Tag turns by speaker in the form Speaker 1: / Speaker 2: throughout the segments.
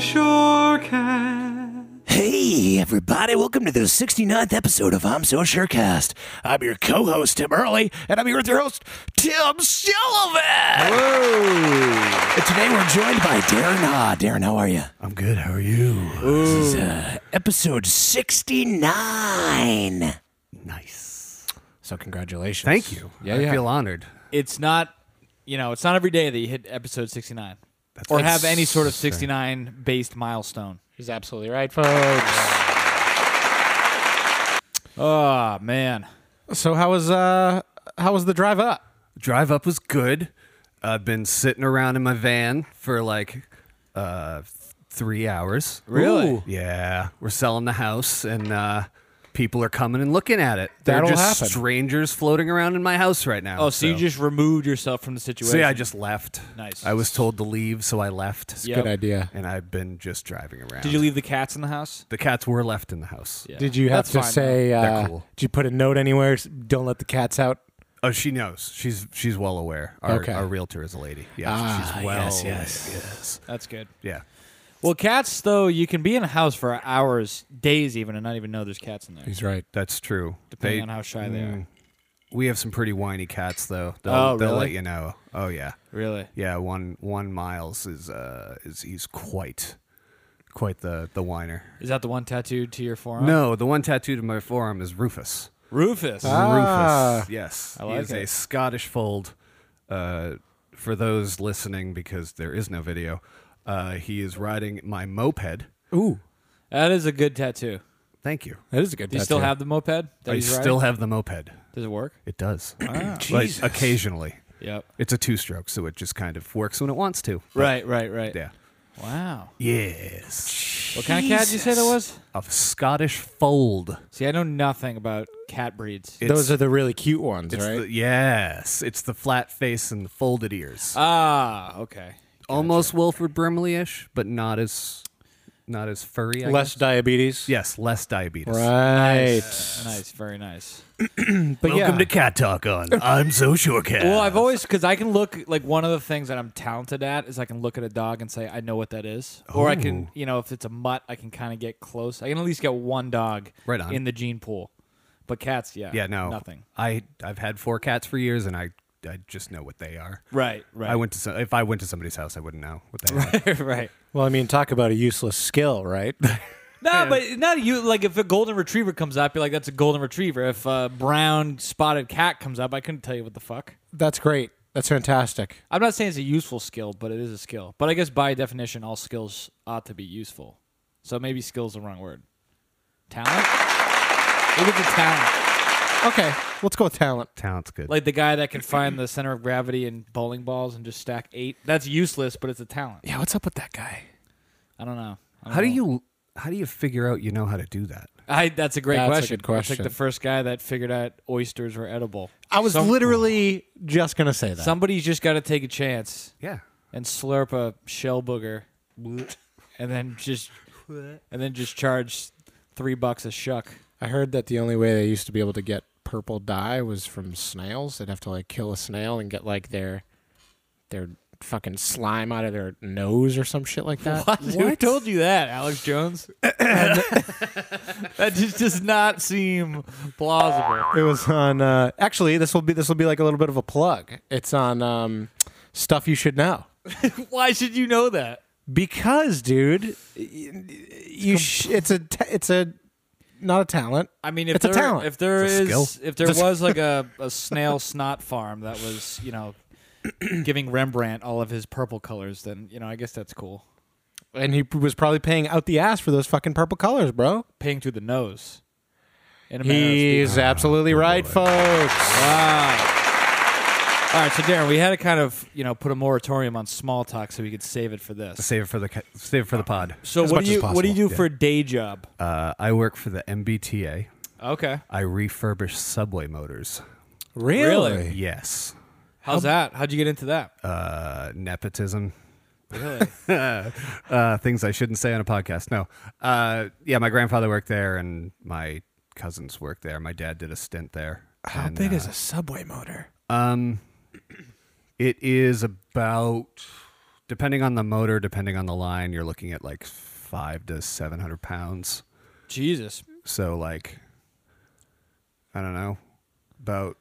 Speaker 1: Sure Can.
Speaker 2: Hey, everybody, welcome to the 69th episode of I'm So Surecast. I'm your co host, Tim Early, and I'm here with your host, Tim Sullivan.
Speaker 1: Whoa.
Speaker 2: And today we're joined by Darren Ha. Darren, how are you?
Speaker 3: I'm good. How are you?
Speaker 2: This is uh, episode 69.
Speaker 3: Nice.
Speaker 4: So congratulations.
Speaker 3: Thank you.
Speaker 4: Yeah,
Speaker 3: I
Speaker 4: yeah.
Speaker 3: feel honored.
Speaker 1: It's not, you know, it's not every day that you hit episode 69
Speaker 3: That's
Speaker 1: or
Speaker 3: right.
Speaker 1: have any sort of 69 based milestone.
Speaker 4: He's absolutely right, folks.
Speaker 1: Oh, man.
Speaker 4: So how was uh how was the drive up?
Speaker 3: Drive up was good. I've been sitting around in my van for like uh, three hours.
Speaker 1: Really?
Speaker 3: Yeah. We're selling the house and uh, people are coming and looking at it. They're
Speaker 4: That'll
Speaker 3: just
Speaker 4: happen.
Speaker 3: strangers floating around in my house right now.
Speaker 1: Oh, so, you just removed yourself from the situation.
Speaker 3: So yeah, I just left.
Speaker 1: Nice.
Speaker 3: I was told to leave, so I left.
Speaker 1: Yep.
Speaker 4: Good idea.
Speaker 3: And I've been just driving around.
Speaker 1: Did you leave the cats in the house?
Speaker 3: The cats were left in the house.
Speaker 1: Yeah.
Speaker 4: Did you have
Speaker 1: That's
Speaker 4: to
Speaker 1: fine,
Speaker 4: say
Speaker 3: They're
Speaker 4: uh,
Speaker 3: cool.
Speaker 4: did you put a note anywhere? s- Don't let the cats out.
Speaker 3: Oh, she knows. She's she's well aware. Our,
Speaker 4: Okay.
Speaker 3: our realtor is a lady. Yeah,
Speaker 4: Ah,
Speaker 3: she's well.
Speaker 4: yes, yes.
Speaker 3: aware. Yes.
Speaker 1: That's good.
Speaker 3: Yeah.
Speaker 1: Well, cats though you can be in a house for hours, days even, and not even know there's cats in there.
Speaker 4: He's Mm. right.
Speaker 3: That's true.
Speaker 1: Depending on how shy they are.
Speaker 3: We have some pretty whiny cats, though. They'll,
Speaker 1: Oh,
Speaker 3: they'll
Speaker 1: really?
Speaker 3: let you know. Oh yeah,
Speaker 1: Really?
Speaker 3: yeah. One one Miles is uh is he's quite quite the the whiner.
Speaker 1: Is that the one tattooed to your forearm?
Speaker 3: No, the one tattooed on my forearm is Rufus.
Speaker 1: Rufus.
Speaker 4: Ah.
Speaker 3: Rufus. Yes,
Speaker 1: I like
Speaker 3: he is a
Speaker 1: it.
Speaker 3: Scottish fold. Uh, for those listening, because there is no video, uh, he is riding my moped.
Speaker 4: Ooh.
Speaker 1: That is a good tattoo.
Speaker 3: Thank you.
Speaker 4: That is a good
Speaker 1: Do you still have the moped? That
Speaker 3: I
Speaker 1: he's riding?
Speaker 3: still have the moped.
Speaker 1: Does it work?
Speaker 3: It does. like occasionally.
Speaker 1: Yep.
Speaker 3: It's a two stroke, so it just kind of works when it wants to.
Speaker 1: Right, right, right.
Speaker 3: Yeah.
Speaker 1: Wow.
Speaker 3: Yes.
Speaker 1: What kind of cat did you say that was?
Speaker 3: Of Scottish fold.
Speaker 1: See, I know nothing about cat breeds.
Speaker 3: It's,
Speaker 4: Those are the really cute ones,
Speaker 3: it's
Speaker 4: right?
Speaker 3: the, yes. It's the flat face and the folded ears.
Speaker 1: ah, okay.
Speaker 3: Almost Wilford Brimley ish, but not as not as furry. I
Speaker 4: Less
Speaker 3: guess.
Speaker 4: diabetes.
Speaker 3: yes, less diabetes.
Speaker 4: Right.
Speaker 1: Nice. Nice, very nice.
Speaker 4: But
Speaker 3: Welcome
Speaker 4: yeah.
Speaker 3: to Cat Talk on I'm So Sure Cat.
Speaker 1: Well, I've always because I can look like one of the things that I'm talented at is I can look at a dog and say I know what that is, or I can you know if it's a mutt I can kind of get close. I can at least get one dog
Speaker 3: Right on.
Speaker 1: in the gene pool, but cats, yeah,
Speaker 3: yeah, no,
Speaker 1: nothing.
Speaker 3: I I've had four cats for years, and I I just know what they are.
Speaker 1: Right, right.
Speaker 3: I went to some, if I went to somebody's house, I wouldn't know what they are.
Speaker 1: right.
Speaker 4: Well, I mean, talk about a useless skill, right?
Speaker 1: No, but not you. Like if a golden retriever comes up, you're like that's a golden retriever. If a brown spotted cat comes up, I couldn't tell you what the fuck.
Speaker 4: That's great. That's fantastic.
Speaker 1: I'm not saying it's a useful skill, but it is a skill. But I guess by definition, all skills ought to be useful. So maybe skill's the wrong word. Talent? Maybe it's a talent.
Speaker 4: Okay, let's go with talent.
Speaker 3: Talent's good.
Speaker 1: Like the guy that can find the center of gravity in bowling balls and just stack eight. That's useless, but it's a talent.
Speaker 4: Yeah, what's up with that guy?
Speaker 1: I don't know. I don't
Speaker 3: how do
Speaker 1: know.
Speaker 3: you how do you figure out you know how to do that?
Speaker 1: I, that's a great
Speaker 4: That's a
Speaker 1: question.
Speaker 4: good
Speaker 1: It's
Speaker 4: question.
Speaker 1: like the first guy that figured out oysters were edible.
Speaker 4: I was
Speaker 1: Some-
Speaker 4: literally just gonna say that.
Speaker 1: Somebody's just got to take a chance
Speaker 3: Yeah.
Speaker 1: and slurp a shell booger, and then just and then just charge three bucks a shuck.
Speaker 4: I heard that the only way they used to be able to get purple dye was from snails. They'd have to like kill a snail and get like their their fucking slime out of their nose or some shit like that.
Speaker 1: Who told you that, Alex Jones? that just does not seem plausible.
Speaker 4: It was on. Uh, actually, this will be this will be like a little bit of a plug. It's on um, stuff you should know.
Speaker 1: Why should you know that?
Speaker 4: Because, dude, y- you sh- it's a ta- it's a not a talent.
Speaker 1: I mean, if
Speaker 4: It's a
Speaker 1: there,
Speaker 4: talent.
Speaker 1: if there
Speaker 3: It's a
Speaker 1: is-
Speaker 3: skill.
Speaker 1: if there was like a, a snail snot farm that was, you know, giving Rembrandt all of his purple colors, then you know, I guess that's cool.
Speaker 4: And he was probably paying out the ass for those fucking purple colors, bro.
Speaker 1: Paying through the nose. In a manner of speaking.
Speaker 4: He's absolutely right, folks.
Speaker 1: Wow. All right, so Darren, we had to kind of you know put a moratorium on small talk so we could save it for this.
Speaker 3: Save it for the ca- save it for the pod.
Speaker 1: So
Speaker 4: As
Speaker 1: what
Speaker 4: much
Speaker 1: do
Speaker 4: as
Speaker 1: you what do you do
Speaker 4: possible,
Speaker 1: for a day job?
Speaker 3: Uh, I work for the MBTA.
Speaker 1: Okay,
Speaker 3: I refurbish subway motors.
Speaker 1: Really?
Speaker 3: Yes.
Speaker 1: how's that? How'd you get into that?
Speaker 3: Uh, nepotism.
Speaker 1: Really?
Speaker 3: Uh, things I shouldn't say on a podcast. No. Uh, yeah, my grandfather worked there, and my cousins worked there. My dad did a stint there.
Speaker 4: How
Speaker 3: And,
Speaker 4: big
Speaker 3: uh,
Speaker 4: is a subway motor?
Speaker 3: Um, it is about depending on the motor, depending on the line, you're looking at like five to seven hundred pounds.
Speaker 1: Jesus.
Speaker 3: So like, I don't know, about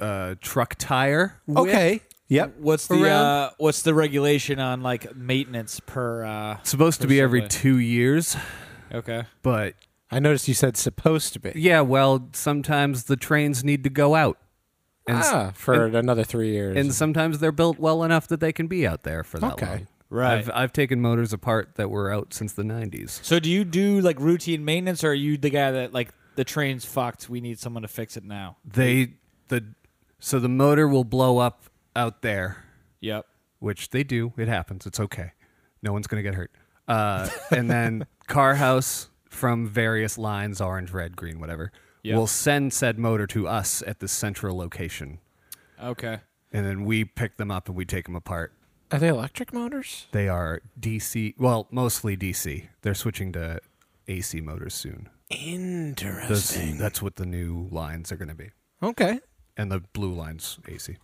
Speaker 3: uh, truck tire.
Speaker 2: Okay.
Speaker 3: width.
Speaker 2: Yep.
Speaker 1: What's the
Speaker 3: Around-
Speaker 1: uh, what's the regulation on like maintenance per? Uh,
Speaker 3: It's supposed to be every
Speaker 1: Presumably.
Speaker 3: two years,
Speaker 1: okay.
Speaker 3: but
Speaker 4: I noticed you said supposed to be.
Speaker 3: yeah, well, sometimes the trains need to go out, and s-
Speaker 4: ah, for another three years.
Speaker 3: and sometimes they're built well enough that they can be out there for that
Speaker 4: Okay.
Speaker 3: long.
Speaker 1: Right.
Speaker 3: I've, I've taken motors apart that were out since the 90s.
Speaker 1: So do you do like routine maintenance, or are you the guy that like the train's fucked? We need someone to fix it now.
Speaker 3: They the so the motor will blow up out there,
Speaker 1: Yep.
Speaker 3: which they do. It happens. It's okay. No one's gonna get hurt. Uh, and then car house from various lines, orange, red, green, whatever,
Speaker 1: Yeah.
Speaker 3: will send said motor to us at the central location,
Speaker 1: Okay.
Speaker 3: and then we pick them up and we take them apart.
Speaker 4: Are they electric motors?
Speaker 3: They are DC. Well, mostly DC. They're switching to AC motors soon. That's,
Speaker 2: Interesting.
Speaker 3: that's what the new lines are going to be.
Speaker 4: Okay.
Speaker 3: And the blue line's AC.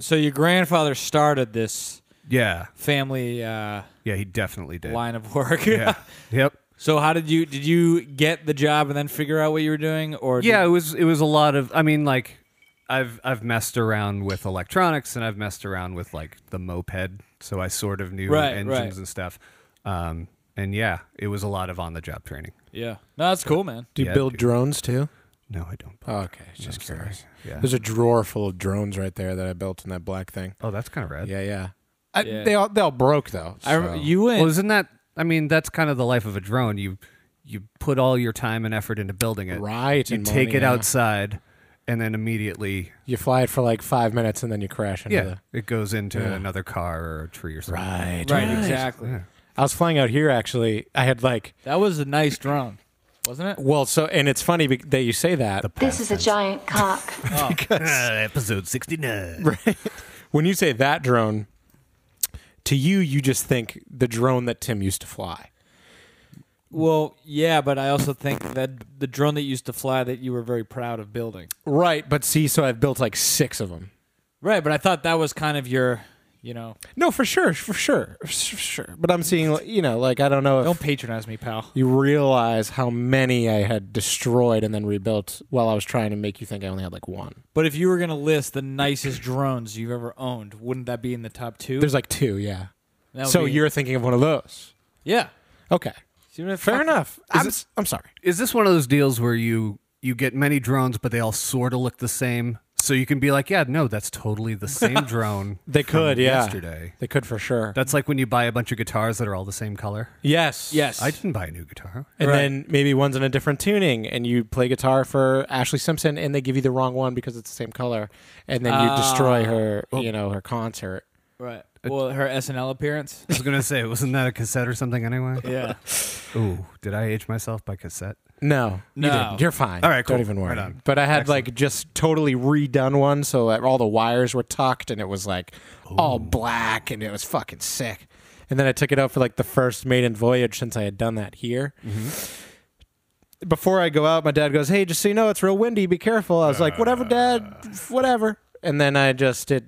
Speaker 1: So your grandfather started this
Speaker 3: Yeah.
Speaker 1: family uh,
Speaker 3: Yeah, he definitely did.
Speaker 1: line of work.
Speaker 3: Yeah. yep.
Speaker 1: so how did you did you get the job and then figure out what you were doing, or did-
Speaker 3: Yeah, it was it was a lot of I mean like I've I've messed around with electronics and I've messed around with like the moped, so I sort of knew
Speaker 1: Right,
Speaker 3: engines
Speaker 1: right.
Speaker 3: and stuff. Um and yeah, it was a lot of on the job training.
Speaker 1: yeah. No, that's cool, man.
Speaker 4: Do you
Speaker 3: Yeah,
Speaker 4: build
Speaker 3: dude.
Speaker 4: drones too?
Speaker 3: No, I don't.
Speaker 4: Oh, okay, just
Speaker 3: sorry.
Speaker 4: curious.
Speaker 3: Yeah.
Speaker 4: There's a drawer full of drones right there that I built in that black thing.
Speaker 3: Oh, that's kind of rad.
Speaker 4: Yeah, yeah. I,
Speaker 1: Yeah.
Speaker 4: They all they all broke though.
Speaker 1: I rem-
Speaker 4: so-
Speaker 1: you went.
Speaker 3: Well, isn't that I mean, that's kind of the life of a drone. You you put all your time and effort into building it.
Speaker 4: right?
Speaker 3: You
Speaker 4: and
Speaker 3: take
Speaker 4: money,
Speaker 3: it
Speaker 4: yeah.
Speaker 3: outside and then immediately
Speaker 4: You fly it for like five minutes and then you crash into.
Speaker 3: Yeah,
Speaker 4: The,
Speaker 3: it goes into another car or a tree or something.
Speaker 2: Right.
Speaker 1: right, exactly.
Speaker 4: I was flying out here actually. I had like
Speaker 1: That was a nice drone, wasn't it?
Speaker 4: well, so and it's funny bec- that you say that.
Speaker 5: This is a giant cock.
Speaker 2: episode 69.
Speaker 4: when you say that drone, to you, you just think the drone that Tim used to fly.
Speaker 1: Well, yeah, but I also think that the drone that you used to fly that you were very proud of building.
Speaker 4: Right, but see, so I've built like six of them.
Speaker 1: Right, but I thought that was kind of your, you know,
Speaker 4: No, for sure, for sure, for sure. But I'm seeing, like, you know, like I don't know if
Speaker 1: don't patronize me, pal.
Speaker 4: you realize how many I had destroyed and then rebuilt while I was trying to make you think I only had like one.
Speaker 1: But if you were going to list the nicest drones you've ever owned, wouldn't that be in the top two?
Speaker 4: There's like two, yeah.
Speaker 1: That would
Speaker 4: So
Speaker 1: be-
Speaker 4: you're thinking of one of those.
Speaker 1: yeah.
Speaker 4: Okay,
Speaker 1: See what I-
Speaker 4: fair
Speaker 1: fuck-
Speaker 4: enough. I'm, s- I'm sorry.
Speaker 3: Is this one of those deals where you you get many drones, but they all sort of look the same, so you can be like, yeah, no, that's totally the same drone.
Speaker 4: They
Speaker 3: from
Speaker 4: could, yeah.
Speaker 3: Yesterday,
Speaker 4: They could for sure.
Speaker 3: that's like when you buy a bunch of guitars that are all the same color.
Speaker 4: yes,
Speaker 1: Yes.
Speaker 3: I didn't buy a new guitar.
Speaker 4: And
Speaker 1: Right.
Speaker 4: then maybe one's in a different tuning, and you play guitar for Ashley Simpson, and they give you the wrong one because it's the same color, and then you destroy her, you know, her concert.
Speaker 1: right. Well, her SNL appearance.
Speaker 3: I was gonna say, wasn't that a cassette or something anyway?
Speaker 1: yeah.
Speaker 3: Ooh, did I age myself by cassette?
Speaker 4: No, you
Speaker 1: No.
Speaker 4: didn't. you're fine.
Speaker 3: All right, cool.
Speaker 4: don't even worry.
Speaker 3: Right on.
Speaker 4: but I had like just totally redone one, so that all the wires were tucked, and it was like all black, and it was fucking sick. And then I took it out for like the first maiden voyage since I had done that here.
Speaker 3: Mm-hmm.
Speaker 4: Before I go out, my dad goes, "Hey, just so you know, it's real windy. Be careful." I was
Speaker 3: Uh.
Speaker 4: like, "Whatever, Dad, whatever." And then I just it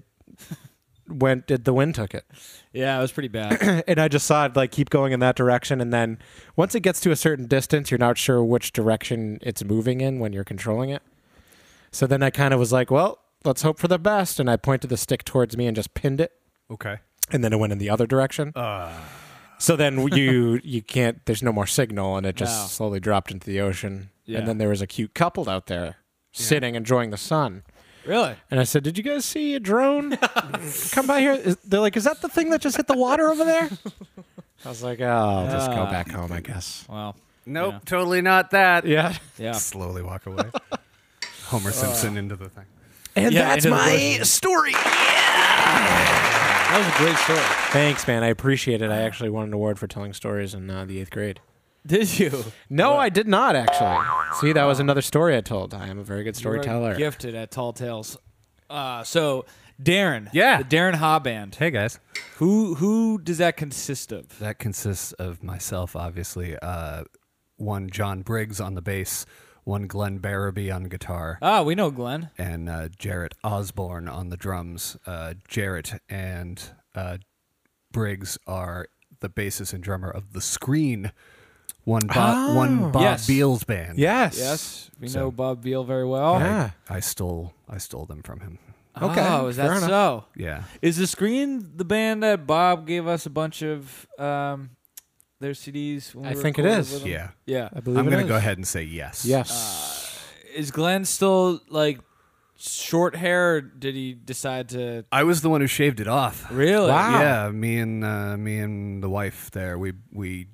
Speaker 4: went. Did the wind took it?
Speaker 1: Yeah, it was pretty bad.
Speaker 4: and I just saw it like keep going in that direction, and then once it gets to a certain distance, you're not sure which direction it's moving in when you're controlling it. So then I kind of was like, "Well, let's hope for the best," and I pointed the stick towards me and just pinned it,
Speaker 3: Okay.
Speaker 4: and then it went in the other direction.
Speaker 1: Ah.
Speaker 4: So then you you can't. There's no more signal, and it just
Speaker 1: No.
Speaker 4: slowly dropped into the ocean.
Speaker 1: Yeah.
Speaker 4: And then there was a cute couple out there sitting enjoying the sun.
Speaker 1: really?
Speaker 4: And I said, "Did you guys see a drone come by here?" Is, they're like, "Is that the thing that just hit the water over there?" I was like, "Oh, I'll just go
Speaker 1: Ah.
Speaker 4: back home, I guess."
Speaker 1: Well,
Speaker 3: Nope,
Speaker 1: Yeah.
Speaker 3: totally not that.
Speaker 4: Yeah,
Speaker 1: yeah.
Speaker 3: Slowly walk away. Homer Simpson into the thing.
Speaker 2: And
Speaker 1: Yeah,
Speaker 2: that's
Speaker 1: into the
Speaker 2: my
Speaker 1: bush.
Speaker 2: story.
Speaker 1: That was a great story.
Speaker 4: thanks, man. I appreciate it. I actually won an award for telling stories in uh, the eighth grade.
Speaker 1: Did you?
Speaker 4: No, I did not actually. See, that was another story I told. I am a very good
Speaker 1: You are
Speaker 4: storyteller.
Speaker 1: Gifted at tall tales. Uh, so, Darren.
Speaker 3: Yeah.
Speaker 1: The Darren Ha Band.
Speaker 3: Hey guys.
Speaker 1: Who who does that consist of?
Speaker 3: That consists of myself, obviously. Uh, one John Briggs on the bass, one Glenn Barabee on guitar,
Speaker 1: Ah, we know Glenn.
Speaker 3: and uh, Jarrett Osborne on the drums. Uh, Jarrett and uh, Briggs are the bassist and drummer of The Screen, one Bob, one Bob
Speaker 1: Oh. Yes.
Speaker 3: Beals band.
Speaker 4: Yes.
Speaker 1: Yes, we
Speaker 3: So-
Speaker 1: know Bob Beal very well.
Speaker 4: Yeah.
Speaker 3: I stole I stole them from him.
Speaker 4: Okay,
Speaker 1: Oh, is that
Speaker 4: fair enough.
Speaker 1: so?
Speaker 3: Yeah.
Speaker 1: Is the screen the band that Bob gave us a bunch of um, their CDs? When we
Speaker 4: I
Speaker 1: were
Speaker 4: think it
Speaker 1: recorded
Speaker 4: is.
Speaker 1: with them?
Speaker 3: Yeah.
Speaker 1: Yeah.
Speaker 4: I believe
Speaker 3: I'm
Speaker 4: it
Speaker 3: going to
Speaker 4: is.
Speaker 3: go ahead and say yes.
Speaker 4: Yes.
Speaker 1: Is Glenn still like short hair? Or did he decide to
Speaker 3: I was the one who shaved it off.
Speaker 1: really?
Speaker 4: Wow.
Speaker 3: Yeah, me and uh, me and the wife there. We we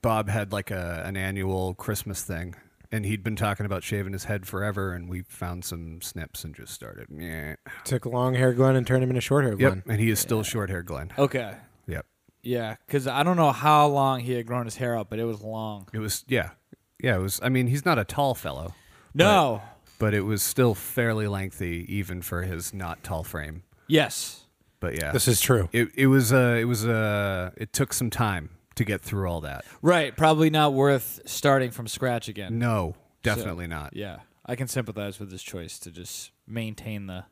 Speaker 3: Bob had like a an annual Christmas thing, and he'd been talking about shaving his head forever, and we found some snips and just started. Yeah.
Speaker 4: Took long hair Glenn and turned him into short hair
Speaker 3: Yep.
Speaker 4: Glenn.
Speaker 3: And he is still short haired Glenn.
Speaker 1: Okay.
Speaker 3: Yep.
Speaker 1: Yeah, because I don't know how long he had grown his hair out, but it was long.
Speaker 3: It was yeah, yeah. It was. I mean, he's not a tall fellow,
Speaker 1: No.
Speaker 3: but it was still fairly lengthy even for his not tall frame.
Speaker 1: yes.
Speaker 3: But yeah,
Speaker 4: This is true.
Speaker 3: it. It was. Uh, it was. Uh, it took some time to get through all that.
Speaker 1: Right. Probably not worth starting from scratch again.
Speaker 3: No, definitely not.
Speaker 1: Yeah, I can sympathize with his choice to just maintain the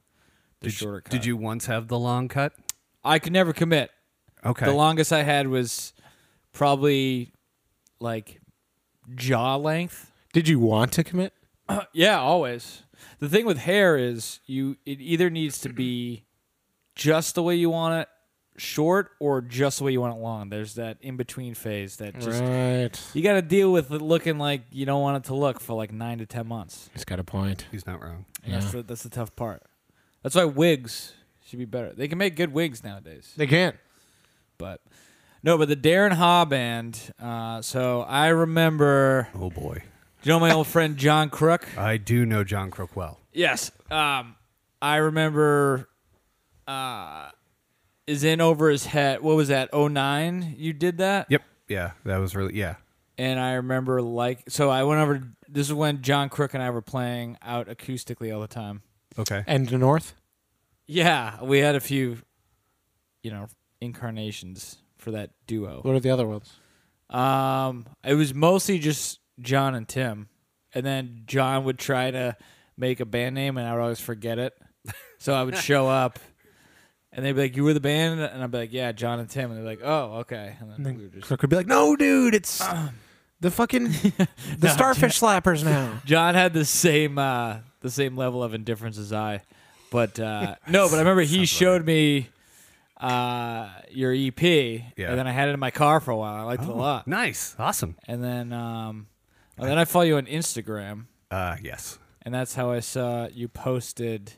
Speaker 1: the
Speaker 3: Did,
Speaker 1: shorter cut.
Speaker 3: did you once have the long cut?
Speaker 1: I could never commit.
Speaker 3: Okay.
Speaker 1: The longest I had was probably like jaw length.
Speaker 4: Did you want to commit?
Speaker 1: Yeah, always. The thing with hair is you it either needs to be just the way you want it short or just the way you want it long. There's that in between phase that just
Speaker 4: right.
Speaker 1: you got to deal with it looking like you don't want it to look for like 9 to 10 months.
Speaker 4: He's got a point.
Speaker 3: He's not wrong.
Speaker 1: And That's the, that's the tough part. That's why wigs should be better. They can make good wigs nowadays.
Speaker 4: They can't.
Speaker 1: But no, but the Darren Haw band. Uh, so I remember.
Speaker 3: Oh boy.
Speaker 1: Do you know my old friend John Crook?
Speaker 3: I do know John Crook well.
Speaker 1: Yes. Um, I remember. Uh, is in over his head. What was that? 09? You did that.
Speaker 3: Yep. Yeah, that was really yeah.
Speaker 1: and I remember like so I went over. This is when John Crook and I were playing out acoustically all the time.
Speaker 3: Okay.
Speaker 4: And the North?
Speaker 1: Yeah, we had a few, you know, incarnations for that duo.
Speaker 4: What are the other ones?
Speaker 1: Um, it was mostly just John and Tim, and then John would try to make a band name, and I would always forget it. So I would show up, and they'd be like, "You were the band," and I'd be like, "Yeah, John and Tim," and they're like, "Oh, okay." And then we were just
Speaker 4: Crook would be like, no, dude, it's the fucking the starfish slappers now.
Speaker 1: John had the same uh, the same level of indifference as I, but uh, no. But I remember he showed me uh, your EP,
Speaker 3: Yeah. Oh,
Speaker 1: and then I had it in my car for a while. I liked it a lot,
Speaker 3: Nice. Awesome.
Speaker 1: and then um, and then I follow you on Instagram,
Speaker 3: Uh yes.
Speaker 1: and that's how I saw you posted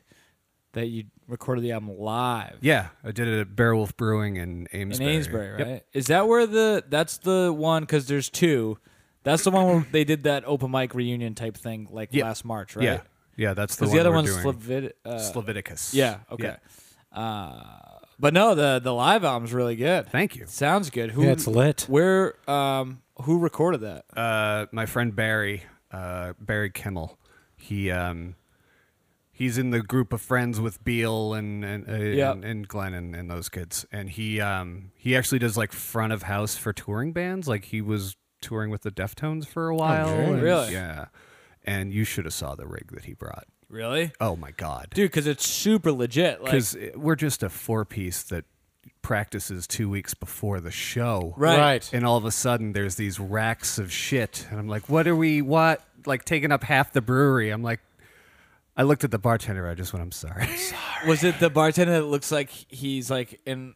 Speaker 1: that you recorded the album live
Speaker 3: Yeah, I did it at Beowulf Brewing in
Speaker 1: in
Speaker 3: Amesbury.
Speaker 1: Amesbury,
Speaker 3: Yep.
Speaker 1: right? Is that where the that's the one because there's two. That's the one where they did that open mic reunion type thing like
Speaker 3: Yeah.
Speaker 1: last March, right?
Speaker 3: Yeah. Yeah, that's the
Speaker 1: Because
Speaker 3: one.
Speaker 1: the other
Speaker 3: we're
Speaker 1: one's
Speaker 3: doing.
Speaker 1: Slavid- uh,
Speaker 3: Slaviticus.
Speaker 1: Yeah. Okay. Uh, but no, the the live album's really good.
Speaker 3: Thank you.
Speaker 1: Sounds good. Who?
Speaker 4: Yeah, it's lit.
Speaker 1: Where? Um, who recorded that?
Speaker 3: Uh, my friend Barry, uh, Barry Kimmel, he um, he's in the group of friends with Beal and and uh,
Speaker 1: Yeah.
Speaker 3: and, and Glenn and, and those kids, and he um, he actually does like front of house for touring bands. Like he was touring with the Deftones for a while. and-
Speaker 1: Oh, Really?
Speaker 3: Yeah. And you should have saw the rig that he brought.
Speaker 1: Really?
Speaker 3: Oh my god!
Speaker 1: Dude, because it's super legit. Like,
Speaker 3: Because we're just a four piece that practices two weeks before the show,
Speaker 1: Right.
Speaker 3: and all of a sudden there's these racks of shit and i'm like what are we what like taking up half the brewery i'm like i looked at the bartender i just went i'm sorry
Speaker 1: was it the bartender that looks like he's like in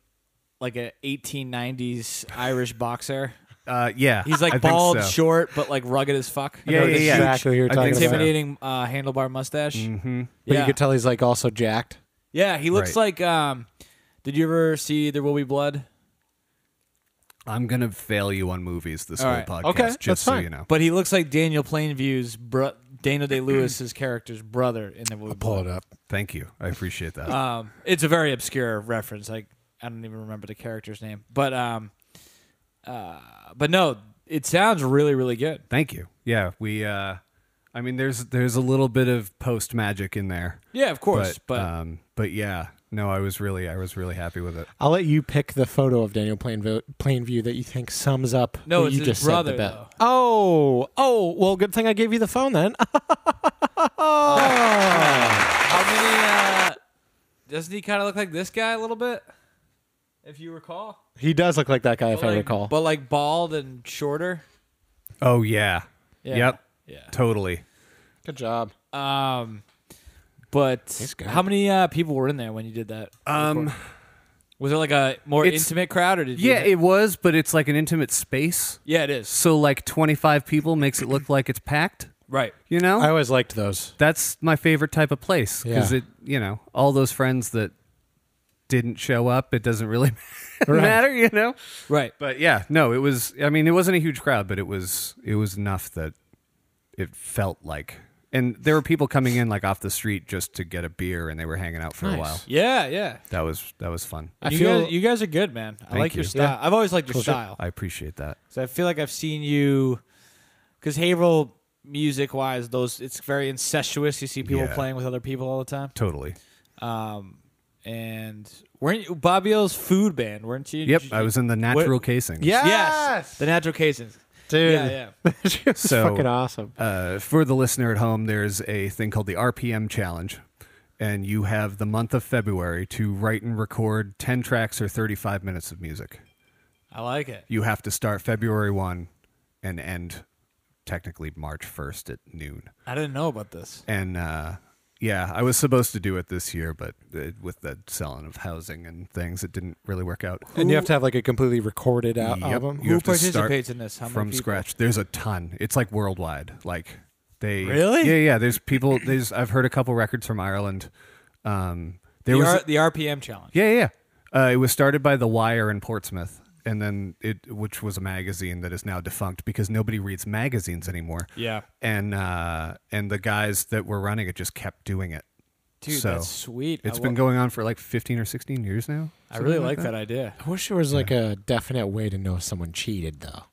Speaker 1: like a 1890s Irish boxer?
Speaker 3: uh yeah
Speaker 1: He's like
Speaker 3: I think
Speaker 1: bald,
Speaker 3: so.
Speaker 1: short, but like rugged as fuck.
Speaker 3: yeah, yeah,
Speaker 4: know
Speaker 3: yeah.
Speaker 4: exactly who you're
Speaker 3: I think
Speaker 4: talking about.
Speaker 1: Intimidating uh, handlebar mustache. Mm-hmm.
Speaker 4: But
Speaker 1: Yeah.
Speaker 4: you could tell he's like also jacked.
Speaker 1: yeah, he looks
Speaker 3: Right.
Speaker 1: like. Um, did you ever see There Will Be Blood?
Speaker 3: i'm gonna fail you on movies this
Speaker 1: All
Speaker 3: whole
Speaker 1: right.
Speaker 3: podcast
Speaker 4: Okay,
Speaker 3: just
Speaker 4: that's
Speaker 3: so
Speaker 4: fine.
Speaker 3: you know
Speaker 1: But he looks like Daniel Plainview's bro- Daniel Day Lewis's character's brother in the movie.
Speaker 4: Pull it up.
Speaker 3: thank you i appreciate that
Speaker 1: Um, it's a very obscure reference. Like I don't even remember the character's name. But um, uh, but no, it sounds really really good.
Speaker 3: thank you yeah we uh i mean there's there's a little bit of post magic in there
Speaker 1: Yeah, of course.
Speaker 3: but,
Speaker 1: But,
Speaker 3: um but yeah no i was really i was really happy with it
Speaker 4: I'll let you pick the photo of Daniel Plainview, Plainview that you think sums up
Speaker 1: No,
Speaker 4: what
Speaker 1: it's
Speaker 4: you
Speaker 1: his
Speaker 4: just
Speaker 1: brother,
Speaker 4: said the best.
Speaker 1: though.
Speaker 4: Oh, oh, well, good thing I gave you the phone then.
Speaker 1: how many? Uh, doesn't he kind of look like this guy a little bit? if you recall.
Speaker 4: He does look like that guy, if I
Speaker 1: like,
Speaker 4: recall.
Speaker 1: But like bald and shorter.
Speaker 3: Oh yeah.
Speaker 1: Yeah.
Speaker 3: Yep.
Speaker 1: Yeah.
Speaker 3: Totally.
Speaker 4: Good job.
Speaker 1: Um, but
Speaker 4: good.
Speaker 1: how many uh, people were in there when you did that?
Speaker 3: Um,
Speaker 1: Was it like a more
Speaker 3: It's-
Speaker 1: intimate crowd, or did you
Speaker 3: yeah, it was, but it's like an intimate space.
Speaker 1: yeah, it is
Speaker 3: So like 25 people makes it look like it's packed,
Speaker 1: right.
Speaker 3: you know?
Speaker 4: I always liked those.
Speaker 3: That's my favorite type of place cuz
Speaker 4: Yeah.
Speaker 3: it, you know, all those friends that didn't show up, it doesn't really
Speaker 4: Right.
Speaker 3: matter, you know?
Speaker 1: Right.
Speaker 3: But yeah, no, it was I mean, it wasn't a huge crowd, but it was it was enough that it felt like and there were people coming in like off the street just to get a beer and they were hanging out for a
Speaker 4: Nice.
Speaker 3: while.
Speaker 1: Yeah, yeah.
Speaker 3: That was that was fun.
Speaker 4: I
Speaker 1: you
Speaker 4: feel
Speaker 1: guys, you guys are good, man. I like your
Speaker 3: you.
Speaker 1: style. I've always liked your style.
Speaker 3: I appreciate that.
Speaker 1: So I feel like I've seen you because Haverhill music wise, those it's very incestuous. You see people
Speaker 3: Yeah.
Speaker 1: playing with other people all the time.
Speaker 3: Totally.
Speaker 1: Um, and weren't you Bobby O's food band? Weren't you?
Speaker 3: Yep,
Speaker 1: Did you-
Speaker 3: I was in the natural
Speaker 1: What-
Speaker 3: casing.
Speaker 1: Yes,
Speaker 4: Yes!
Speaker 1: the Natural Casings.
Speaker 4: Dude.
Speaker 1: Yeah, yeah.
Speaker 4: It was
Speaker 3: So-
Speaker 4: fucking awesome.
Speaker 3: Uh, for the listener at home, there's a thing called the RPM challenge, and you have the month of February to write and record 10 tracks or 35 minutes of music.
Speaker 1: I like it.
Speaker 3: You have to start February 1 and end technically March 1st at noon.
Speaker 1: I didn't know about this.
Speaker 3: And uh, yeah, I was supposed to do it this year, but uh, with the selling of housing and things, it didn't really work out.
Speaker 4: and you have to have like a completely recorded out
Speaker 3: Yep.
Speaker 4: album.
Speaker 3: You
Speaker 1: Who
Speaker 3: have to start
Speaker 1: participates in this? How many
Speaker 3: from
Speaker 1: people?
Speaker 3: scratch? There's a ton. It's like worldwide. Like they
Speaker 1: Really?
Speaker 3: Yeah, yeah. There's people. There's I've heard a couple records from Ireland. Um, there
Speaker 1: The,
Speaker 3: was
Speaker 1: R- the RPM challenge.
Speaker 3: yeah, yeah. yeah. Uh, it was started by The Wire in Portsmouth, and then it, which was a magazine that is now defunct because nobody reads magazines anymore.
Speaker 1: Yeah.
Speaker 3: And uh, and the guys that were running it just kept doing it.
Speaker 1: Dude,
Speaker 3: So,
Speaker 1: that's sweet.
Speaker 3: It's
Speaker 1: I
Speaker 3: been
Speaker 1: wa-
Speaker 3: going on for like 15 or 16 years now.
Speaker 1: I really like that idea.
Speaker 4: I wish there was like a definite way to know if someone cheated, though.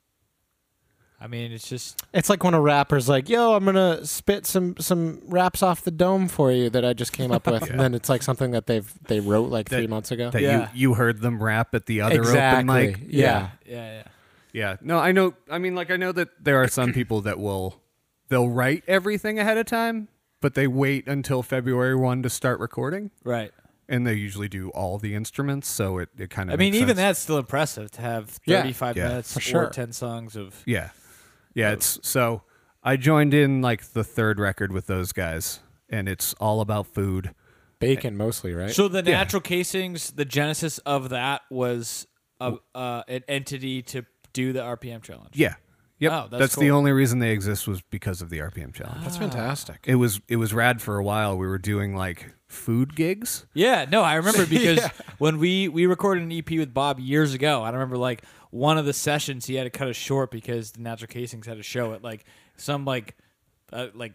Speaker 1: I mean, it's just
Speaker 4: It's like when a rapper's like, "Yo, I'm gonna spit some some raps off the dome for you that I just came up with," and then it's like something that they've they wrote like three months ago.
Speaker 3: That
Speaker 1: Yeah.
Speaker 3: you, you heard them rap at the other open mic.
Speaker 4: Yeah.
Speaker 1: yeah, yeah.
Speaker 3: Yeah. No, I know. I mean, like, I know that there are some people that will, they'll write everything ahead of time, but they wait until February 1 to start recording.
Speaker 1: Right.
Speaker 3: And they usually do all the instruments. So it, it kind of,
Speaker 1: I mean, even that's still impressive to have
Speaker 4: Yeah.
Speaker 1: 35
Speaker 3: Yeah.
Speaker 1: minutes
Speaker 4: For sure.
Speaker 1: or 10 songs of.
Speaker 3: Yeah. Yeah.
Speaker 1: Oh.
Speaker 3: It's so I joined in like the third record with those guys, and it's all about food.
Speaker 4: Bacon mostly, right?
Speaker 1: So the natural casings, the genesis of that was a, uh, an entity to do the RPM challenge.
Speaker 3: Yeah. Yep.
Speaker 1: Oh, that's
Speaker 3: the
Speaker 1: cool.
Speaker 3: only reason they exist was because of the RPM challenge.
Speaker 4: That's fantastic.
Speaker 3: It was it was rad for a while. We were doing like food gigs.
Speaker 1: Yeah, no, I remember because when we we recorded an EP with Bob years ago, I remember like one of the sessions he had to cut us short because the Natural Casings had to show it like some like uh, like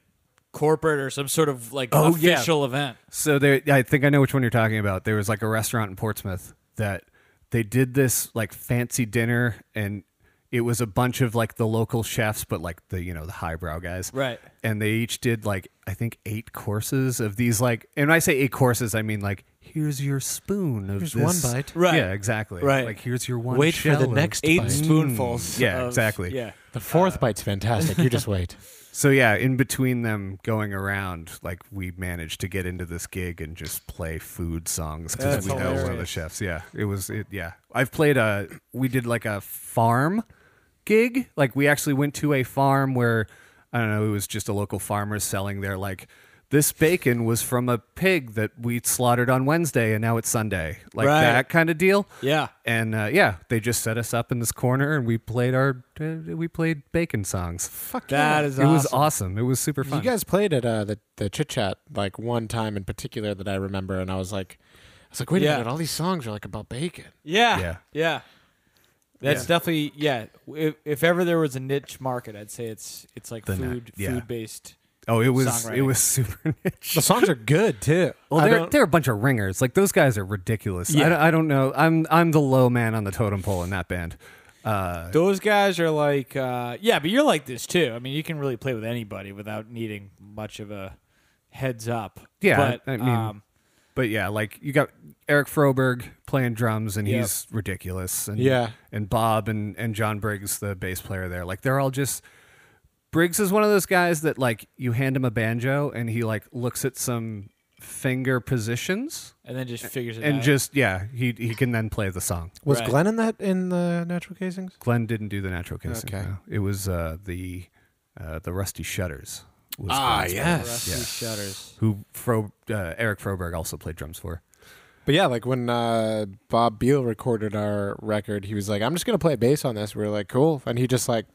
Speaker 1: corporate or some sort of like
Speaker 3: Oh, yeah.
Speaker 1: official event.
Speaker 3: So there, I think I know which one you're talking about. There was like a restaurant in Portsmouth that they did this like fancy dinner, and it was a bunch of like the local chefs, but like the you know the highbrow guys,
Speaker 1: Right.
Speaker 3: And they each did like I think eight courses of these like, and when I say eight courses, I mean like here's your spoon of
Speaker 4: Here's one
Speaker 3: this.
Speaker 4: bite.
Speaker 1: Right.
Speaker 3: Yeah, exactly.
Speaker 1: Right.
Speaker 3: Like here's your one.
Speaker 4: Wait for
Speaker 3: shell
Speaker 4: the
Speaker 3: of-
Speaker 4: next
Speaker 1: Eight
Speaker 4: bite.
Speaker 1: spoonfuls.
Speaker 3: Yeah,
Speaker 1: of-
Speaker 3: exactly.
Speaker 1: Yeah.
Speaker 4: The fourth bite's fantastic. You just wait.
Speaker 3: So yeah, in between them going around, like we managed to get into this gig and just play food songs because
Speaker 1: That's
Speaker 3: we know one of the
Speaker 1: hilarious.
Speaker 3: chefs. Yeah, it was it. Yeah, I've played a. We did like a farm gig. Like we actually went to a farm where I don't know. It was just a local farmer selling their like. This bacon was from a pig that we slaughtered on Wednesday, and now it's Sunday, like
Speaker 1: Right.
Speaker 3: that kind of deal.
Speaker 1: Yeah.
Speaker 3: and uh, yeah, they just set us up in this corner, and we played our uh, we played bacon songs. Fuck
Speaker 1: That is
Speaker 3: it was
Speaker 1: awesome.
Speaker 3: awesome. It was super fun.
Speaker 4: You guys played at uh, the the chit chat like one time in particular that I remember, and I was like, I was like, wait
Speaker 1: Yeah.
Speaker 4: a minute, all these songs are like about bacon.
Speaker 1: Yeah.
Speaker 3: Yeah.
Speaker 1: Yeah. That's definitely yeah. If, if ever there was a niche market, I'd say it's it's like
Speaker 3: na-
Speaker 1: food
Speaker 3: yeah.
Speaker 1: food based.
Speaker 3: oh, it was it
Speaker 1: songwriting.
Speaker 3: was super niche.
Speaker 4: The songs are good too.
Speaker 3: Well,
Speaker 4: I
Speaker 3: they're
Speaker 4: don't-
Speaker 3: they're a bunch of ringers. Like those guys are ridiculous. I, don't, I don't know. I'm I'm the low man on the totem pole in that band. Uh,
Speaker 1: Those guys are like uh, yeah, but you're like this too. I mean, you can really play with anybody without needing much of a heads up.
Speaker 3: Yeah,
Speaker 1: but
Speaker 3: I mean-
Speaker 1: um,
Speaker 3: but yeah, like you got Eric Froberg playing drums, and
Speaker 1: Yep.
Speaker 3: he's ridiculous. And,
Speaker 4: Yeah.
Speaker 3: and Bob and and John Briggs, the bass player there, like they're all just. Briggs is one of those guys that like you hand him a banjo and he like looks at some finger positions
Speaker 1: and then just figures it out.
Speaker 3: and just yeah, he he can then play the song.
Speaker 4: Was
Speaker 1: Right.
Speaker 4: Glenn in that in the natural casings?
Speaker 3: Glenn didn't do the natural casing.
Speaker 4: Okay.
Speaker 3: no. It was uh, the uh, the rusty shutters. Was
Speaker 1: Ah,
Speaker 4: Ah,
Speaker 3: Glenn's band,
Speaker 1: rusty shutters.
Speaker 3: Who Fro uh, Eric Froberg also played drums for.
Speaker 4: But yeah, like when uh, Bob Beal recorded our record, he was like, "I'm just gonna play bass on this." We were like, "Cool," and he just like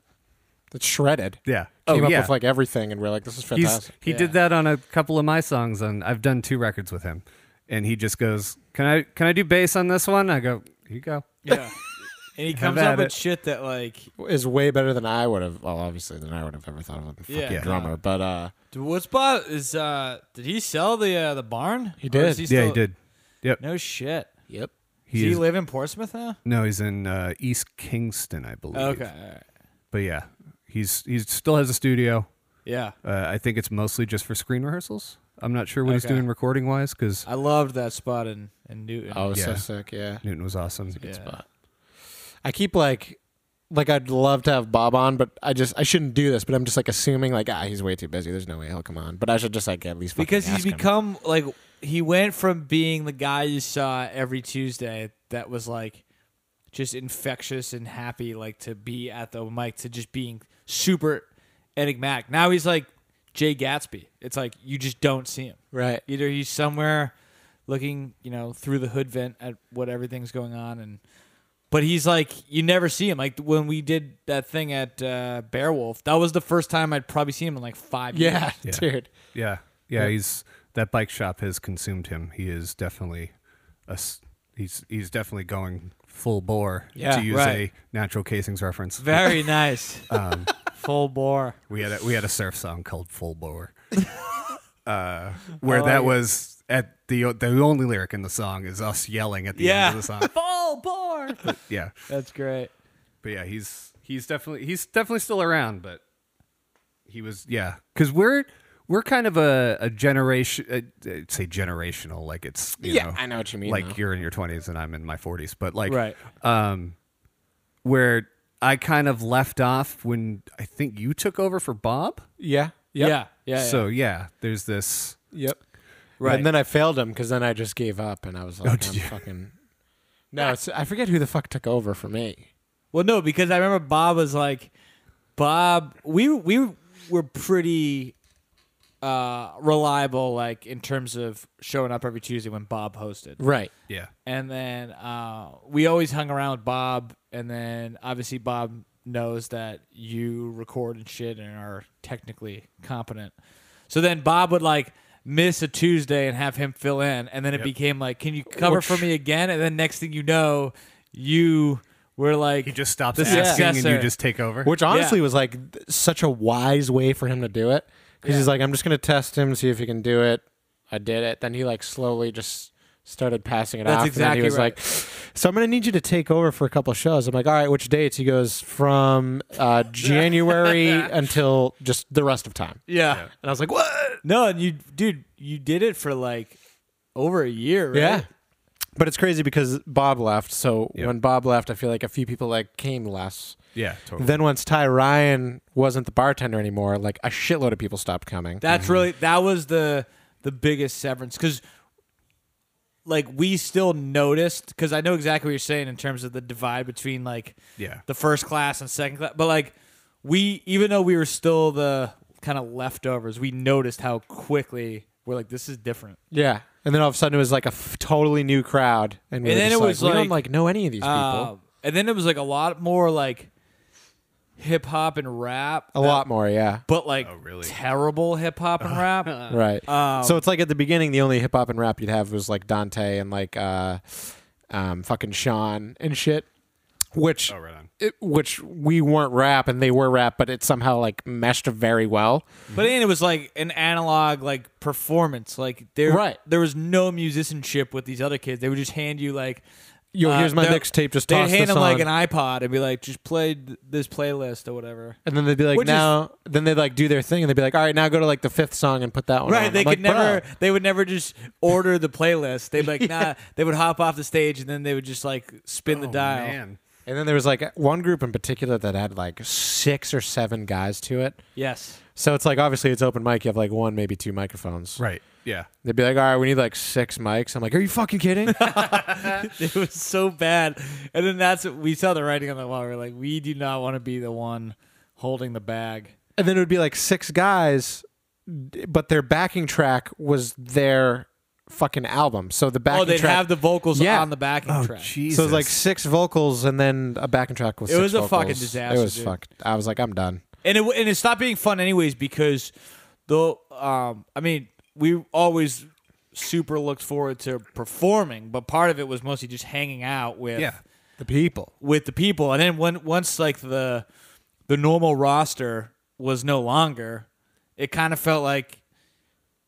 Speaker 4: it shredded.
Speaker 3: Yeah.
Speaker 4: Came
Speaker 3: oh
Speaker 4: up
Speaker 3: yeah.
Speaker 4: with like everything, and we are like, "This is
Speaker 3: He's,
Speaker 4: fantastic."
Speaker 3: he
Speaker 1: Yeah.
Speaker 3: did that on a couple of my songs, and I've done two records with him. And he just goes, "Can I can I do bass on this one?" I go, "Here you go."
Speaker 1: Yeah. And he comes
Speaker 3: at
Speaker 1: up with
Speaker 3: it.
Speaker 1: shit that like
Speaker 4: is way better than I would have. Well, obviously than I would have ever thought of a fucking
Speaker 1: Yeah.
Speaker 4: drummer. But uh,
Speaker 1: Dude, What's Bob is uh did he sell the uh, the barn?
Speaker 4: He
Speaker 1: Or is
Speaker 4: did.
Speaker 3: Yeah, he
Speaker 1: still-
Speaker 3: did. Yep.
Speaker 1: No shit.
Speaker 4: yep.
Speaker 1: Does he
Speaker 3: is-
Speaker 1: live in Portsmouth now?
Speaker 3: No, he's in uh, East Kingston, I believe.
Speaker 1: Okay. all right.
Speaker 3: But yeah, he's he still has a studio.
Speaker 1: Yeah.
Speaker 3: Uh, I think it's mostly just for screen rehearsals. I'm not sure what he's
Speaker 1: Okay.
Speaker 3: doing recording wise because
Speaker 1: I loved that spot in, in Newton.
Speaker 4: Oh, it was so
Speaker 3: Yeah.
Speaker 4: sick. Yeah.
Speaker 3: Newton was awesome.
Speaker 1: Yeah.
Speaker 4: I keep like, like I'd love to have Bob on, but I just I shouldn't do this. But I'm just like assuming like ah he's way too busy. There's no way he'll come on. But I should just like at least fucking
Speaker 1: Because he's
Speaker 4: ask him.
Speaker 1: become like he went from being the guy you saw every Tuesday that was like just infectious and happy like to be at the mic to just being super enigmatic. Now he's like Jay Gatsby. It's like you just don't see him.
Speaker 4: right.
Speaker 1: Either he's somewhere looking, you know, through the hood vent at what everything's going on and but he's like you never see him. Like when we did that thing at uh, Beowulf, that was the first time I'd probably seen him in like 5 years.
Speaker 4: Yeah,
Speaker 3: Yeah.
Speaker 4: dude.
Speaker 3: Yeah, yeah. He's that bike shop has consumed him. He is definitely a s- he's he's definitely going full bore
Speaker 1: Yeah,
Speaker 3: to use
Speaker 1: right.
Speaker 3: a natural casings reference.
Speaker 1: Very nice.
Speaker 3: Um,
Speaker 1: Full bore.
Speaker 3: we had a, we had a surf song called Full Bore, uh, where that was at the o- the only lyric in the song is us yelling at the end
Speaker 1: Yeah.
Speaker 3: of the song.
Speaker 1: Full bore.
Speaker 3: yeah,
Speaker 1: That's great.
Speaker 3: but yeah, he's he's definitely he's definitely still around, but he was yeah, because we're we're kind of a, a generation uh, uh, say generational like it's you
Speaker 4: Yeah,
Speaker 3: know,
Speaker 4: I know what you mean,
Speaker 3: like
Speaker 4: though.
Speaker 3: you're in your 20s and I'm in my 40s but like
Speaker 1: Right.
Speaker 3: um where I kind of left off when I think you took over for Bob
Speaker 4: Yeah.
Speaker 1: Yeah.
Speaker 4: Yep.
Speaker 1: Yeah. yeah.
Speaker 3: so yeah there's this
Speaker 4: Yep.
Speaker 1: Right.
Speaker 4: And then I failed him because then I just gave up and I was like,
Speaker 3: did
Speaker 4: I'm
Speaker 3: you?
Speaker 4: fucking. Oh, No, it's, I forget who the fuck took over for me.
Speaker 1: well, no, because I remember Bob was like, Bob, we we were pretty uh, reliable, like in terms of showing up every Tuesday when Bob hosted.
Speaker 4: Right.
Speaker 3: yeah
Speaker 1: and then uh, we always hung around with Bob. And then obviously Bob knows that you record and shit and are technically competent. So then Bob would like miss a Tuesday and have him fill in, and then it became like, "Can you cover for me again?" And then next thing you know, you were like,
Speaker 3: he just stops
Speaker 1: the
Speaker 3: asking and you
Speaker 1: successor.
Speaker 3: just take over
Speaker 4: Which honestly
Speaker 1: Yeah.
Speaker 4: was like th- such a wise way for him to do it because he's like, I'm just gonna test him, see if he can do it. I did it. Then he like slowly just started passing it
Speaker 1: That's
Speaker 4: off. and then
Speaker 1: exactly
Speaker 4: he was
Speaker 1: right.
Speaker 4: like, so I'm gonna need you to take over for a couple shows. I'm like, all right, which dates? He goes from uh, January until just the rest of time.
Speaker 1: yeah.
Speaker 4: And I was like, what?
Speaker 1: no, and you, dude, you did it for like over a year, right?
Speaker 4: Yeah. But it's crazy because Bob left. So
Speaker 3: Yep.
Speaker 4: when Bob left, I feel like a few people like came less.
Speaker 3: yeah totally
Speaker 4: Then once Ty Ryan wasn't the bartender anymore, like a shitload of people stopped coming.
Speaker 1: That's really that was the the biggest severance because like we still noticed because I know exactly what you're saying in terms of the divide between like
Speaker 3: Yeah.
Speaker 1: the first class and second class, but like we even though we were still the kind of leftovers, we noticed how quickly we're like this is different.
Speaker 4: yeah. And then all of a sudden it was like a f- totally new crowd, and, we
Speaker 1: And
Speaker 4: were
Speaker 1: then
Speaker 4: just
Speaker 1: it
Speaker 4: like,
Speaker 1: was
Speaker 4: we don't
Speaker 1: like,
Speaker 4: like know any of these people.
Speaker 1: Uh, and then it was like a lot more like hip hop and rap,
Speaker 4: a lot more, yeah.
Speaker 1: but like
Speaker 3: really?
Speaker 1: terrible hip hop and rap.
Speaker 4: Right.
Speaker 1: Um,
Speaker 4: so it's like at the beginning, the only hip hop and rap you'd have was like Dante and like uh, um, fucking Sean and shit. Which,
Speaker 3: Oh, right on.
Speaker 4: it- which we weren't rap and they were rap, but it somehow like meshed very well.
Speaker 1: But then it was like an analog like performance. Like there,
Speaker 4: Right.
Speaker 1: There was no musicianship with these other kids. They would just hand you like,
Speaker 4: Yo, here's my
Speaker 1: they're-
Speaker 4: mixtape, just
Speaker 1: they'd
Speaker 4: toss
Speaker 1: hand
Speaker 4: this
Speaker 1: them like
Speaker 4: on.
Speaker 1: an iPod and be like, just play th- this playlist or whatever.
Speaker 4: And then they'd be like,
Speaker 1: Which is-
Speaker 4: now, then they'd like do their thing and they'd be like, all right, now go to like the fifth song and put that one. on."
Speaker 1: Right, they
Speaker 4: I'm
Speaker 1: could
Speaker 4: like, "Bro."
Speaker 1: never. They would never just order the playlist. They'd be like, nah. They would hop off the stage and then they would just like spin the
Speaker 3: Oh,
Speaker 1: dial.
Speaker 3: man.
Speaker 4: And then there was like one group in particular that had like six or seven guys to it.
Speaker 1: Yes,
Speaker 4: So it's like obviously it's open mic. You have like one, maybe two microphones.
Speaker 3: Right. Yeah.
Speaker 4: They'd be like, all right, we need like six mics. I'm like, are you fucking kidding?
Speaker 1: It was so bad. And then that's we saw the writing on the wall. We're like, we do not want to be the one holding the bag.
Speaker 4: and then it would be like six guys, d- but their backing track was their fucking album. So the backing
Speaker 1: oh, they'd
Speaker 4: track,
Speaker 1: have the vocals
Speaker 4: Yeah.
Speaker 1: on the backing
Speaker 3: Oh,
Speaker 1: track.
Speaker 3: Jesus.
Speaker 4: so it was like six vocals and then a backing track was.
Speaker 1: It was a fucking
Speaker 4: It
Speaker 1: disaster,
Speaker 4: was
Speaker 1: dude.
Speaker 4: fucked. I was like, I'm done.
Speaker 1: and it w- and it stopped being fun anyways because though um I mean we always super looked forward to performing, but part of it was mostly just hanging out with
Speaker 3: yeah. The people.
Speaker 1: with the people. And then when once like the the normal roster was no longer, it kind of felt like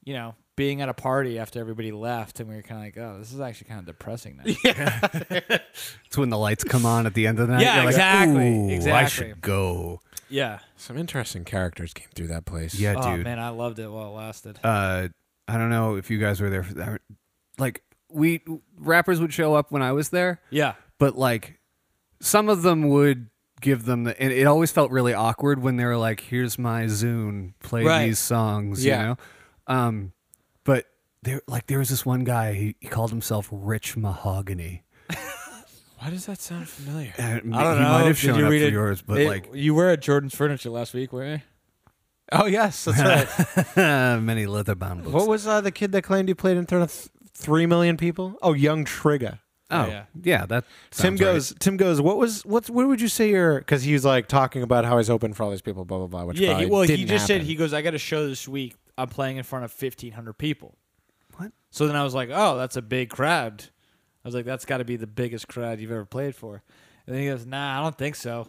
Speaker 1: you know being at a party after everybody left, and we were kind of like, oh, this is actually kind of depressing now.
Speaker 3: It's when the lights come on at the end of the night.
Speaker 1: Yeah,
Speaker 3: You're like,
Speaker 1: exactly,
Speaker 3: "Ooh, I
Speaker 1: exactly."
Speaker 3: should go.
Speaker 1: yeah.
Speaker 4: Some interesting characters came through that place.
Speaker 3: Yeah,
Speaker 1: Oh
Speaker 3: dude.
Speaker 1: man, I loved it while it lasted.
Speaker 3: uh, I don't know if you guys were there. For that. Like we rappers would show up when I was there,
Speaker 1: yeah.
Speaker 3: but like some of them would give them the, and it always felt really awkward when they were like, "Here's my Zune, play
Speaker 1: Right.
Speaker 3: these songs,"
Speaker 4: Yeah.
Speaker 3: you know. Um, but there, like, there was this one guy. He, he called himself Rich Mahogany.
Speaker 4: Why does that sound familiar?
Speaker 3: I don't he
Speaker 1: I don't know.
Speaker 3: might have
Speaker 1: Did
Speaker 3: shown
Speaker 1: you
Speaker 3: up
Speaker 1: read
Speaker 3: for
Speaker 1: it?
Speaker 3: yours, but
Speaker 1: It-
Speaker 3: like
Speaker 1: you were at Jordan's Furniture last week, weren't you?
Speaker 4: Oh yes, that's right.
Speaker 3: many leather bound books.
Speaker 4: What was uh, the kid that claimed he played in front of th- three million people? Oh, Young Trigger.
Speaker 3: Oh,
Speaker 1: Yeah.
Speaker 3: yeah, that
Speaker 4: Tim
Speaker 3: sounds right.
Speaker 4: goes. Tim goes. What was? What's? What would you say? Your because he was like talking about how he's open for all these people. Blah blah blah. Which
Speaker 1: Yeah. He,
Speaker 4: probably
Speaker 1: well, he
Speaker 4: didn't
Speaker 1: just said
Speaker 4: happen.
Speaker 1: he goes. I got a show this week. I'm playing in front of 1,500 people.
Speaker 3: What?
Speaker 1: So then I was like, oh, that's a big crowd. I was like, that's got to be the biggest crowd you've ever played for. And then he goes, nah, I don't think so.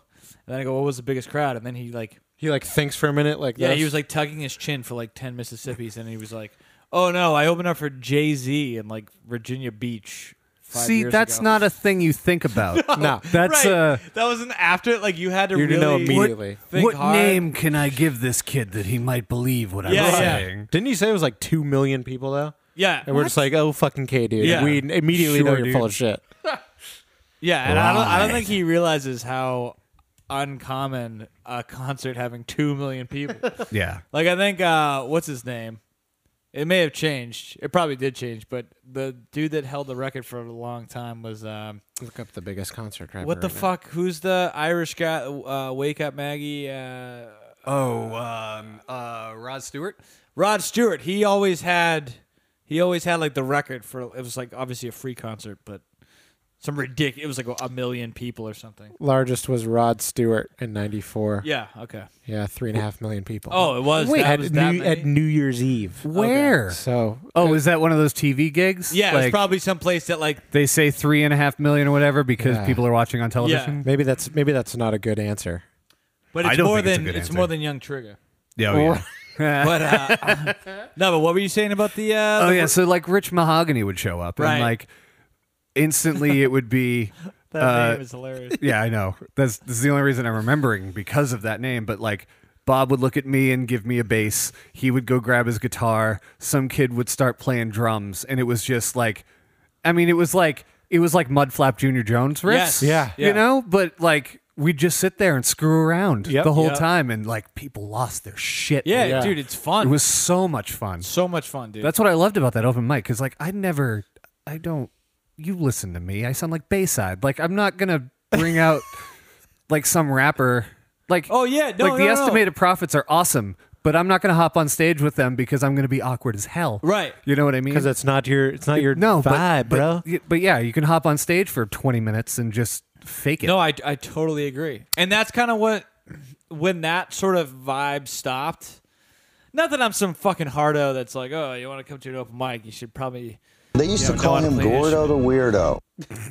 Speaker 1: And then I go, what was the biggest crowd? And then he like,
Speaker 4: He like thinks for a minute. Like
Speaker 1: yeah,
Speaker 4: this.
Speaker 1: he was like tugging his chin for like 10 Mississippi's, and he was like, oh no, I opened up for Jay Z in like Virginia Beach. Five
Speaker 3: See,
Speaker 1: years
Speaker 3: that's
Speaker 1: ago.
Speaker 3: not a thing you think about.
Speaker 4: no.
Speaker 3: That's
Speaker 1: right.
Speaker 3: uh
Speaker 1: oh, that was an after. Like you had to
Speaker 4: You
Speaker 1: really
Speaker 4: didn't know immediately.
Speaker 1: think
Speaker 3: what
Speaker 1: hard.
Speaker 3: name can I give this kid that he might believe what
Speaker 1: Yeah,
Speaker 3: I'm
Speaker 1: yeah.
Speaker 3: saying?
Speaker 4: Didn't you say it was like two million people though?
Speaker 1: Yeah,
Speaker 4: And we're just like, oh fucking K, dude.
Speaker 1: Yeah.
Speaker 4: We immediately know
Speaker 3: Sure,
Speaker 4: you're
Speaker 3: dude.
Speaker 4: full of shit.
Speaker 1: Yeah, and I don't, I don't think he realizes how uncommon a concert having two million people.
Speaker 3: Yeah.
Speaker 1: like I think uh, what's his name? It may have changed. It probably did change, but the dude that held the record for a long time was um,
Speaker 4: Look up the biggest concert rapper.
Speaker 1: what the fuck? Who's the Irish guy? Uh, Wake up, Maggie. Uh,
Speaker 3: Oh, um, uh, Rod Stewart.
Speaker 1: Rod Stewart. He always had. He always had like the record for. It was like obviously a free concert, but some ridiculous. It was like a million people or something.
Speaker 4: Largest was Rod Stewart in '94. Yeah.
Speaker 1: Yeah. Okay.
Speaker 4: three and a half million people.
Speaker 1: Oh, it was.
Speaker 4: Wait,
Speaker 1: that
Speaker 4: at,
Speaker 1: was that
Speaker 4: New,
Speaker 1: many?
Speaker 4: at New Year's Eve.
Speaker 3: Where?
Speaker 4: So
Speaker 3: Oh, is that one of those TV gigs?
Speaker 1: Yeah, it's
Speaker 3: Like,
Speaker 1: probably someplace that like
Speaker 3: they say three and a half million or whatever because
Speaker 4: Yeah.
Speaker 3: people are watching on television.
Speaker 4: maybe that's maybe that's not a good answer.
Speaker 1: but
Speaker 3: I
Speaker 1: it's
Speaker 3: don't
Speaker 1: more
Speaker 3: think it's a
Speaker 1: than
Speaker 3: good
Speaker 1: it's,
Speaker 3: answer.
Speaker 1: more than Young Trigger.
Speaker 3: Yeah, oh, yeah.
Speaker 1: But uh, no, but what were you saying about the uh
Speaker 3: Oh
Speaker 1: the-
Speaker 3: yeah, so like Rich Mahogany would show up
Speaker 1: Right.
Speaker 3: and like instantly it would be
Speaker 1: that
Speaker 3: uh,
Speaker 1: name is hilarious.
Speaker 3: Yeah, I know. That's this is the only reason I'm remembering because of that name. But like, Bob would look at me and give me a bass. He would go grab his guitar. Some kid would start playing drums, and it was just like, I mean, it was like it was like Mudflap Junior Jones riffs.
Speaker 1: Yes. Yeah. Yeah.
Speaker 3: you know. But like, we'd just sit there and screw around
Speaker 4: Yep.
Speaker 3: the whole
Speaker 1: Yep.
Speaker 3: time, and like people lost their shit.
Speaker 1: Yeah,
Speaker 4: Yeah.
Speaker 1: dude, it's fun.
Speaker 3: it was so much fun.
Speaker 1: so much fun, dude.
Speaker 3: That's what I loved about that open mic because, like, I never, I don't. You listen to me. I sound like Bayside. Like, I'm not gonna bring out like some rapper. Like,
Speaker 1: Oh, yeah, no,
Speaker 3: like the
Speaker 1: no, no.
Speaker 3: estimated profits are awesome, but I'm not gonna hop on stage with them because I'm gonna be awkward as hell.
Speaker 1: Right.
Speaker 3: You know what I mean?
Speaker 4: Because it's not your it's not your
Speaker 3: no, but-
Speaker 4: vibe,
Speaker 3: but,
Speaker 4: bro.
Speaker 3: y- But yeah, you can hop on stage for 20 minutes and just fake it.
Speaker 1: no, I I totally agree, and that's kind of what when that sort of vibe stopped. Not that I'm some fucking hardo that's like, oh, you want to come to an open mic, you should probably.
Speaker 6: They used
Speaker 1: Yeah,
Speaker 6: to
Speaker 1: no
Speaker 6: call
Speaker 1: one
Speaker 6: him
Speaker 1: played an
Speaker 6: Gordo the Weirdo.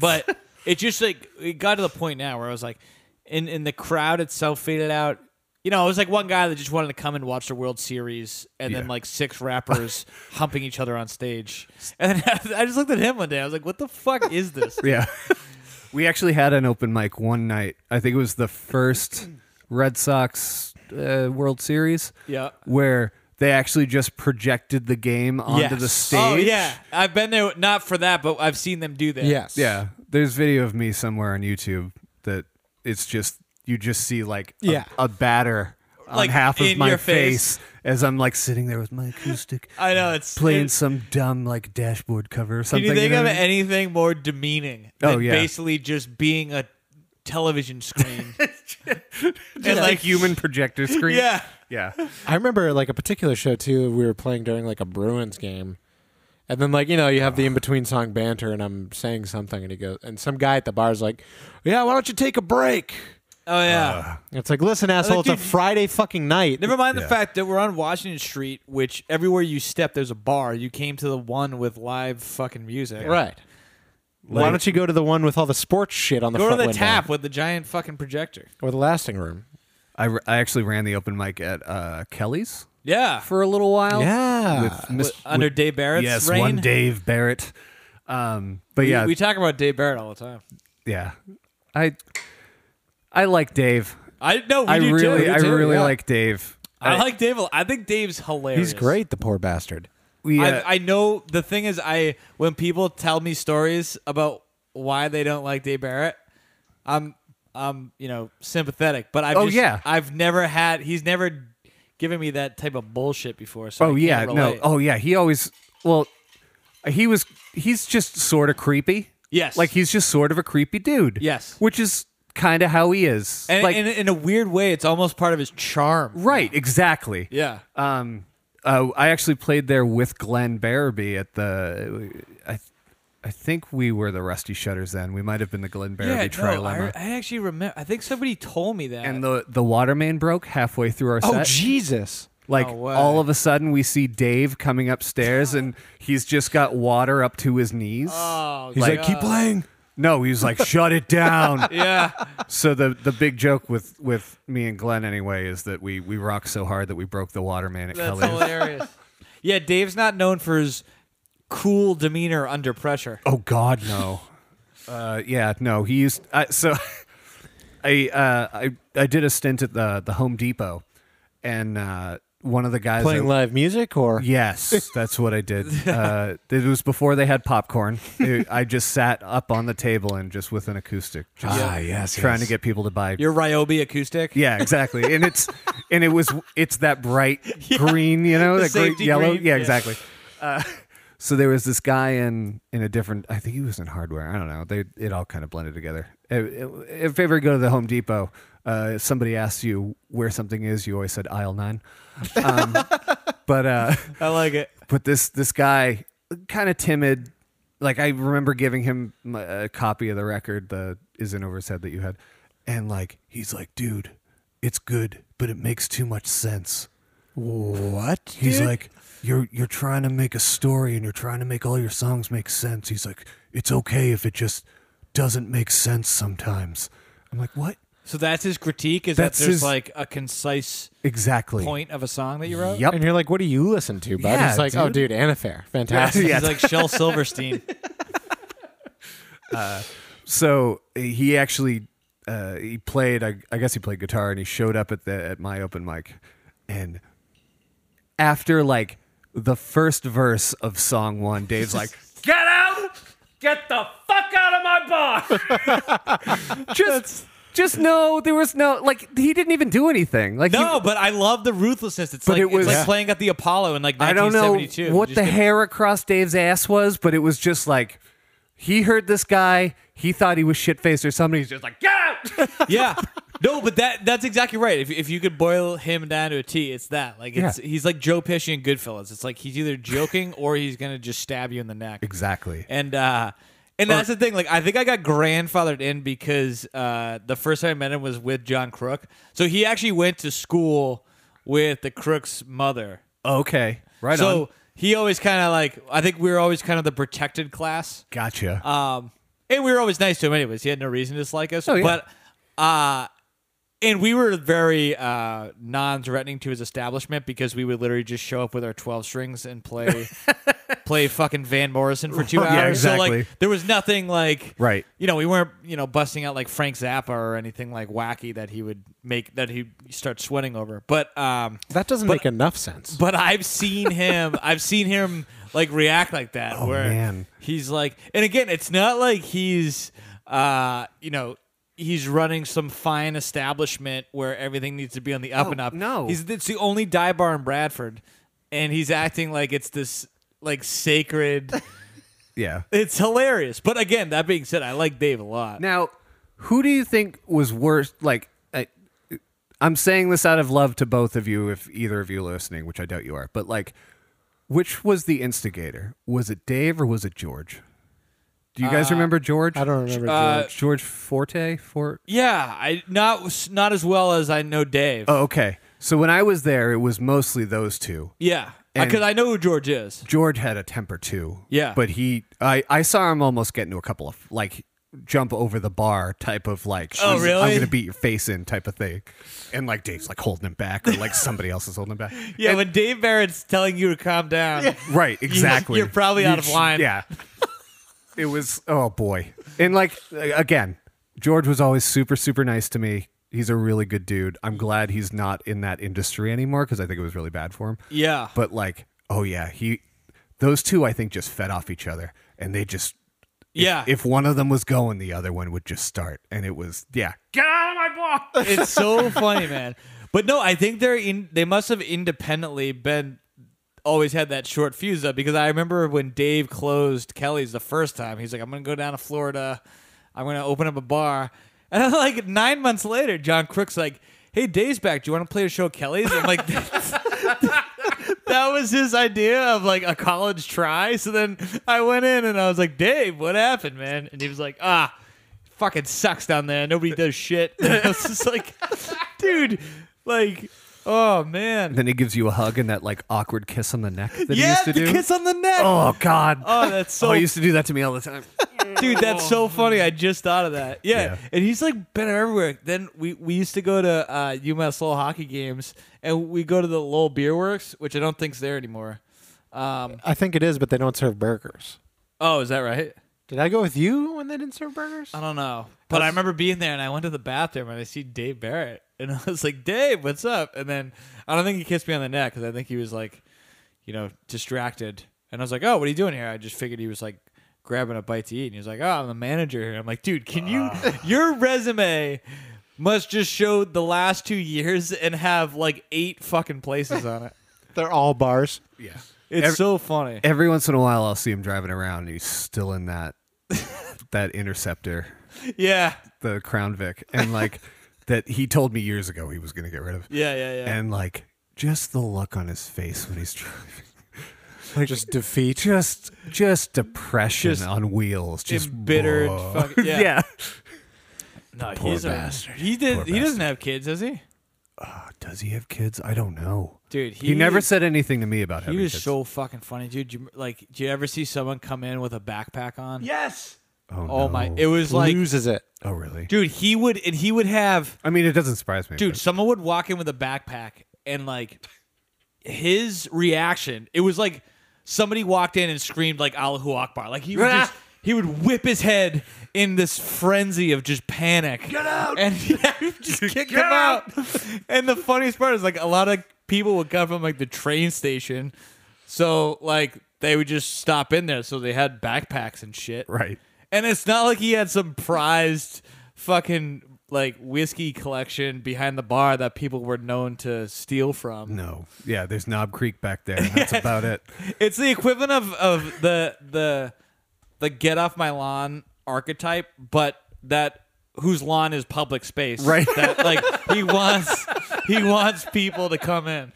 Speaker 1: but it just like it got to the point now where I was like, in in the crowd itself faded out. You know, it was like one guy that just wanted to come and watch the World Series, and then
Speaker 3: Yeah.
Speaker 1: like six rappers humping each other on stage. And then I just looked at him one day. I was like, "What the fuck is this?"
Speaker 3: Yeah. we actually had an open mic one night. I think it was the first Red Sox uh, World Series.
Speaker 1: Yeah.
Speaker 3: Where they actually just projected the game onto
Speaker 1: Yes.
Speaker 3: the stage.
Speaker 1: Oh yeah, I've been there not for that, but I've seen them do that.
Speaker 4: yes.
Speaker 3: Yeah. There's video of me somewhere on YouTube that it's just you just see like a,
Speaker 4: Yeah.
Speaker 3: a batter on
Speaker 6: like,
Speaker 3: half of
Speaker 6: in
Speaker 3: my
Speaker 6: your face.
Speaker 3: as I'm like sitting there with my acoustic
Speaker 1: I know it's
Speaker 3: playing
Speaker 1: it's-
Speaker 3: some dumb like dashboard cover or
Speaker 1: Can
Speaker 3: something.
Speaker 1: you think
Speaker 3: know
Speaker 1: of
Speaker 3: what I mean?
Speaker 1: anything more demeaning
Speaker 3: Oh,
Speaker 1: than
Speaker 3: yeah.
Speaker 1: basically just being a television screen and
Speaker 3: Just
Speaker 1: like
Speaker 3: a human projector screen.
Speaker 1: Yeah.
Speaker 3: yeah.
Speaker 4: I remember like a particular show too. We were playing during like a Bruins game, and then like you know you have
Speaker 1: Ah.
Speaker 4: the in between song banter, and I'm saying something, and he goes, and some guy at the bar is like, "Yeah, why don't you take a break?"
Speaker 1: Oh yeah.
Speaker 4: And it's like, listen, asshole,
Speaker 1: like,
Speaker 4: it's a
Speaker 1: dude,
Speaker 4: Friday fucking night.
Speaker 1: Never mind
Speaker 3: Uh, Yeah.
Speaker 1: the fact that we're on Washington Street, which everywhere you step there's a bar. You came to the one with live fucking music.
Speaker 4: right. why don't you go to the one with all the sports shit on the
Speaker 1: Go to
Speaker 4: front
Speaker 1: the
Speaker 4: window?
Speaker 1: tap with the giant fucking projector.
Speaker 4: or the lasting room?
Speaker 3: I, r- I actually ran the open mic at uh, Kelly's
Speaker 1: Yeah.
Speaker 3: for a little while.
Speaker 4: Yeah.
Speaker 3: With Miss
Speaker 1: Under Dave Barrett's
Speaker 3: yes,
Speaker 1: reign.
Speaker 3: one Dave Barrett. Um, but
Speaker 1: We-
Speaker 3: yeah,
Speaker 1: We talk about Dave Barrett all the time.
Speaker 3: yeah. I I like Dave.
Speaker 1: I know. We
Speaker 3: I
Speaker 1: do
Speaker 3: really
Speaker 1: Too. We
Speaker 3: I
Speaker 1: do,
Speaker 3: really
Speaker 1: yeah.
Speaker 3: like Dave.
Speaker 1: I like Dave. a- I think Dave's hilarious.
Speaker 4: He's great, the poor bastard.
Speaker 3: we, uh,
Speaker 1: I, I know the thing is I when people tell me stories about why they don't like Dave Barrett, I'm I'm you know sympathetic, but I've
Speaker 3: Oh,
Speaker 1: just,
Speaker 3: yeah.
Speaker 1: I've never had he's never given me that type of bullshit before. So I
Speaker 3: Oh
Speaker 1: can't
Speaker 3: yeah, no.
Speaker 1: relate.
Speaker 3: Oh yeah, he always well he was he's just sort of creepy.
Speaker 1: Yes.
Speaker 3: Like he's just sort of a creepy dude.
Speaker 1: Yes.
Speaker 3: Which is kind of how he is.
Speaker 1: and
Speaker 3: like
Speaker 1: in, in a weird way, it's almost part of his charm.
Speaker 3: right, exactly.
Speaker 1: Yeah,
Speaker 3: Um uh, I actually played there with Glenn Barabee at the I I think we were the Rusty Shutters then. We might have been the Glenn Barabee
Speaker 1: yeah. No, I,
Speaker 3: trilemma.
Speaker 1: I actually remember. I think somebody told me that.
Speaker 3: and the the water main broke halfway through our set.
Speaker 4: Oh Jesus!
Speaker 3: Like
Speaker 1: No way.
Speaker 3: all of a sudden, we see Dave coming upstairs, and he's just got water up to his knees.
Speaker 1: oh,
Speaker 4: He's like, keep playing.
Speaker 3: No, he was like, "Shut it down."
Speaker 1: yeah.
Speaker 3: So the the big joke with with me and Glenn anyway is that we we rocked so hard that we broke the water man at
Speaker 1: That's
Speaker 3: Kelly's.
Speaker 1: hilarious. yeah, Dave's not known for his cool demeanor under pressure.
Speaker 3: Oh God, no. uh, yeah, no. He used I, so. I uh, I I did a stint at the the Home Depot, and uh, one of the guys
Speaker 4: Playing
Speaker 3: that-
Speaker 4: live music or
Speaker 3: Yes, that's what I did. Uh, it was before they had popcorn. It- I just sat up on the table and just with an acoustic, just
Speaker 4: ah yes,
Speaker 3: trying
Speaker 4: yes.
Speaker 3: to get people to buy.
Speaker 1: Your Ryobi acoustic?
Speaker 3: yeah, exactly. And it's and it was it's that bright green, you know,
Speaker 1: the
Speaker 3: that great
Speaker 1: safety
Speaker 3: yellow.
Speaker 1: green.
Speaker 3: Yeah,
Speaker 1: Yeah.
Speaker 3: exactly. Uh, so there was this guy in in a different. I think he was in hardware. I don't know. They it all kind of blended together. Uh, If you ever go to the Home Depot, uh, somebody asks you where something is, you always said aisle nine. Um, but uh,
Speaker 1: I like it.
Speaker 3: but this this guy kind of timid like i remember giving him my- a copy of the record the is in over his head that you had and like he's like dude it's good but it makes too much sense
Speaker 4: what?
Speaker 3: he's like you're you're trying to make a story and you're trying to make all your songs make sense he's like it's okay if it just doesn't make sense sometimes i'm like what
Speaker 1: So that's his critique is
Speaker 3: That's
Speaker 1: that there's
Speaker 3: his-
Speaker 1: like a concise
Speaker 3: exactly
Speaker 1: point of a song that you wrote?
Speaker 3: yep
Speaker 4: And you're like, what do you listen to, bud?
Speaker 3: Yeah,
Speaker 4: He's like, oh,
Speaker 3: dude.
Speaker 4: dude, Anafair, fantastic.
Speaker 1: He's
Speaker 3: Yeah.
Speaker 1: like Shel Silverstein.
Speaker 3: so eh, he actually uh, he played I, I guess he played guitar and he showed up at the at my open mic and after like the first verse of song one dave's like
Speaker 2: Get out! Get the fuck out of my bar!
Speaker 3: just just no there was no like he didn't even do anything like he-
Speaker 1: No, but I love the ruthlessness. It's
Speaker 3: But
Speaker 1: like
Speaker 3: it was-
Speaker 1: it's
Speaker 3: Yeah.
Speaker 1: like playing at the Apollo in like
Speaker 3: i don't know
Speaker 1: 1972.
Speaker 3: what
Speaker 1: Just
Speaker 3: the
Speaker 1: get-
Speaker 3: hair across dave's ass was but it was just like he heard this guy he thought he was shit-faced or something he's just like
Speaker 2: Get out!
Speaker 1: Yeah. No, but that that's exactly right. If, if you could boil him down to a T, it's that. Like it's
Speaker 3: Yeah.
Speaker 1: he's like Joe Pesci in Goodfellas. It's like he's either joking or he's gonna just stab you in the neck.
Speaker 3: exactly
Speaker 1: And uh and that's the thing. Like I think I got grandfathered in because uh the first time I met him was with John Crook. So he actually went to school with the Crook's mother.
Speaker 3: okay right
Speaker 1: so
Speaker 3: on
Speaker 1: he always kind of like I think we were always kind of the protected class.
Speaker 3: gotcha
Speaker 1: Um, and we were always nice to him, anyways. He had no reason to dislike us.
Speaker 3: Oh, yeah.
Speaker 1: But, uh, and we were very uh, non-threatening to his establishment because we would literally just show up with our twelve strings and play, play fucking Van Morrison for two hours.
Speaker 3: Yeah,
Speaker 1: So
Speaker 3: exactly.
Speaker 1: like, there was nothing like,
Speaker 3: Right.
Speaker 1: You know, we weren't you know busting out like Frank Zappa or anything like wacky that he would make that he would start sweating over. But um,
Speaker 4: That doesn't make enough sense.
Speaker 1: but I've seen him. I've seen him like react like that. where
Speaker 3: Oh, man.
Speaker 1: he's like, and again, it's not like he's, uh, you know, he's running some fine establishment where everything needs to be on the up
Speaker 3: Oh,
Speaker 1: and up.
Speaker 3: no.
Speaker 1: he's it's the only dive bar in Bradford, and he's acting like it's this like sacred.
Speaker 3: Yeah.
Speaker 1: it's hilarious. But again, that being said, I like Dave a lot.
Speaker 3: Now, who do you think was worse? Like, I, I'm saying this out of love to both of you, if either of you are listening, which I doubt you are. But like, which was the instigator? Was it Dave or was it George? Do you guys Uh, remember George?
Speaker 4: I don't remember.
Speaker 1: Uh,
Speaker 3: George Forte. For
Speaker 1: yeah, I not not as well as I know Dave.
Speaker 3: oh, okay. So when I was there, it was mostly those two.
Speaker 1: yeah,
Speaker 3: and-
Speaker 1: because I know who George is.
Speaker 3: George had a temper too.
Speaker 1: Yeah.
Speaker 3: But he I I saw him almost get into a couple of like jump over the bar type of like
Speaker 1: Oh,
Speaker 3: I'm- I'm
Speaker 1: really?
Speaker 3: gonna beat your face in type of thing. And like Dave's like holding him back or like somebody else is holding him back.
Speaker 1: Yeah, when Dave Barrett's telling you to calm down,
Speaker 3: Right, exactly.
Speaker 1: you're probably out of
Speaker 3: sh-
Speaker 1: line.
Speaker 3: Yeah. it was oh boy. And like again, George was always super, super nice to me. He's a really good dude. I'm glad he's not in that industry anymore because I think it was really bad for him.
Speaker 1: yeah,
Speaker 3: But like, oh yeah, he those two I think just fed off each other and they just
Speaker 1: yeah.
Speaker 3: if one of them was going, the other one would just start. And it was yeah. Get out of my block.
Speaker 1: it's so funny, man. But no, I think they're in. They must have independently been always had that short fuse up because I remember when Dave closed Kelly's the first time. He's like, "I'm gonna go down to Florida. I'm gonna open up a bar." And then, like nine months later, John Crook's like, "Hey, Dave's back. Do you want to play a show, at Kelly's?" I'm like. That was his idea of like a college try. So then I went in and I was like, Dave, what happened, man? And he was like, ah, fucking sucks down there. Nobody does shit. And I was just like, dude, like, oh man.
Speaker 3: then he gives you a hug and that like awkward kiss on the neck that
Speaker 1: yeah,
Speaker 3: he used to
Speaker 1: the
Speaker 3: do.
Speaker 1: kiss on the neck. Oh,
Speaker 3: oh God.
Speaker 1: that's so,
Speaker 3: oh, he used to do that to me all the time.
Speaker 1: dude, that's so funny. I just thought of that. Yeah.
Speaker 3: Yeah.
Speaker 1: And he's like been everywhere. Then we, we used to go to uh, UMass Lowell hockey games and we go to the Lowell Beer Works, which I don't think's there anymore. Um,
Speaker 4: I think it is, but they don't serve burgers.
Speaker 1: oh, is that right?
Speaker 4: Did I go with you when they didn't serve burgers?
Speaker 3: Um,
Speaker 1: I don't know. But I remember being there and I went to the bathroom and I see Dave Barrett and I was like, Dave, what's up? And then I don't think he kissed me on the neck because I think he was like, you know, distracted. And I was like, oh, what are you doing here? I just figured he was like grabbing a bite to eat. And he was like, oh, I'm the manager here. I'm like, dude, can you, your resume must just show the last two years and have like eight fucking places on it.
Speaker 4: They're all bars.
Speaker 3: Yeah.
Speaker 1: It's
Speaker 3: Every-
Speaker 1: so funny.
Speaker 3: Every once in a while I'll see him driving around and he's still in that that interceptor,
Speaker 1: Yeah.
Speaker 3: the Crown Vic. And like that he told me years ago he was gonna get rid of.
Speaker 1: Yeah, yeah, yeah.
Speaker 3: And like just the look on his face when he's driving.
Speaker 4: just defeat.
Speaker 3: just just depression
Speaker 1: Just
Speaker 3: on wheels just
Speaker 1: embittered
Speaker 3: blah.
Speaker 1: fucking- yeah. no,
Speaker 3: poor
Speaker 1: he's a-
Speaker 3: bastard.
Speaker 1: He did.
Speaker 3: Poor
Speaker 1: he doesn't have kids, does he?
Speaker 3: does he have kids i don't know
Speaker 1: Dude,
Speaker 3: he, never said anything to me about
Speaker 1: He
Speaker 3: having
Speaker 1: was
Speaker 3: kids.
Speaker 1: so fucking funny, dude. You, like, do you ever see someone come in with a backpack on?
Speaker 2: Yes.
Speaker 3: oh,
Speaker 1: Oh
Speaker 3: no.
Speaker 1: my! It was like,
Speaker 4: loses it.
Speaker 3: oh really
Speaker 1: dude, he would and he would have,
Speaker 3: i mean it doesn't surprise me
Speaker 1: dude.
Speaker 3: but-
Speaker 1: Someone would walk in with a backpack and like, his reaction. It was like somebody walked in and screamed like Allahu Akbar. Like he would just, he would whip his head in this frenzy of just panic. Get out! And yeah, he just kicked him out. And the funniest part is like a lot of people would come from like the train station, so like they would just stop in there. So they had backpacks and shit.
Speaker 3: right
Speaker 1: And it's not like he had some prized fucking like whiskey collection behind the bar that people were known to steal from.
Speaker 3: no yeah there's knob creek back there that's about it
Speaker 1: It's the equivalent of, of the the the get off my lawn archetype, but that whose lawn is public space.
Speaker 3: Right.
Speaker 1: That like he wants he wants people to come in.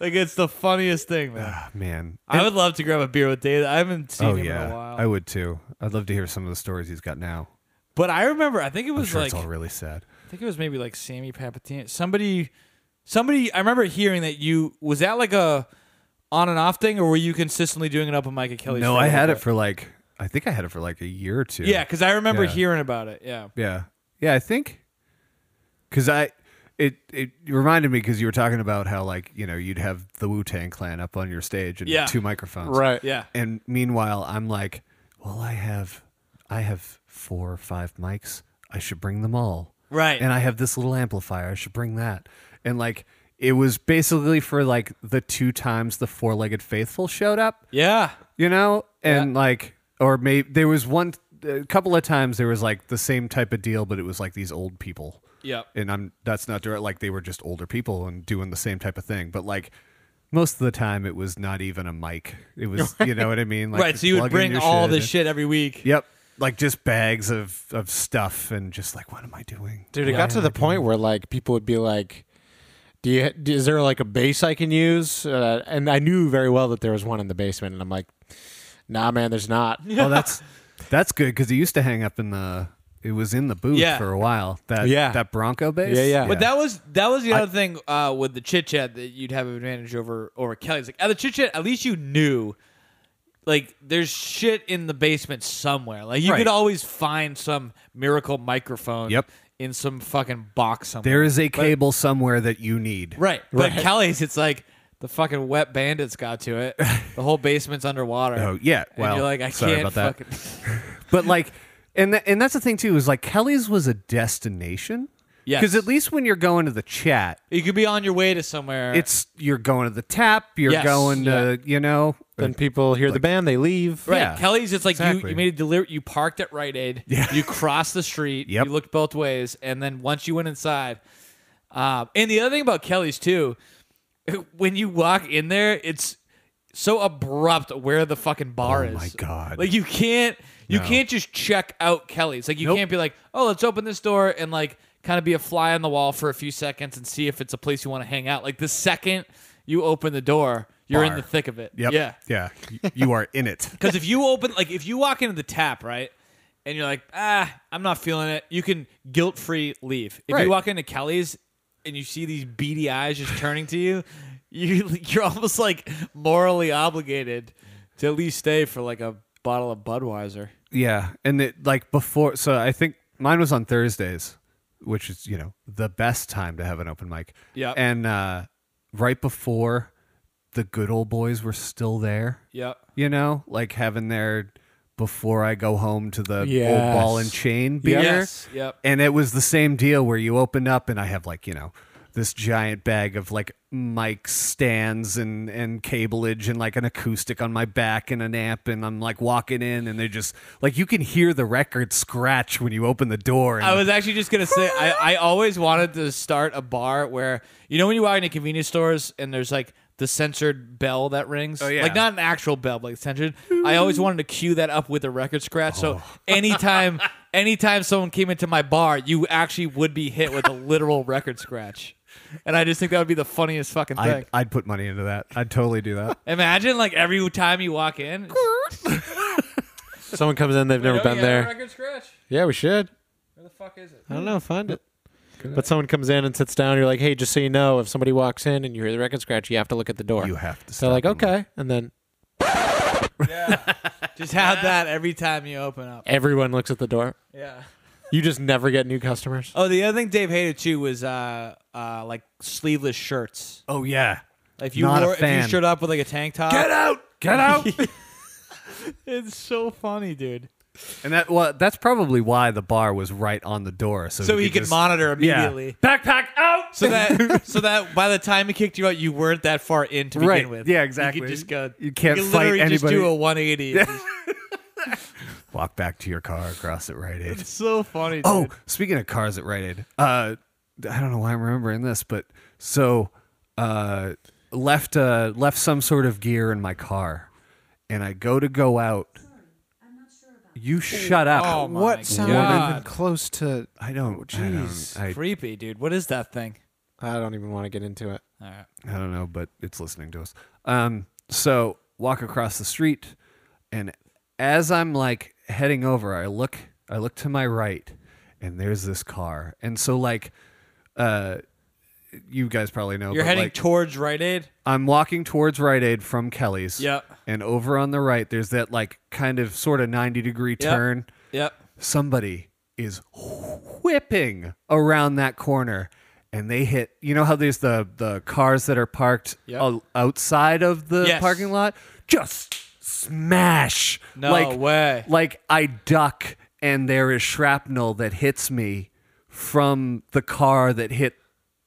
Speaker 1: Like it's the funniest thing, man.
Speaker 3: Ah, man
Speaker 1: I would love to grab a beer with Dave. I haven't seen
Speaker 3: oh
Speaker 1: him
Speaker 3: yeah
Speaker 1: in a while.
Speaker 3: i would too i'd love to hear some of the stories he's got now
Speaker 1: but I remember I think it
Speaker 3: i'm
Speaker 1: was
Speaker 3: sure
Speaker 1: like
Speaker 3: it's all really sad
Speaker 1: I think it was maybe like Sammy Papatino. Somebody, somebody. I remember hearing that you was that like a on and off thing, or were you consistently doing it up with Mike and Kelly?
Speaker 3: no i had it for like i think i had it for like a year or two
Speaker 1: yeah, because I remember
Speaker 3: Yeah.
Speaker 1: hearing about it. Yeah,
Speaker 3: Yeah. Yeah, I think cuz I it it reminded me cuz you were talking about how like, you know, you'd have the Wu-Tang clan up on your stage and
Speaker 1: Yeah.
Speaker 3: two microphones.
Speaker 4: Right.
Speaker 1: yeah,
Speaker 3: And meanwhile, I'm like, well, I have I have four or five mics. I should bring them all.
Speaker 1: Right.
Speaker 3: And I have this little amplifier. I should bring that. And like it was basically for like the two times the four-legged faithful showed up
Speaker 1: yeah.
Speaker 3: you know and like or maybe there was one a couple of times there was like the same type of deal, but it was like these old people.
Speaker 1: Yep.
Speaker 3: And I'm that's not direct. Like they were just older people and doing the same type of thing. But like most of the time, it was not even a mic. It was you know what I mean. Like
Speaker 1: right.
Speaker 3: just
Speaker 1: So you would
Speaker 3: plug in
Speaker 1: bring
Speaker 3: your
Speaker 1: all this
Speaker 3: and-
Speaker 1: shit every week.
Speaker 3: Yep. Like just bags of of stuff and just like what am I doing?
Speaker 4: Dude, it got to the point where like people would be like, "Do you? do- Is there like a base I can use?" Uh, and I knew very well that there was one in the basement, and I'm like, "Nah, man, there's not."
Speaker 3: Oh, that's that's good because he used to hang up in the. It was in the booth
Speaker 1: Yeah.
Speaker 3: for a while. That
Speaker 4: Yeah.
Speaker 3: that Bronco bass.
Speaker 4: Yeah, yeah.
Speaker 1: But that was that was the other thing uh, with the chit chat that you'd have an advantage over over Kelly's. Like at the chit chat, at least you knew, like there's shit in the basement somewhere. Like you
Speaker 3: Right.
Speaker 1: could always find some miracle microphone.
Speaker 3: Yep.
Speaker 1: In some fucking box somewhere.
Speaker 3: there is a cable somewhere that you need.
Speaker 1: right. But Kelly's, it's like the fucking wet bandits got to it. The whole basement's underwater.
Speaker 3: Oh yeah.
Speaker 1: And
Speaker 3: well,
Speaker 1: you're like, I
Speaker 3: sorry
Speaker 1: can't
Speaker 3: about that.
Speaker 1: fucking.
Speaker 3: But like, and tha- and that's the thing too is like Kelly's was a destination.
Speaker 1: Yes.
Speaker 3: Because at least when you're going to the chat,
Speaker 1: You could be on your way to somewhere.
Speaker 3: it's you're going to the tap. You're
Speaker 1: Yes.
Speaker 3: going to you know.
Speaker 4: Then people hear the band, they leave.
Speaker 1: Right.
Speaker 3: Yeah.
Speaker 1: Kelly's, it's like you,
Speaker 3: Exactly.
Speaker 1: you made a delivery. You parked at Rite Aid.
Speaker 3: Yeah.
Speaker 1: You crossed the street.
Speaker 3: Yep.
Speaker 1: You looked both ways. And then once you went inside. Um, and the other thing about Kelly's, too, when you walk in there, it's so abrupt where the fucking bar
Speaker 3: Oh
Speaker 1: is.
Speaker 3: my God.
Speaker 1: Like you can't. You
Speaker 3: No.
Speaker 1: can't just check out Kelly's. Like you
Speaker 3: Nope.
Speaker 1: can't be like, oh, let's open this door and like kind of be a fly on the wall for a few seconds and see if it's a place you want to hang out. Like the second you open the door, you're in
Speaker 3: Bar.
Speaker 1: the thick of it.
Speaker 3: Yep.
Speaker 1: Yeah.
Speaker 3: Yeah. Y- You are in it.
Speaker 1: Because if you open, like, if you walk into the tap, right, and you're like, ah, I'm not feeling it, you can guilt free leave. If
Speaker 3: Right.
Speaker 1: you walk into Kelly's and you see these beady eyes just turning to you, you you're almost like morally obligated to at least stay for like a bottle of Budweiser.
Speaker 3: Yeah, and it like before. So I think mine was on Thursdays, which is you know the best time to have an open mic.
Speaker 1: Yep.
Speaker 3: and uh, right before the good old boys were still there.
Speaker 1: Yep.
Speaker 3: You know, like having their before I go home to the old
Speaker 4: Yes.
Speaker 3: ball and chain beer.
Speaker 1: Yes, yep.
Speaker 3: And it was the same deal where you open up and I have like, you know, this giant bag of like mic stands and and cableage and like an acoustic on my back and an amp and I'm like walking in and they just like you can hear the record scratch when you open the door and
Speaker 1: I was actually just gonna say I, I always wanted to start a bar where you know when you walk into convenience stores and there's like the censored bell that rings. Oh
Speaker 3: yeah.
Speaker 1: Like not an actual bell, but like censored. I always wanted to cue that up with a record scratch. So anytime anytime someone came into my bar, you actually would be hit with a literal record scratch. And I just think that would be the funniest fucking thing.
Speaker 3: I'd, I'd put money into that. I'd totally do that.
Speaker 1: Imagine like every time you walk in. it's-
Speaker 4: Someone comes in, they've never
Speaker 1: Oh,
Speaker 4: been
Speaker 1: yeah,
Speaker 4: there.
Speaker 1: Record scratch.
Speaker 4: Yeah, we should.
Speaker 1: Where the fuck is it?
Speaker 4: I don't know. Find it. But someone comes in and sits down. You're like, "Hey, just so you know, if somebody walks in and you hear the record scratch, you have to look at the door."
Speaker 3: You have to
Speaker 4: They're
Speaker 3: stop
Speaker 4: like,
Speaker 3: and look.
Speaker 4: "Okay," and then
Speaker 1: Just have that every time you open up.
Speaker 4: everyone looks at the door.
Speaker 1: Yeah.
Speaker 4: You just never get new customers.
Speaker 1: Oh, the other thing Dave hated too was uh, uh, like sleeveless shirts.
Speaker 3: Oh yeah.
Speaker 1: Like if you
Speaker 3: Not a
Speaker 1: wore, if you
Speaker 3: fan.
Speaker 1: showed up with like a tank top,
Speaker 3: Get out. Get out.
Speaker 1: it's so funny, dude.
Speaker 3: and that well that's probably why the bar was right on the door so,
Speaker 1: So he could
Speaker 3: just-
Speaker 1: monitor
Speaker 3: Yeah.
Speaker 1: immediately,
Speaker 3: Backpack out.
Speaker 1: so that so that by the time he kicked you out, you weren't that far in to begin
Speaker 3: Right.
Speaker 1: with.
Speaker 3: Yeah,
Speaker 1: You
Speaker 3: exactly.
Speaker 1: could just go.
Speaker 3: You can't
Speaker 1: could
Speaker 3: fight
Speaker 1: literally Just do
Speaker 3: anybody.
Speaker 1: a one eighty.
Speaker 3: Walk back to your car across at Rite Aid.
Speaker 1: It's so funny. Dude.
Speaker 3: Oh, speaking of cars at Rite Aid, uh, I don't know why I'm remembering this, but so uh, left uh, left some sort of gear in my car, and I go to go out. You shut up!
Speaker 1: Oh my What sound God. even
Speaker 4: close to?
Speaker 3: I don't. I don't. I,
Speaker 1: creepy, dude. What is that thing?
Speaker 4: I don't even want to get into it.
Speaker 1: All right.
Speaker 3: I don't know, but it's listening to us. Um, so walk across the street, and as I'm like heading over, I look, I look to my right, and there's this car. And so like, uh, you guys probably know. Oh,
Speaker 1: You're
Speaker 3: but,
Speaker 1: heading
Speaker 3: like,
Speaker 1: towards Rite Aid.
Speaker 3: I'm walking towards Rite Aid from Kelly's.
Speaker 1: Yep.
Speaker 3: And over on the right, there's that like kind of sort of 90 degree turn.
Speaker 1: Yep.
Speaker 3: Somebody is whipping around that corner and they hit you know how there's the the cars that are parked
Speaker 1: Yep.
Speaker 3: o- outside of the
Speaker 1: Yes.
Speaker 3: parking lot just smash
Speaker 1: No
Speaker 3: like
Speaker 1: way.
Speaker 3: like I duck and there is shrapnel that hits me from the car that hit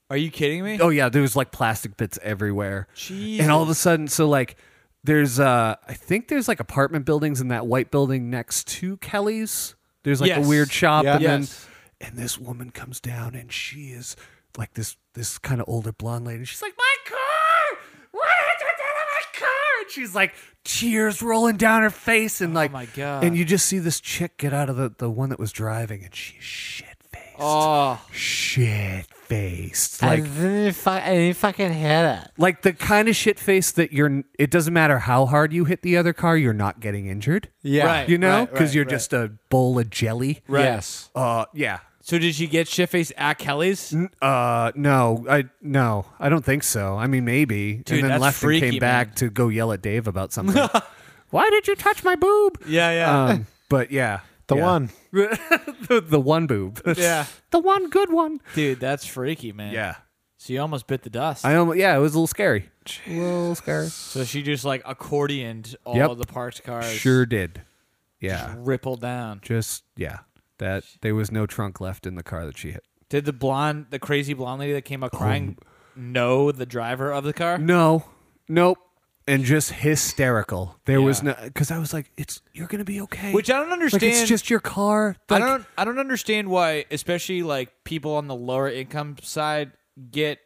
Speaker 1: Are you kidding me?
Speaker 3: oh yeah, there was like plastic bits everywhere. And all of a sudden, so like There's uh I think there's like apartment buildings in that white building next to Kelly's. There's like
Speaker 1: Yes.
Speaker 3: a weird shop
Speaker 4: Yeah.
Speaker 3: and
Speaker 1: Yes.
Speaker 3: then and this woman comes down and she is like this this kind of older blonde lady. She's like, My car! What happened to my car? And she's like tears rolling down her face and like
Speaker 1: Oh my God.
Speaker 3: And you just see this chick get out of the, the one that was driving and she's shit faced.
Speaker 1: Oh,
Speaker 3: Shit faced. Like
Speaker 4: didn't, fucking hit it.
Speaker 3: like the kind of shit face that you're it doesn't matter how hard you hit the other car you're not getting injured
Speaker 4: Yeah.
Speaker 1: Right.
Speaker 3: you know
Speaker 1: right,
Speaker 3: because you're
Speaker 1: right.
Speaker 3: just a bowl of jelly
Speaker 1: Right.
Speaker 4: Yes.
Speaker 3: uh yeah
Speaker 1: so did she get shit faced at Kelly's?
Speaker 3: N- uh no i no i don't think so i mean maybe
Speaker 1: Dude,
Speaker 3: and then
Speaker 1: that's
Speaker 3: left and
Speaker 1: freaky,
Speaker 3: came back
Speaker 1: man.
Speaker 3: to go yell at dave about something why did you touch my boob
Speaker 1: Yeah, yeah,
Speaker 3: um but yeah
Speaker 4: The
Speaker 3: yeah.
Speaker 4: one.
Speaker 3: the, the one boob
Speaker 1: Yeah.
Speaker 3: the one good one
Speaker 1: dude, that's freaky, man. So you almost bit the dust.
Speaker 3: i almost yeah it was a little scary a little scary
Speaker 1: so she just like accordioned all
Speaker 3: Yep.
Speaker 1: the parked cars.
Speaker 3: sure did yeah
Speaker 1: Rippled down.
Speaker 3: just yeah that there was no trunk left in the car that she hit
Speaker 1: Did the blonde, the crazy blonde lady that came up crying, know the driver of the car?
Speaker 3: no nope and just hysterical there was
Speaker 1: Yeah.
Speaker 3: no because i was like it's you're gonna be okay
Speaker 1: Which I don't
Speaker 3: like,
Speaker 1: understand.
Speaker 3: it's just your car
Speaker 1: I
Speaker 3: Like,
Speaker 1: don't. I don't understand why, especially like people on the lower income side get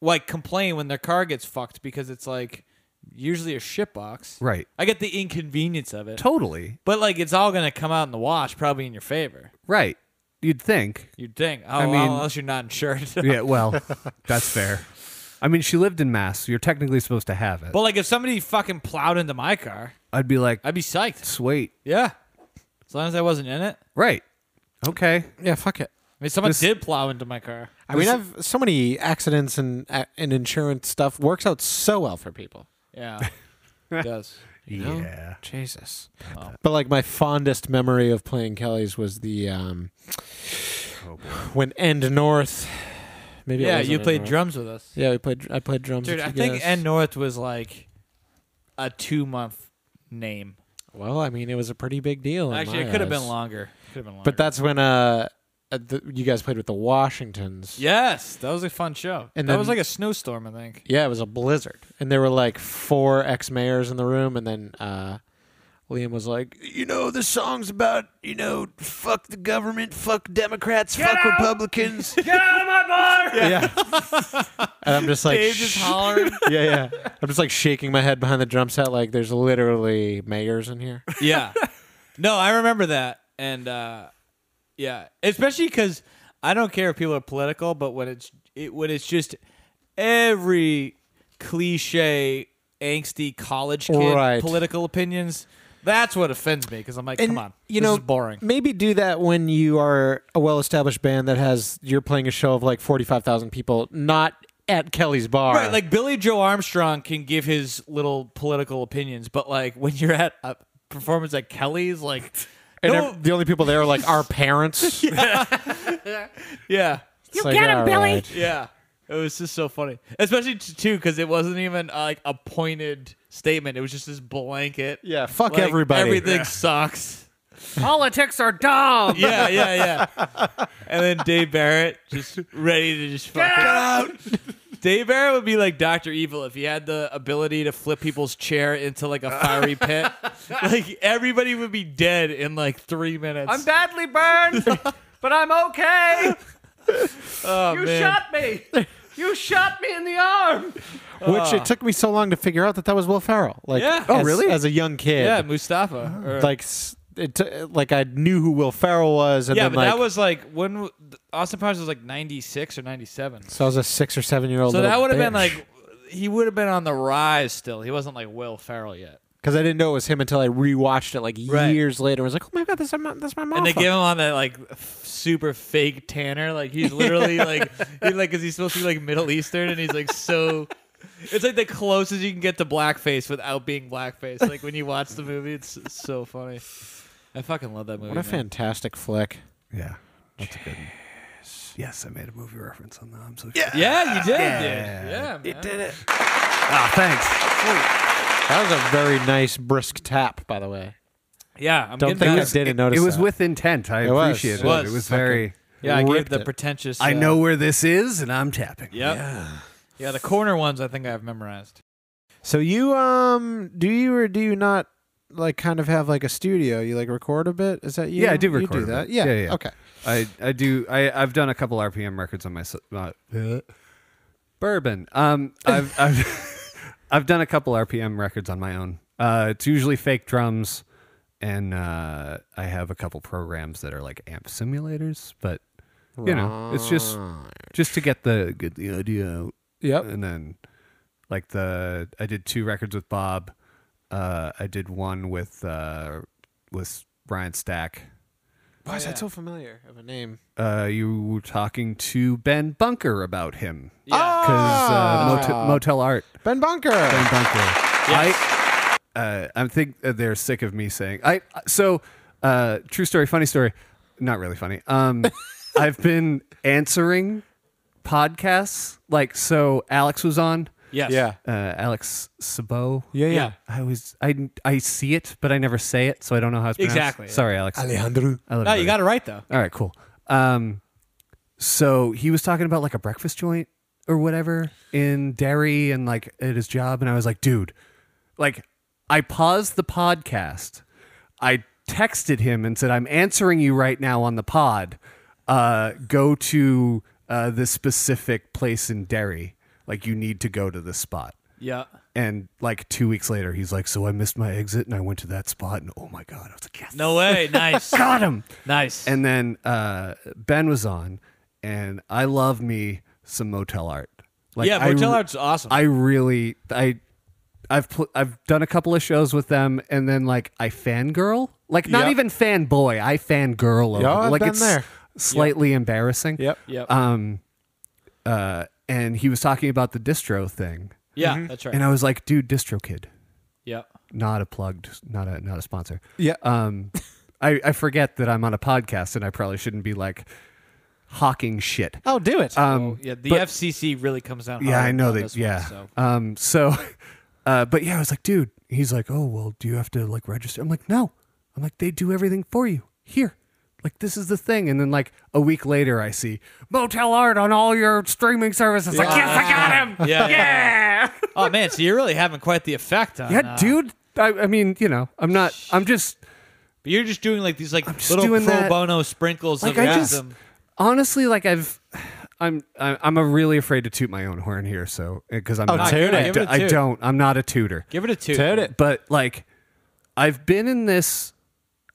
Speaker 1: like complain when their car gets fucked because it's like usually a shit box.
Speaker 3: Right.
Speaker 1: I get the inconvenience of it,
Speaker 3: totally
Speaker 1: but like it's all gonna come out in the wash, probably in your favor.
Speaker 3: right you'd think
Speaker 1: You'd think. Oh,
Speaker 3: mean-
Speaker 1: well, unless you're not insured.
Speaker 3: yeah well that's fair i mean she lived in mass you're technically supposed to have it
Speaker 1: but like if somebody fucking plowed into my car,
Speaker 3: i'd be like
Speaker 1: I'd be psyched.
Speaker 3: sweet
Speaker 1: Yeah. As long as I wasn't in it.
Speaker 3: right okay
Speaker 4: Yeah, fuck it.
Speaker 1: I mean, someone
Speaker 3: This-
Speaker 1: did plow into my car.
Speaker 4: I mean, I've so many accidents and uh, and insurance stuff works out so well for people.
Speaker 1: Yeah. it does.
Speaker 4: you know?
Speaker 3: yeah
Speaker 4: Jesus. But like my fondest memory of playing Kelly's was the um when End North. Maybe it
Speaker 1: Yeah,
Speaker 4: wasn't
Speaker 1: you
Speaker 4: End
Speaker 1: played
Speaker 4: North.
Speaker 1: drums with us.
Speaker 4: Yeah, we played. I played drums.
Speaker 1: Dude,
Speaker 4: with
Speaker 1: I
Speaker 4: you
Speaker 1: think
Speaker 4: guys.
Speaker 1: N North was like a two month name.
Speaker 4: Well, I mean, it was a pretty big deal. in
Speaker 1: Actually,
Speaker 4: Oh, my
Speaker 1: it could have been
Speaker 4: eyes.
Speaker 1: longer. Could have been longer.
Speaker 4: But that's when uh, uh, the, you guys played with the Washingtons.
Speaker 1: yes, that was a fun show.
Speaker 4: And
Speaker 1: that
Speaker 4: then-
Speaker 1: was like a snowstorm, I think.
Speaker 4: Yeah, it was a blizzard, and there were like four ex mayors in the room, and then uh, Liam was like,
Speaker 2: You know, the song's about, you know, fuck the government, fuck Democrats, fuck Republicans.
Speaker 4: and I'm just like,
Speaker 1: Dave just
Speaker 4: "Shh."
Speaker 1: hollering.
Speaker 4: yeah, yeah. I'm just like shaking my head behind the drum set, like there's literally mayors in here.
Speaker 1: yeah. No, I remember that, and uh, yeah, especially because I don't care if people are political, but when it's it, when it's just every cliche, angsty college kid
Speaker 4: Right.
Speaker 1: political opinions, that's what offends me. Because I'm like, come on,
Speaker 4: you
Speaker 1: this
Speaker 4: know,
Speaker 1: is boring.
Speaker 4: Maybe do that when you are a well-established band that has you're playing a show of like forty-five thousand people, not at Kelly's bar.
Speaker 1: Right, like Billy Joe Armstrong can give his little political opinions, but like when you're at a performance at Kelly's, like,
Speaker 4: and
Speaker 1: no-
Speaker 4: ev- the only people there are like our parents.
Speaker 1: yeah,
Speaker 4: you get him, Billy.
Speaker 1: yeah. It was just so funny, especially t- too because it wasn't even uh, like a pointed statement. It was just this blanket.
Speaker 4: Yeah, fuck
Speaker 1: like,
Speaker 4: everybody.
Speaker 1: Everything sucks.
Speaker 3: politics are dumb
Speaker 1: Yeah, yeah, yeah. and then Dave Barrett just ready to just fuck it. Dave Barrett would be like Doctor Evil if he had the ability to flip people's chair into like a fiery pit. like everybody would be dead in like three minutes.
Speaker 6: I'm badly burned, but I'm okay.
Speaker 1: Oh,
Speaker 6: You
Speaker 1: man.
Speaker 6: shot me. You shot me in the arm.
Speaker 4: Which it took me so long to figure out that that was Will Ferrell. Like,
Speaker 1: Uh, Yeah. Oh,
Speaker 4: as-
Speaker 1: really?
Speaker 4: As a young kid,
Speaker 1: Yeah, Mustafa. or-
Speaker 4: like s- it t- like I knew who Will Ferrell was, and
Speaker 1: yeah,
Speaker 4: then
Speaker 1: but
Speaker 4: like
Speaker 1: that was like when w- Austin Powers was like 96 or 97.
Speaker 4: so I was a six or seven year old.
Speaker 1: So that would have been like he would have been on the rise still. He wasn't like Will Ferrell yet.
Speaker 4: because I didn't know it was him until I rewatched it like
Speaker 1: Right.
Speaker 4: years later. I was like, oh my god, that's my that's my mom.
Speaker 1: And they give him on that like f- super fake tanner, like he's literally like he, like because he's supposed to be like Middle Eastern, and he's like so. It's like the closest you can get to blackface without being blackface. Like when you watch the movie, it's so funny. I fucking love that movie.
Speaker 4: what
Speaker 1: man.
Speaker 4: a fantastic flick.
Speaker 3: yeah that's a good one. yes i made a movie reference on that i'm so
Speaker 1: Yeah, you did, dude.
Speaker 3: Yeah.
Speaker 1: Yeah, man.
Speaker 2: Did it.
Speaker 3: ah thanks
Speaker 4: That was a very nice brisk tap, by the way.
Speaker 1: Yeah, I'm
Speaker 4: Don't
Speaker 1: getting
Speaker 4: think I
Speaker 1: better.
Speaker 4: didn't notice
Speaker 3: It was
Speaker 4: that.
Speaker 3: with intent. I
Speaker 4: It was.
Speaker 3: appreciate
Speaker 4: It
Speaker 3: it.
Speaker 1: was.
Speaker 3: It was very.
Speaker 1: Yeah, I gave
Speaker 4: ripped
Speaker 1: the
Speaker 4: it.
Speaker 1: pretentious.
Speaker 3: I
Speaker 1: uh,
Speaker 3: know where this is, and I'm tapping.
Speaker 1: Yep. Yeah. the corner ones I think I've memorized.
Speaker 4: So you um do you or do you not like kind of have like a studio? You like record a bit? Is that you?
Speaker 3: Yeah, I do
Speaker 4: You
Speaker 3: record. a
Speaker 4: that.
Speaker 3: bit.
Speaker 4: Yeah. Okay.
Speaker 3: I I do. I I've done a couple RPM records on my s- uh, bourbon. Um, I've I've I've done a couple RPM records on my own. Uh, it's usually fake drums, and uh, I have a couple programs that are like amp simulators, but you know, it's just just to get the get the idea out.
Speaker 4: Yep.
Speaker 3: And then like the I did two records with Bob. Uh, I did one with uh, with Brian Stack.
Speaker 4: Why is that so familiar of a name?
Speaker 3: Uh, you were talking to Ben Bunker about him
Speaker 4: Yeah. Ah.
Speaker 3: because uh, Motel, Motel Art
Speaker 4: ben Bunker.
Speaker 3: Ben Bunker. I uh, I think that they're sick of me saying I. So uh, true story, funny story, not really funny. Um, I've been answering podcasts like so. Alex was on.
Speaker 1: Yes.
Speaker 4: yeah.
Speaker 3: Uh, Alex Sabo.
Speaker 4: Yeah. Yeah.
Speaker 1: Yeah.
Speaker 3: I was I I see it, but I never say it, so I don't know how it's pronounced.
Speaker 1: Exactly.
Speaker 3: Sorry, Alex.
Speaker 4: Alejandro.
Speaker 3: I love
Speaker 1: No,
Speaker 3: brother.
Speaker 1: you got it right though.
Speaker 3: All right, cool. Um, so he was talking about like a breakfast joint or whatever in Derry and like at his job, and I was like, dude, like I paused the podcast. I texted him and said, I'm answering you right now on the pod. Uh, go to uh, this specific place in Derry. Like you need to go to this spot.
Speaker 1: Yeah.
Speaker 3: And like two weeks later, he's like, so I missed my exit and I went to that spot, and oh my god, I was like, yes,
Speaker 1: No way. Nice.
Speaker 3: got him.
Speaker 1: nice.
Speaker 3: And then uh, Ben was on, and I love me some motel art. Like,
Speaker 1: yeah,
Speaker 3: I
Speaker 1: Motel
Speaker 3: re-
Speaker 1: Art's awesome.
Speaker 3: I really, I, I've pl- I've done a couple of shows with them, and then like I fangirl, like not
Speaker 1: Yep.
Speaker 3: even fanboy, I fangirl. over
Speaker 4: Yeah,
Speaker 3: them.
Speaker 4: I've
Speaker 3: like
Speaker 4: been
Speaker 3: it's
Speaker 4: there.
Speaker 3: slightly embarrassing.
Speaker 4: Yep.
Speaker 1: yep.
Speaker 3: Um, uh, and he was talking about the distro thing,
Speaker 1: yeah, that's right.
Speaker 3: and I was like, dude, distro kid,
Speaker 1: yeah.
Speaker 3: not a plugged, not a not a sponsor
Speaker 4: Yeah.
Speaker 3: um, I, I forget that I'm on a podcast and I probably shouldn't be like hawking shit.
Speaker 4: oh, do it.
Speaker 3: Um,
Speaker 1: Yeah, the
Speaker 3: but-
Speaker 1: FCC really comes down.
Speaker 3: yeah,
Speaker 1: hard
Speaker 3: I know
Speaker 1: on
Speaker 3: that.
Speaker 1: this one,
Speaker 3: yeah.
Speaker 1: so.
Speaker 3: Um, so, uh, but yeah, I was like, dude, he's like, oh, well, do you have to like register? I'm like, no. I'm like, they do everything for you here. Like, this is the thing. And then, like, a week later, I see Motel Art on all your streaming services. Like, yes, I got him.
Speaker 1: Yeah. yeah. oh man, so you're really having quite the effect on.
Speaker 3: Yeah,
Speaker 1: uh,
Speaker 3: dude. I, I mean, you know, I'm not, I'm just.
Speaker 1: But you're just doing like these like
Speaker 3: just
Speaker 1: little pro
Speaker 3: doing that-
Speaker 1: bono sprinkles
Speaker 3: like
Speaker 1: of
Speaker 3: I just
Speaker 1: wisdom.
Speaker 3: honestly like I've I'm I'm I'm a really afraid to toot my own horn here so because I'm not,
Speaker 4: toot Oh, it.
Speaker 3: I,
Speaker 1: Give
Speaker 3: d-
Speaker 1: it a
Speaker 3: I
Speaker 1: toot.
Speaker 3: don't I'm not a tutor
Speaker 1: Give it a two.
Speaker 4: Toot it.
Speaker 3: but like I've been in this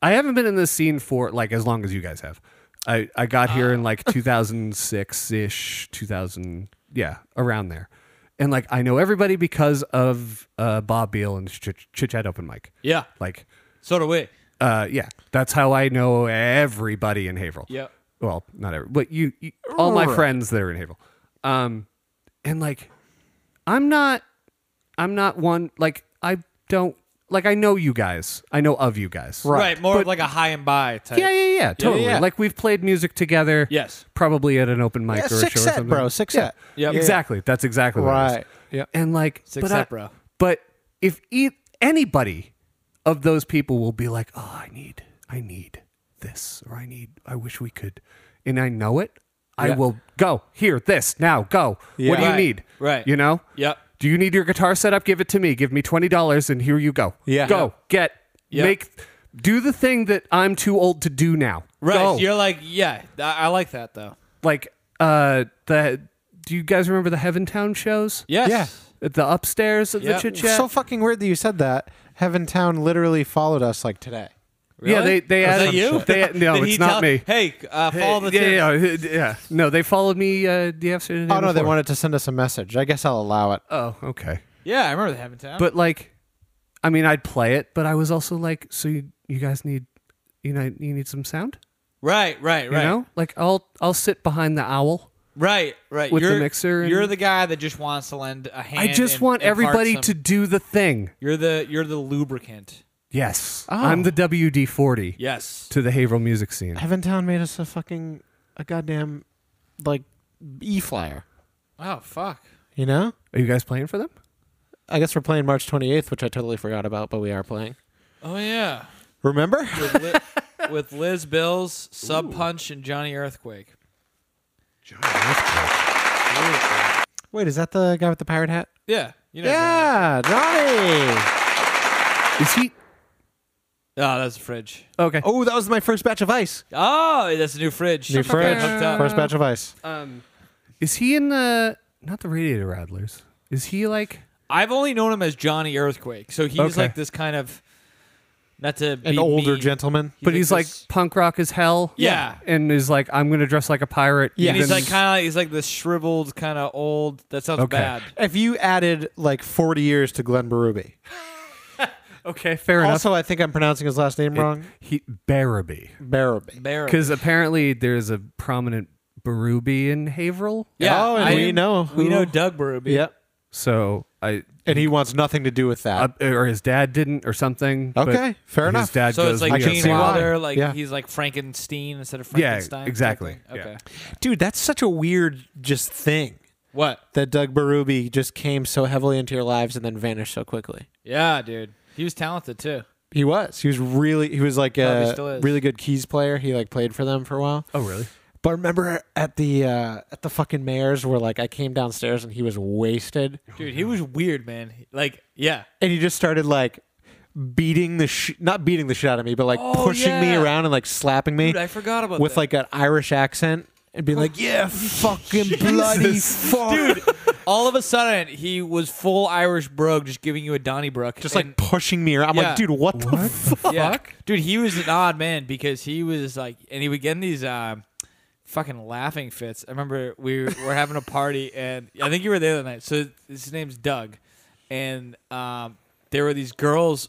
Speaker 3: I haven't been in this scene for like as long as you guys have I I got here in like 2006 ish 2000 yeah around there and like I know everybody because of uh Bob Beal and Chit Chit Chat Open Mic
Speaker 1: Yeah.
Speaker 3: like
Speaker 1: So do we.
Speaker 3: uh, yeah, that's how I know everybody in Haverhill.
Speaker 1: Yeah.
Speaker 3: Well, not every, but you, you all my
Speaker 4: Right.
Speaker 3: friends that are in Haverhill. Um, and like, I'm not, I'm not one like I don't like I know you guys. I know of you guys.
Speaker 1: Right.
Speaker 4: Right.
Speaker 1: more of like a high and by type.
Speaker 3: Yeah, yeah, yeah. Totally.
Speaker 4: yeah.
Speaker 3: Like we've played music together.
Speaker 1: Yes.
Speaker 3: Probably at an open mic
Speaker 4: Yeah,
Speaker 3: or a
Speaker 4: six
Speaker 3: show or
Speaker 4: set,
Speaker 3: something.
Speaker 4: bro, six
Speaker 3: yeah.
Speaker 4: set.
Speaker 1: Yep.
Speaker 3: Exactly. That's exactly what it is.
Speaker 4: Right. Yep.
Speaker 3: And like,
Speaker 1: Six
Speaker 3: but
Speaker 1: set,
Speaker 3: I-
Speaker 1: bro.
Speaker 3: But if e- anybody of those people will be like, oh, I need, I need this, or I need, I wish we could, and I know it, I will go here, this now, go. What do you
Speaker 1: Right,
Speaker 3: need?
Speaker 1: right.
Speaker 3: You know.
Speaker 1: Yep.
Speaker 3: Do you need your guitar set up? Give it to me. Give me twenty dollars, and here you go.
Speaker 4: Yeah.
Speaker 3: Go get
Speaker 1: Yep.
Speaker 3: make do the thing that I'm too old to do now.
Speaker 1: Right.
Speaker 3: Go.
Speaker 1: You're like, yeah, I, I like that though.
Speaker 3: like uh the. Do you guys remember the Heaventown shows?
Speaker 1: Yes.
Speaker 4: Yeah.
Speaker 3: At the upstairs of
Speaker 1: Yeah.
Speaker 3: the chit chat.
Speaker 4: So fucking weird that you said that. Heaven Town literally followed us like today.
Speaker 3: Yeah, they
Speaker 1: Really?
Speaker 3: they
Speaker 1: Was
Speaker 3: added
Speaker 1: that you?
Speaker 3: They, no,
Speaker 1: Did he
Speaker 3: it's not
Speaker 1: tell-
Speaker 3: me.
Speaker 1: Hey, uh, follow the
Speaker 3: yeah,
Speaker 1: two.
Speaker 3: yeah, yeah, yeah. No, they followed me uh, the afternoon.
Speaker 4: Oh no, they wanted to send us a message. I guess I'll allow it.
Speaker 3: Oh, okay.
Speaker 1: Yeah, I remember the Heaven Town.
Speaker 3: But like, I mean, I'd play it, but I was also like, so you, you guys need, you know, you need some sound.
Speaker 1: right, right,
Speaker 3: You
Speaker 1: right,
Speaker 3: know, like I'll I'll sit behind the owl.
Speaker 1: right, right.
Speaker 3: With the
Speaker 1: you're,
Speaker 3: mixer and-
Speaker 1: you're the guy that just wants to lend a hand.
Speaker 3: I just
Speaker 1: and-
Speaker 3: want
Speaker 1: and part
Speaker 3: everybody
Speaker 1: some-
Speaker 3: to do the thing. Oh.
Speaker 1: You're the you're the lubricant.
Speaker 3: Yes, I'm the WD forty
Speaker 1: Yes.
Speaker 3: to the Haverhill music scene.
Speaker 4: Heaven Town made us a fucking a goddamn like e flyer.
Speaker 1: Oh fuck.
Speaker 4: You know?
Speaker 3: Are you guys playing for them?
Speaker 4: I guess we're playing March 28th, which I totally forgot about, but we are playing.
Speaker 1: Oh yeah.
Speaker 4: Remember?
Speaker 1: With, Li- with Liz Bills, Sub Punch, and Johnny Earthquake.
Speaker 4: Wait, is that the guy with the pirate hat?
Speaker 1: Yeah. You know
Speaker 4: Yeah, Johnny.
Speaker 3: Is he?
Speaker 1: Oh, that's a fridge.
Speaker 3: Okay.
Speaker 4: Oh, that was my first batch of ice.
Speaker 1: Oh, that's a new fridge.
Speaker 4: New
Speaker 1: Something
Speaker 4: fridge.
Speaker 1: hooked up. Uh,
Speaker 4: First batch of ice.
Speaker 6: Um,
Speaker 3: Is he in the not the Radiator Rattlers? Is he like?
Speaker 1: I've only known him as Johnny Earthquake, so he's
Speaker 3: Okay.
Speaker 1: like this kind of not to be
Speaker 4: An older
Speaker 1: mean.
Speaker 4: gentleman.
Speaker 3: But he's like
Speaker 1: this-
Speaker 3: punk rock as hell.
Speaker 1: Yeah.
Speaker 3: And is like, I'm gonna dress like a pirate.
Speaker 4: Yeah.
Speaker 1: And he's
Speaker 3: even-
Speaker 1: like kind of he's like this shriveled kind of old. That sounds
Speaker 3: Okay.
Speaker 1: bad.
Speaker 4: If you added like 40 years to Glenn Berube.
Speaker 3: okay, fair enough.
Speaker 4: Also, I think I'm pronouncing his last name wrong.
Speaker 3: He Barabee,
Speaker 4: Berube.
Speaker 1: Bear.
Speaker 3: because apparently there's a prominent Barubee in Haverhill.
Speaker 1: yeah,
Speaker 4: Oh, and
Speaker 1: I-
Speaker 4: we know
Speaker 1: we
Speaker 4: who-
Speaker 1: know Doug Berube.
Speaker 4: Yep.
Speaker 3: So I,
Speaker 4: And he wants nothing to do with
Speaker 3: uh,
Speaker 4: that.
Speaker 3: or his dad didn't, or something. but
Speaker 4: Okay, fair
Speaker 3: his
Speaker 4: enough.
Speaker 3: dad
Speaker 1: So
Speaker 3: goes,
Speaker 1: it's
Speaker 3: "We
Speaker 1: like
Speaker 3: are
Speaker 1: Gene
Speaker 4: see why."
Speaker 1: Wilder, like
Speaker 4: Yeah.
Speaker 1: he's like Frankenstein instead of
Speaker 3: Yeah,
Speaker 1: Frankenstein. type
Speaker 3: exactly.
Speaker 1: thing? Okay.
Speaker 3: Yeah.
Speaker 4: Uh, Dude, that's such a weird just thing
Speaker 1: What?
Speaker 4: that Doug Berube just came so heavily into your lives and then vanished so quickly.
Speaker 1: Yeah, dude. He was talented too.
Speaker 4: He was. He was really. He was like
Speaker 1: Probably
Speaker 4: a
Speaker 1: still is.
Speaker 4: really good keys player. He like played for them for a while.
Speaker 3: Oh really?
Speaker 4: But remember at the uh, at the fucking mayor's where like I came downstairs and he was wasted
Speaker 1: Dude, he was weird, man. Like, yeah.
Speaker 4: and he just started like beating the sh- not beating the shit out of me, but like
Speaker 1: Oh,
Speaker 4: pushing me
Speaker 1: yeah.
Speaker 4: around and like slapping me.
Speaker 1: Dude, I forgot about
Speaker 4: with
Speaker 1: that.
Speaker 4: like an Irish accent and being like, "Yeah, fucking bloody fuck,"
Speaker 1: Dude, all of a sudden he was full Irish brogue, just giving you a Donnybrook.
Speaker 4: just
Speaker 1: And-
Speaker 4: like pushing me around. I'm
Speaker 1: Yeah.
Speaker 4: like, "Dude, what, the fuck?"
Speaker 1: yeah. Dude, he was an odd man because he was like, and he would get in these um, fucking laughing fits. I remember we were having a party, and I think you were there that night. So his name's Doug, and um, there were these girls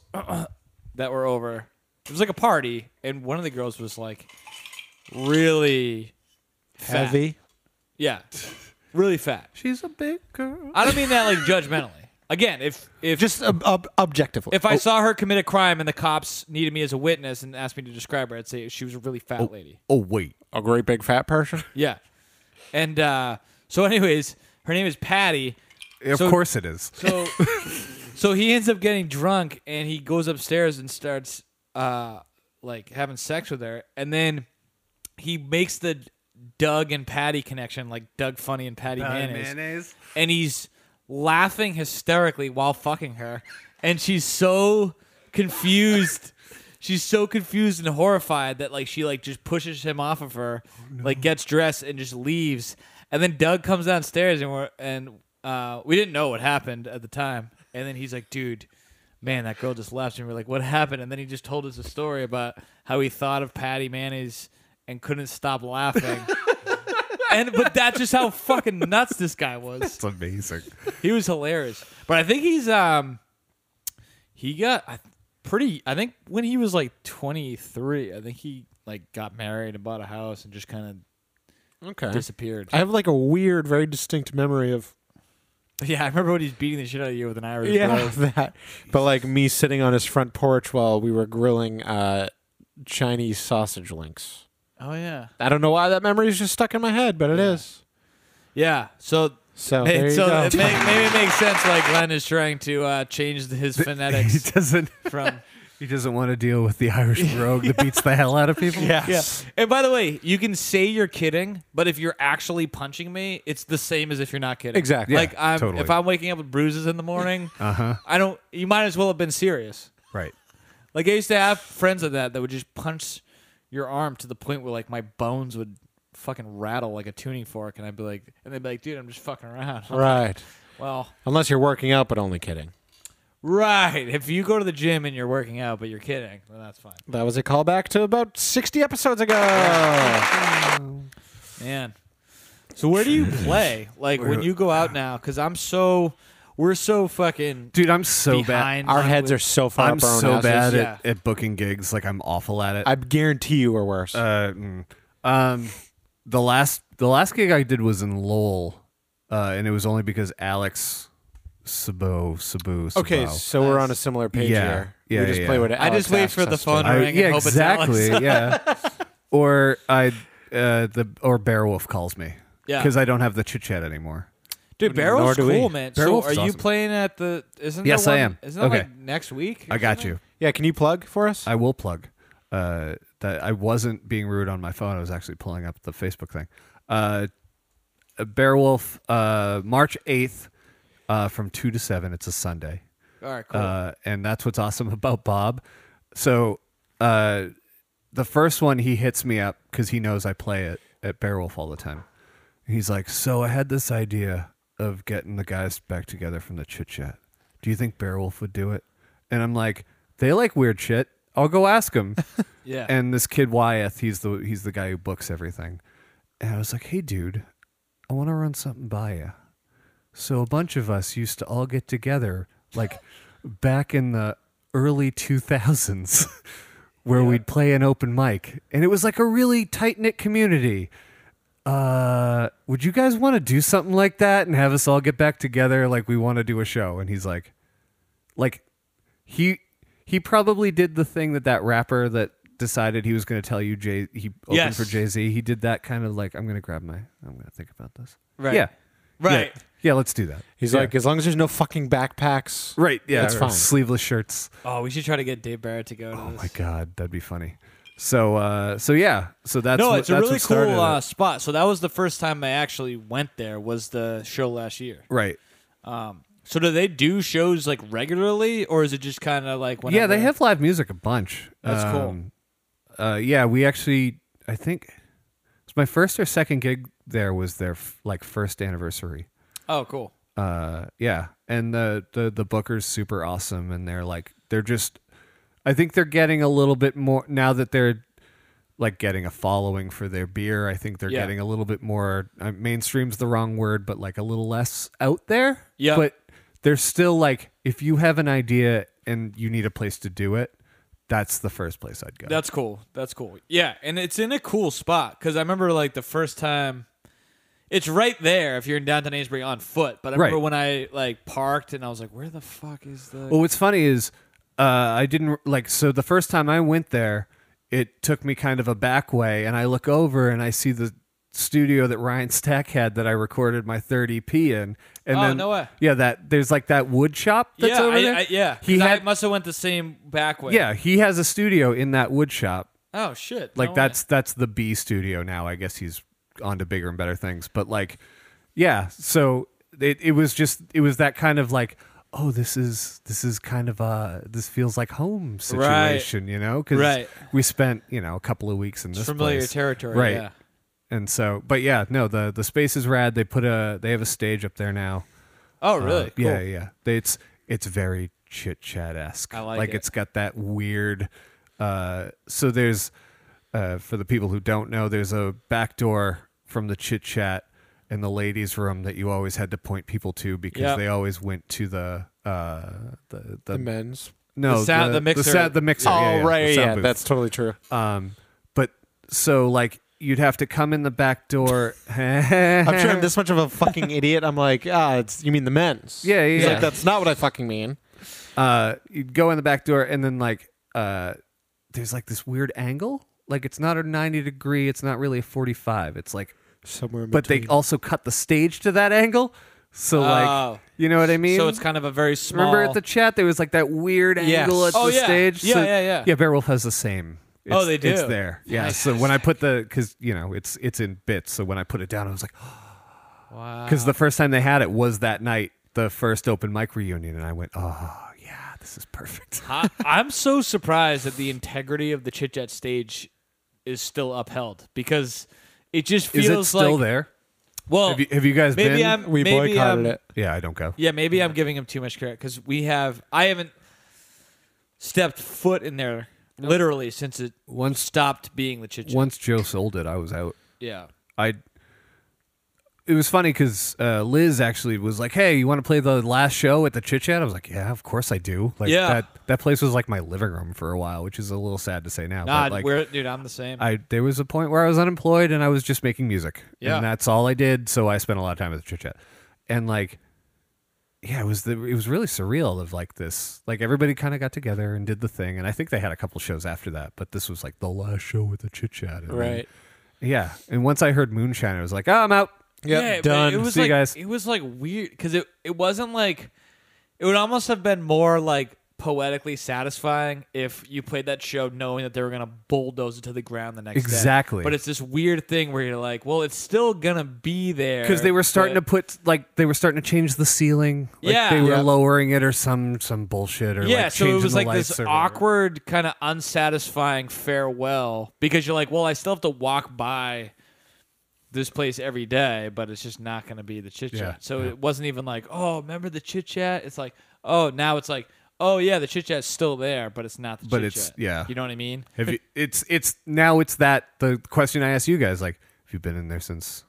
Speaker 1: that were over. It was like a party, and one of the girls was like really fat.
Speaker 4: Heavy.
Speaker 1: Yeah, really fat.
Speaker 3: She's a big girl.
Speaker 1: I don't mean that like judgmentally. Again, if if
Speaker 4: Just ob- ob- objectively. Oh,
Speaker 3: Oh.
Speaker 1: if I saw her commit a crime and the cops needed me as a witness and asked me to describe her, I'd say she was a really fat lady.
Speaker 3: Oh wait.
Speaker 4: a great big fat person,
Speaker 1: Yeah. And uh, so, anyways, her name is Patty.
Speaker 3: Of
Speaker 1: So-
Speaker 3: course it is.
Speaker 1: So, so he ends up getting drunk and he goes upstairs and starts uh, like having sex with her, and then he makes the Doug and Patty connection, like Doug Funny and Patty Mayonnaise, and he's laughing hysterically while fucking her, and she's so confused. She's so confused and horrified that like she like just pushes him off of her, like gets dressed and just leaves. And then Doug comes downstairs and we're and uh, we didn't know what happened at the time. And then he's like, "Dude, man, that girl just left." And we're like, "What happened?" And then he just told us a story about how he thought of Patty Mayonnaise and couldn't stop laughing. and but that's just how fucking nuts this guy was
Speaker 3: It's amazing.
Speaker 1: he was hilarious. But I think he's um he got I, pretty I think when he was like 23, I think he like got married and bought a house and just kind
Speaker 4: okay.
Speaker 1: of disappeared.
Speaker 4: I have like a weird, very distinct memory of
Speaker 1: yeah, I remember when he's beating the shit out of you with an Irish
Speaker 4: yeah
Speaker 1: brogue.
Speaker 4: that, but like me sitting on his front porch while we were grilling uh, Chinese sausage links.
Speaker 1: Oh yeah.
Speaker 4: I don't know why that memory is just stuck in my head, but it is.
Speaker 1: Yeah. So
Speaker 4: So
Speaker 1: Hey,
Speaker 4: there you
Speaker 1: so
Speaker 4: go.
Speaker 1: it may, maybe it makes sense like Glenn is trying to uh, change his
Speaker 3: He
Speaker 1: phonetics
Speaker 3: doesn't.
Speaker 1: from
Speaker 3: He doesn't want to deal with the Irish rogue that beats the hell out of people.
Speaker 4: yes.
Speaker 1: And by the way, you can say you're kidding, but if you're actually punching me, it's the same as if you're not kidding.
Speaker 4: Exactly.
Speaker 1: Like
Speaker 3: Yeah,
Speaker 1: I'm,
Speaker 3: totally.
Speaker 1: if I'm waking up with bruises in the morning, uh-huh. I don't. You might as well have been serious.
Speaker 3: Right.
Speaker 1: Like I used to have friends of that that would just punch your arm to the point where like my bones would fucking rattle like a tuning fork, and I'd be like, and they'd be like, dude, I'm just fucking around. I'm like,
Speaker 4: Right.
Speaker 1: well,
Speaker 4: Unless you're working out, but only kidding.
Speaker 1: right. If you go to the gym and you're working out, but you're kidding, then that's fine.
Speaker 4: That was a callback to about 60 episodes ago.
Speaker 1: Man. So where do you play? Like when you go out now? Because I'm so, we're so fucking
Speaker 3: Dude, I'm so
Speaker 1: behind.
Speaker 4: Our heads are so far
Speaker 3: bad. I'm
Speaker 4: up our own
Speaker 3: so
Speaker 4: asses.
Speaker 3: bad
Speaker 1: Yeah.
Speaker 3: at, at booking gigs. Like I'm awful at it.
Speaker 4: I guarantee you we're worse.
Speaker 3: Uh, mm. um, the last the last gig I did was in Lowell, uh, and it was only because Alex Sabo Sabo. Sabo.
Speaker 4: okay, so we're on a similar page
Speaker 3: Yeah.
Speaker 4: here.
Speaker 3: Yeah,
Speaker 4: we just
Speaker 3: yeah,
Speaker 4: play
Speaker 3: yeah.
Speaker 4: what
Speaker 1: I just
Speaker 4: Alex
Speaker 1: wait
Speaker 4: asks
Speaker 1: for the
Speaker 4: us to.
Speaker 1: phone
Speaker 3: I,
Speaker 1: ring
Speaker 3: yeah,
Speaker 1: and hope it's Alex.
Speaker 3: exactly. Yeah, or I uh, the or Beowulf calls me.
Speaker 1: Yeah.
Speaker 3: because I don't have the chit chat anymore.
Speaker 1: Dude, Barrel's
Speaker 4: Nor do
Speaker 1: cool,
Speaker 4: we.
Speaker 1: man.
Speaker 3: Barrel's
Speaker 1: so are you
Speaker 3: awesome.
Speaker 1: playing at the? Isn't
Speaker 3: Yes,
Speaker 1: there
Speaker 3: I
Speaker 1: one,
Speaker 3: am.
Speaker 1: Isn't that
Speaker 3: Okay.
Speaker 1: like next week?
Speaker 3: I got you.
Speaker 4: Yeah, can you plug for us?
Speaker 3: I will plug uh, that I wasn't being rude on my phone. I was actually pulling up the Facebook thing. Uh, Beowulf, uh, March eighth. uh, from two to seven. It's a Sunday.
Speaker 1: All right, cool.
Speaker 3: Uh, and that's what's awesome about Bob. So uh, the first one, he hits me up because he knows I play it at Beowulf all the time. He's like, So I had this idea of getting the guys back together from the chit chat. Do you think Beowulf would do it? And I'm like, They like weird shit. I'll go ask him.
Speaker 1: yeah.
Speaker 3: and this kid Wyeth, he's the he's the guy who books everything. And I was like, "Hey, dude, I want to run something by you." So a bunch of us used to all get together, like back in the early two thousands, where we'd play an open mic, and it was like a really tight knit community. Uh, would you guys want to do something like that and have us all get back together? Like we want to do a show, and he's like, like he he probably did the thing that that rapper that decided he was going to tell you Jay he opened
Speaker 1: Yes.
Speaker 3: for Jay Z. He did that kind of like I'm going to grab my I'm going to think about this.
Speaker 1: Right.
Speaker 3: Yeah.
Speaker 1: Right.
Speaker 3: Yeah. Yeah, let's do that.
Speaker 4: He's
Speaker 3: Yeah.
Speaker 4: like, as long as there's no fucking backpacks.
Speaker 3: right. Yeah.
Speaker 4: that's
Speaker 3: or
Speaker 4: fine.
Speaker 3: Sleeveless shirts.
Speaker 1: Oh, we should try to get Dave Barrett to go to
Speaker 3: Oh
Speaker 1: this.
Speaker 3: my god, that'd be funny. So uh so yeah, so that's
Speaker 1: no,
Speaker 3: what,
Speaker 1: it's a
Speaker 3: that's
Speaker 1: really
Speaker 3: what started
Speaker 1: cool
Speaker 3: it.
Speaker 1: uh, spot. So that was the first time I actually went there. Was the show last year?
Speaker 3: right.
Speaker 1: So do they do shows like regularly, or is it just kind of like whenever?
Speaker 3: Yeah, they have um, live music a bunch.
Speaker 1: That's cool.
Speaker 3: cool. Uh, yeah, we actually, I think it's my first or second gig there was their f- like first anniversary.
Speaker 1: Oh, cool.
Speaker 3: Uh, yeah, and the the the Booker's super awesome, and they're like they're just, I think they're getting a little bit more now that they're like getting a following for their beer. I think they're
Speaker 1: Yeah.
Speaker 3: getting a little bit more uh, mainstream's the wrong word, but like a little less out there.
Speaker 1: Yeah.
Speaker 3: but they're still like if you have an idea and you need a place to do it, that's the first place I'd go.
Speaker 1: That's cool. That's cool. Yeah, and it's in a cool spot because I remember like the first time. It's right there if you're in downtown Amesbury on foot. But I remember
Speaker 3: Right.
Speaker 1: when I like parked and I was like, "Where the fuck is the?"
Speaker 3: Well, what's funny is uh, I didn't like. So the first time I went there, it took me kind of a back way, and I look over and I see the studio that Ryan Stack had that I recorded my third EP in. And
Speaker 1: Oh,
Speaker 3: then,
Speaker 1: no way.
Speaker 3: Yeah, that there's like that wood shop that's
Speaker 1: yeah,
Speaker 3: over
Speaker 1: I,
Speaker 3: there.
Speaker 1: I, yeah.
Speaker 3: he had.
Speaker 1: must have went the same back way.
Speaker 3: yeah, he has a studio in that wood shop.
Speaker 1: Oh shit.
Speaker 3: Like
Speaker 1: no way.
Speaker 3: that's that's the B studio now. I guess he's on to bigger and better things. But like, yeah. So it it was just it was that kind of like, oh, this is this is kind of uh this feels like home
Speaker 1: Right.
Speaker 3: situation, you know? Because
Speaker 1: Right.
Speaker 3: we spent you know a couple of weeks in this
Speaker 1: familiar
Speaker 3: place.
Speaker 1: territory,
Speaker 3: right?
Speaker 1: yeah.
Speaker 3: And so, but yeah, no, the the space is rad. They put a they have a stage up there now.
Speaker 1: Oh really? Cool.
Speaker 3: Uh, Um, Yeah, yeah. They- It's it's very chit chat esque.
Speaker 1: I like it.
Speaker 3: has got that weird. Uh, so there's uh, for the people who don't know, there's a back door from the chit chat in the ladies' room that you always had to point people to because
Speaker 1: Yep.
Speaker 3: they always went to the uh, the the,
Speaker 4: The men's.
Speaker 3: no
Speaker 1: The sound- the mixer.
Speaker 3: the, sa- the mixer. yeah, yeah,
Speaker 4: oh,
Speaker 3: the
Speaker 4: right.
Speaker 3: sound
Speaker 4: yeah,
Speaker 3: booth.
Speaker 4: that's totally true.
Speaker 3: um, but so like you'd have to come in the back door.
Speaker 4: I'm sure I'm this much of a fucking idiot. I'm like, ah, it's, you mean the men's?
Speaker 3: Yeah, yeah,
Speaker 4: He's
Speaker 3: yeah.
Speaker 4: like, that's not what I fucking mean.
Speaker 3: uh you'd go in the back door and then like uh there's like this weird angle like it's not a 90 degree it's not really a 45 it's like
Speaker 4: Somewhere. In
Speaker 3: but they also cut the stage to that angle so
Speaker 1: Oh.
Speaker 3: like you know what i mean
Speaker 1: So it's kind of a very small.
Speaker 3: remember at the chat there was like that weird
Speaker 4: Yes.
Speaker 3: angle at
Speaker 1: Oh,
Speaker 3: the
Speaker 1: yeah.
Speaker 3: stage
Speaker 1: Yeah,
Speaker 3: so,
Speaker 1: yeah, yeah.
Speaker 3: yeah beowulf has the same it's,
Speaker 1: Oh, they do.
Speaker 3: it's there yeah so when i put the because you know it's it's in bits so when i put it down i was like
Speaker 1: Wow.
Speaker 3: because the first time they had it was that night the first open mic reunion and i went oh yeah this is perfect
Speaker 1: I, I'm so surprised that the integrity of the chit chat stage is still upheld because it just feels
Speaker 3: Is it still
Speaker 1: like
Speaker 3: there?
Speaker 1: well.
Speaker 3: Have you, have you guys
Speaker 1: maybe
Speaker 3: been?
Speaker 1: I'm
Speaker 4: we
Speaker 1: maybe I'm-
Speaker 4: boycotted it.
Speaker 3: yeah, I don't go.
Speaker 1: Yeah, maybe I'm giving him too much credit because we have I haven't stepped foot in there literally since it
Speaker 3: Once-
Speaker 1: stopped being the chit chat.
Speaker 3: Once Joe sold it, I was out.
Speaker 1: yeah.
Speaker 3: I. It was funny because uh, Liz actually was like, "Hey, you want to play the last show at the Chit Chat?" I was like, "Yeah, of course I do." Like
Speaker 1: Yeah.
Speaker 3: that that place was like my living room for a while, which is a little sad to say now.
Speaker 1: Nah,
Speaker 3: but like,
Speaker 1: we're, dude, I'm the same.
Speaker 3: I there was a point where I was unemployed and I was just making music.
Speaker 1: Yeah.
Speaker 3: And that's all I did, so I spent a lot of time at the chit chat. And like yeah, it was the it was really surreal of like this. Like everybody kind of got together and did the thing and I think they had a couple shows after that, but this was like the last show with the chit chat.
Speaker 4: Right.
Speaker 3: yeah. And once I heard Moonshine, I was like, "Oh, I'm out."
Speaker 1: yeah, but
Speaker 4: done.
Speaker 1: It was
Speaker 3: See you
Speaker 1: like
Speaker 3: guys.
Speaker 1: it was like weird because it it wasn't like it would almost have been more like poetically satisfying if you played that show knowing that they were gonna bulldoze it to the ground the next day.
Speaker 3: Exactly.
Speaker 1: But it's this weird thing where you're like, well, it's still gonna be there
Speaker 3: because they were starting to
Speaker 1: but-
Speaker 3: put like they were starting to change the ceiling. Like,
Speaker 1: Yeah.
Speaker 3: they were
Speaker 1: Yeah.
Speaker 3: lowering it or some some bullshit or
Speaker 1: yeah,
Speaker 3: Like,
Speaker 1: so it
Speaker 3: changing
Speaker 1: was
Speaker 3: the
Speaker 1: like this
Speaker 3: lights or whatever.
Speaker 1: awkward, kind of unsatisfying farewell because you're like, well, I still have to walk by this place every day, but it's just not going to be the chit chat.
Speaker 3: Yeah,
Speaker 1: so it wasn't even like, oh, remember the chit chat? It's like, oh, now it's like, oh yeah, the chit chat's still there, but it's not the
Speaker 3: But
Speaker 1: chit
Speaker 3: it's-
Speaker 1: chat.
Speaker 3: yeah.
Speaker 1: you know what I mean?
Speaker 3: Have you, it's it's now it's that the question I asked you guys like have you been in there since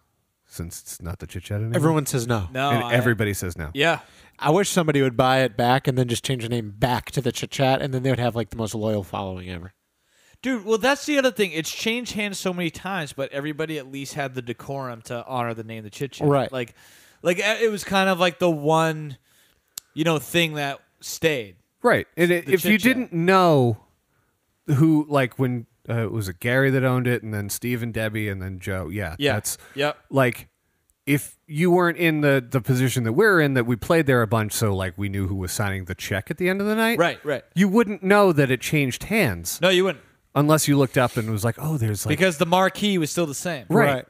Speaker 3: since it's not the chit chat anymore?
Speaker 4: Everyone says no.
Speaker 1: No,
Speaker 3: and
Speaker 1: Oh, I-
Speaker 3: everybody says no.
Speaker 1: yeah,
Speaker 4: I wish somebody would buy it back and then just change the name back to the chit chat, and then they would have like the most loyal following ever.
Speaker 1: dude. Well, that's the other thing. It's changed hands so many times, but everybody at least had the decorum to honor the name of the chit chat.
Speaker 4: Right.
Speaker 1: Like, like uh, it was kind of like the one, you know, thing that stayed.
Speaker 3: Right. And it,
Speaker 1: The
Speaker 3: if you
Speaker 1: chit-chat.
Speaker 3: didn't know who like when uh, it was a Gary that owned it and then Steve and Debbie and then Joe. Yeah.
Speaker 1: Yeah.
Speaker 3: That's
Speaker 1: Yep.
Speaker 3: like if you weren't in the the position that we're in that we played there a bunch so like we knew who was signing the check at the end of the night.
Speaker 1: Right, right.
Speaker 3: You wouldn't know that it changed hands
Speaker 1: No, you wouldn't
Speaker 3: unless you looked up and was like, "Oh, there's like
Speaker 1: because the marquee was still the same.
Speaker 3: Right.
Speaker 4: Right.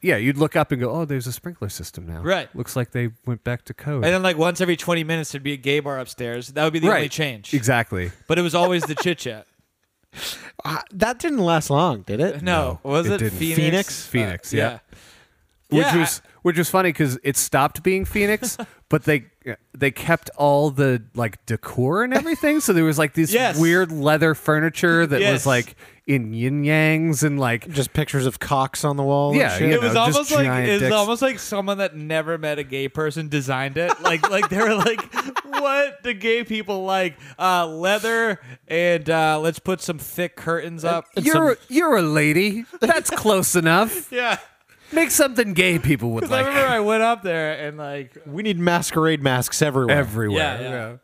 Speaker 3: Yeah, you'd look up and go, "Oh, there's a sprinkler system now."
Speaker 1: Right.
Speaker 3: Looks like they went back to code.
Speaker 1: And then like once every twenty minutes there'd be a gay bar upstairs. That would be the
Speaker 3: right.
Speaker 1: only change.
Speaker 3: Exactly.
Speaker 1: But it was always the chit chat.
Speaker 4: Uh, that didn't last long, did it?
Speaker 1: No, was
Speaker 3: it
Speaker 1: it,
Speaker 3: didn't.
Speaker 1: Phoenix?
Speaker 4: Phoenix?
Speaker 3: Phoenix,
Speaker 1: Uh,
Speaker 3: yeah. Which
Speaker 1: Yeah,
Speaker 3: was which was funny because it stopped being Phoenix, but they they kept all the like decor and everything. So there was like this
Speaker 1: Yes.
Speaker 3: weird leather furniture that
Speaker 1: Yes.
Speaker 3: was like in yin yangs and like
Speaker 4: Just pictures of cocks on the wall. and
Speaker 3: Yeah,
Speaker 4: shit?
Speaker 3: you
Speaker 1: it was
Speaker 3: know, just
Speaker 1: almost like
Speaker 3: giant
Speaker 1: it was
Speaker 3: dicks.
Speaker 1: almost like someone that never met a gay person designed it. Like like they were like, what do gay people like? Uh, leather and uh, let's put some thick curtains up.
Speaker 3: you're you're a lady. That's close enough.
Speaker 1: yeah.
Speaker 3: Make something gay people would
Speaker 1: 'Cause I
Speaker 3: like
Speaker 1: remember I went up there and like
Speaker 4: We need masquerade masks everywhere.
Speaker 3: everywhere.
Speaker 1: Yeah, yeah.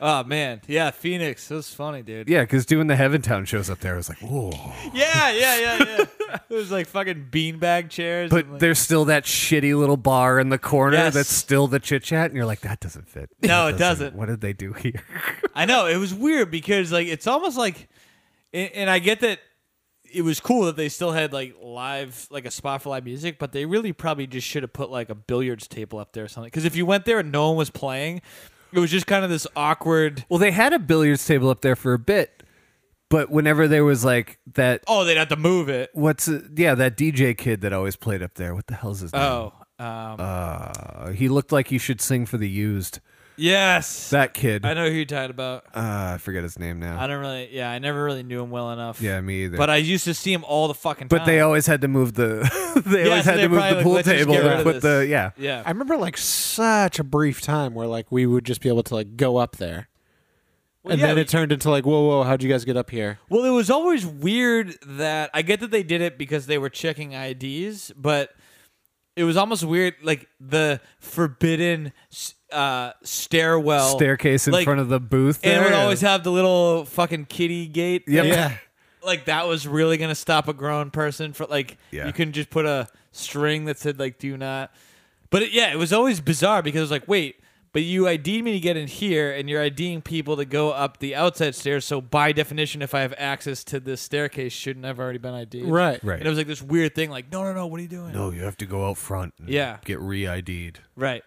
Speaker 1: Oh man, yeah, Phoenix. That was funny, dude.
Speaker 3: Yeah, because doing the Heaven Town shows up there was like, whoa.
Speaker 1: yeah, yeah, yeah. yeah. it was like fucking beanbag chairs.
Speaker 3: But
Speaker 1: and, like,
Speaker 3: there's still that shitty little bar in the corner
Speaker 1: Yes.
Speaker 3: that's still the chit chat, and you're like, that doesn't fit.
Speaker 1: No,
Speaker 3: That
Speaker 1: it doesn't.
Speaker 3: What did they do here?
Speaker 1: I know it was weird because like it's almost like, and, and I get that it was cool that they still had like live like a spot for live music, but they really probably just should have put like a billiards table up there or something. Because if you went there and no one was playing, it was just kind of this awkward.
Speaker 3: Well, they had a billiards table up there for a bit, but whenever there was like that,
Speaker 1: Oh, they'd have to move it.
Speaker 3: what's it- yeah, that DJ kid that always played up there. What the hell's his name?
Speaker 1: Oh, um,
Speaker 3: Uh, he looked like he should sing for the used.
Speaker 1: yes.
Speaker 3: That kid.
Speaker 1: I know who you're talking about.
Speaker 3: Uh, I forget his name now.
Speaker 1: I don't really. Yeah, I never really knew him well enough.
Speaker 3: yeah, me either.
Speaker 1: But I used to see him all the fucking time.
Speaker 3: But they always had to move the. they
Speaker 1: Yeah,
Speaker 3: always
Speaker 1: so
Speaker 3: had
Speaker 1: they
Speaker 3: to move
Speaker 1: probably
Speaker 3: the
Speaker 1: like,
Speaker 3: pool
Speaker 1: "Let's just
Speaker 3: table
Speaker 1: get rid
Speaker 3: and
Speaker 1: of
Speaker 3: put the
Speaker 1: this."
Speaker 3: yeah.
Speaker 1: Yeah.
Speaker 4: I remember like such a brief time where like we would just be able to like go up there. and
Speaker 1: yeah,
Speaker 4: then
Speaker 1: we-
Speaker 4: it turned into like, whoa, whoa, how'd you guys get up here?
Speaker 1: Well, it was always weird that I get that they did it because they were checking IDs, but it was almost weird, like the forbidden s- uh, stairwell
Speaker 3: Staircase in
Speaker 1: like,
Speaker 3: front of the booth.
Speaker 1: and it would
Speaker 3: there.
Speaker 1: always have the little fucking kitty gate.
Speaker 3: Yep.
Speaker 1: thing. like that was really gonna stop a grown person for like
Speaker 3: Yeah.
Speaker 1: you couldn't just put a string that said like do not. But it, yeah, it was always bizarre because it was like wait, but you ID'd me to get in here, and you're IDing people to go up the outside stairs. So by definition, if I have access to this staircase, shouldn't have already been ID'd.
Speaker 4: Right.
Speaker 3: Right.
Speaker 1: And it was like this weird thing, like no, no, no, what are you doing?
Speaker 3: No, you have to go out front. And
Speaker 1: Yeah.
Speaker 3: Get re-ID'd.
Speaker 1: Right.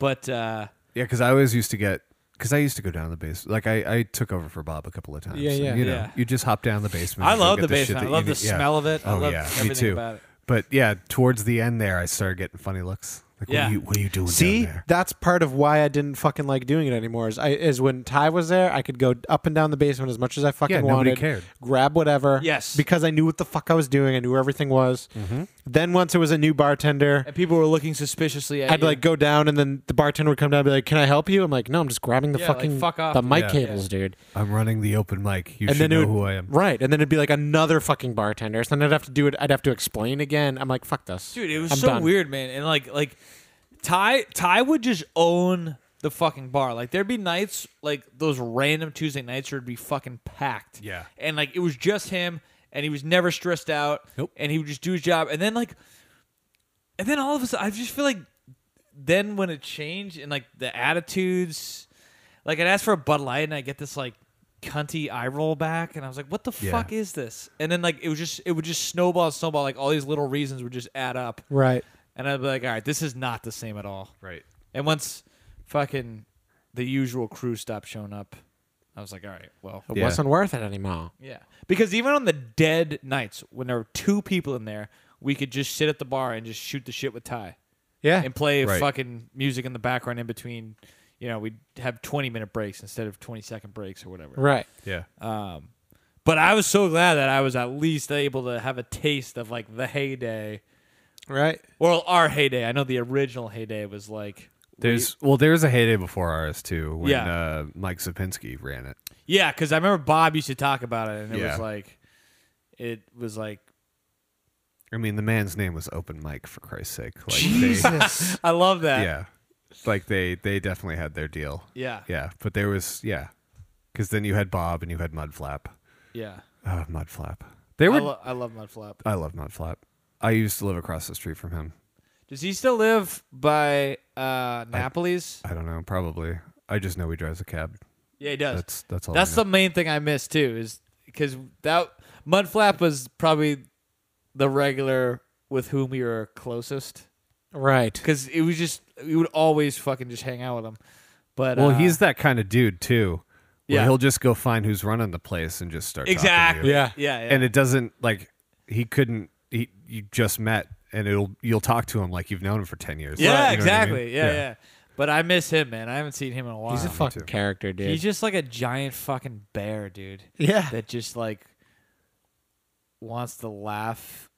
Speaker 1: But uh,
Speaker 3: Yeah, because I always used to get. Because I used to go down the base. Like I, I took over for Bob a couple of times.
Speaker 4: Yeah,
Speaker 3: and,
Speaker 4: yeah.
Speaker 3: you know,
Speaker 1: Yeah.
Speaker 3: you just hop down the basement.
Speaker 1: I
Speaker 3: and go
Speaker 1: love
Speaker 3: get
Speaker 1: the
Speaker 3: shit
Speaker 1: basement. I
Speaker 3: that
Speaker 1: love
Speaker 3: you
Speaker 1: the
Speaker 3: need- yeah.
Speaker 1: smell of it. I
Speaker 3: Oh
Speaker 1: love
Speaker 3: yeah, me
Speaker 1: everything
Speaker 3: too.
Speaker 1: about it.
Speaker 3: But yeah, towards the end there, I started getting funny looks. Like, what
Speaker 1: Yeah.
Speaker 3: are you, what are you doing
Speaker 4: See,
Speaker 3: down there?
Speaker 4: that's part of why I didn't fucking like doing it anymore. Is I is when Ty was there, I could go up and down the basement as much as I fucking
Speaker 3: Yeah, nobody
Speaker 4: wanted,
Speaker 3: cared.
Speaker 4: grab whatever.
Speaker 1: Yes.
Speaker 4: because I knew what the fuck I was doing. I knew where everything was. Then once it was a new bartender,
Speaker 1: and people were looking suspiciously at
Speaker 4: I'd
Speaker 1: you.
Speaker 4: like go down, and then the bartender would come down and be like, "Can I help you?" I'm like, "No, I'm just grabbing the
Speaker 1: Yeah, like,
Speaker 4: fucking
Speaker 1: fuck off,
Speaker 4: the
Speaker 1: dude.
Speaker 4: mic
Speaker 1: Yeah.
Speaker 4: cables, dude."
Speaker 3: I'm running the open mic. You
Speaker 4: and
Speaker 3: should
Speaker 4: then it
Speaker 3: know
Speaker 4: would,
Speaker 3: who I am.
Speaker 4: right? And then it'd be like another fucking bartender. So then I'd have to do it. I'd have to explain again. I'm like, "Fuck this,
Speaker 1: dude it was
Speaker 4: I'm
Speaker 1: so
Speaker 4: done.
Speaker 1: weird man and like like ty ty would just own the fucking bar like there'd be nights like those random tuesday nights would be fucking packed
Speaker 3: Yeah.
Speaker 1: and like it was just him and he was never stressed out
Speaker 3: Nope.
Speaker 1: and he would just do his job and then like and then all of a sudden i just feel like then when it changed and like the attitudes Like I'd ask for a Bud Light and I get this like cunty eye roll back, and I was like, "What the
Speaker 3: Yeah.
Speaker 1: fuck is this?" And then like it was just it would just snowball, and snowball. Like all these little reasons would just add up,
Speaker 4: Right.
Speaker 1: and I'd be like, "All right, this is not the same at all."
Speaker 3: Right.
Speaker 1: And once fucking the usual crew stopped showing up, I was like, "All right, well,
Speaker 4: It
Speaker 3: Yeah.
Speaker 4: wasn't worth it anymore.
Speaker 1: yeah." Because even on the dead nights when there were two people in there, we could just sit at the bar and just shoot the shit with Ty
Speaker 4: Yeah.
Speaker 1: and play
Speaker 3: Right.
Speaker 1: fucking music in the background in between. You know, we'd have 20 minute breaks instead of 20 second breaks or whatever.
Speaker 4: Right.
Speaker 3: Yeah.
Speaker 1: Uh, But I was so glad that I was at least able to have a taste of like the heyday.
Speaker 4: Right.
Speaker 1: Well, our heyday. I know the original heyday was like.
Speaker 3: There's well, there was a heyday before ours too when
Speaker 1: Yeah.
Speaker 3: uh, Mike Sapinski ran it.
Speaker 1: Yeah, because I remember Bob used to talk about it and it
Speaker 3: Yeah.
Speaker 1: was like. It was like.
Speaker 3: I mean, the man's name was Open Mike for Christ's sake. Like They,
Speaker 4: Jesus.
Speaker 1: I love that.
Speaker 3: yeah, like they they definitely had their deal.
Speaker 1: Yeah.
Speaker 3: yeah, but there was yeah, because then you had Bob and you had Mudflap.
Speaker 1: Yeah.
Speaker 3: Oh, Mudflap. They were.
Speaker 1: I,
Speaker 3: I,
Speaker 1: lo- I love Mudflap.
Speaker 3: love Mudflap. I used to live across the street from him.
Speaker 1: Does he still live by uh, Napoli's?
Speaker 3: I don't know, probably. I just know he drives a cab.
Speaker 1: Yeah, he does.
Speaker 3: That's that's all. I
Speaker 1: That's
Speaker 3: know.
Speaker 1: the main thing I miss too, is because that Mudflap was probably the regular with whom we were closest.
Speaker 4: Right.
Speaker 1: Because it was just we would always fucking just hang out with him. But
Speaker 3: Well,
Speaker 1: uh,
Speaker 3: he's that kind of dude too. where
Speaker 1: Yeah.
Speaker 3: he'll just go find who's running the place and just start talking to you.
Speaker 1: exactly
Speaker 4: Yeah.
Speaker 1: yeah yeah.
Speaker 3: and it doesn't like he couldn't he you just met and it'll you'll talk to him like you've known him for 10 years
Speaker 1: yeah
Speaker 3: You know what I
Speaker 1: exactly
Speaker 3: mean?
Speaker 1: yeah, yeah But I miss him, man. I haven't seen him in a while.
Speaker 4: He's a fucking character, dude.
Speaker 1: He's just like a giant fucking bear, dude.
Speaker 4: Yeah.
Speaker 1: That just like wants to laugh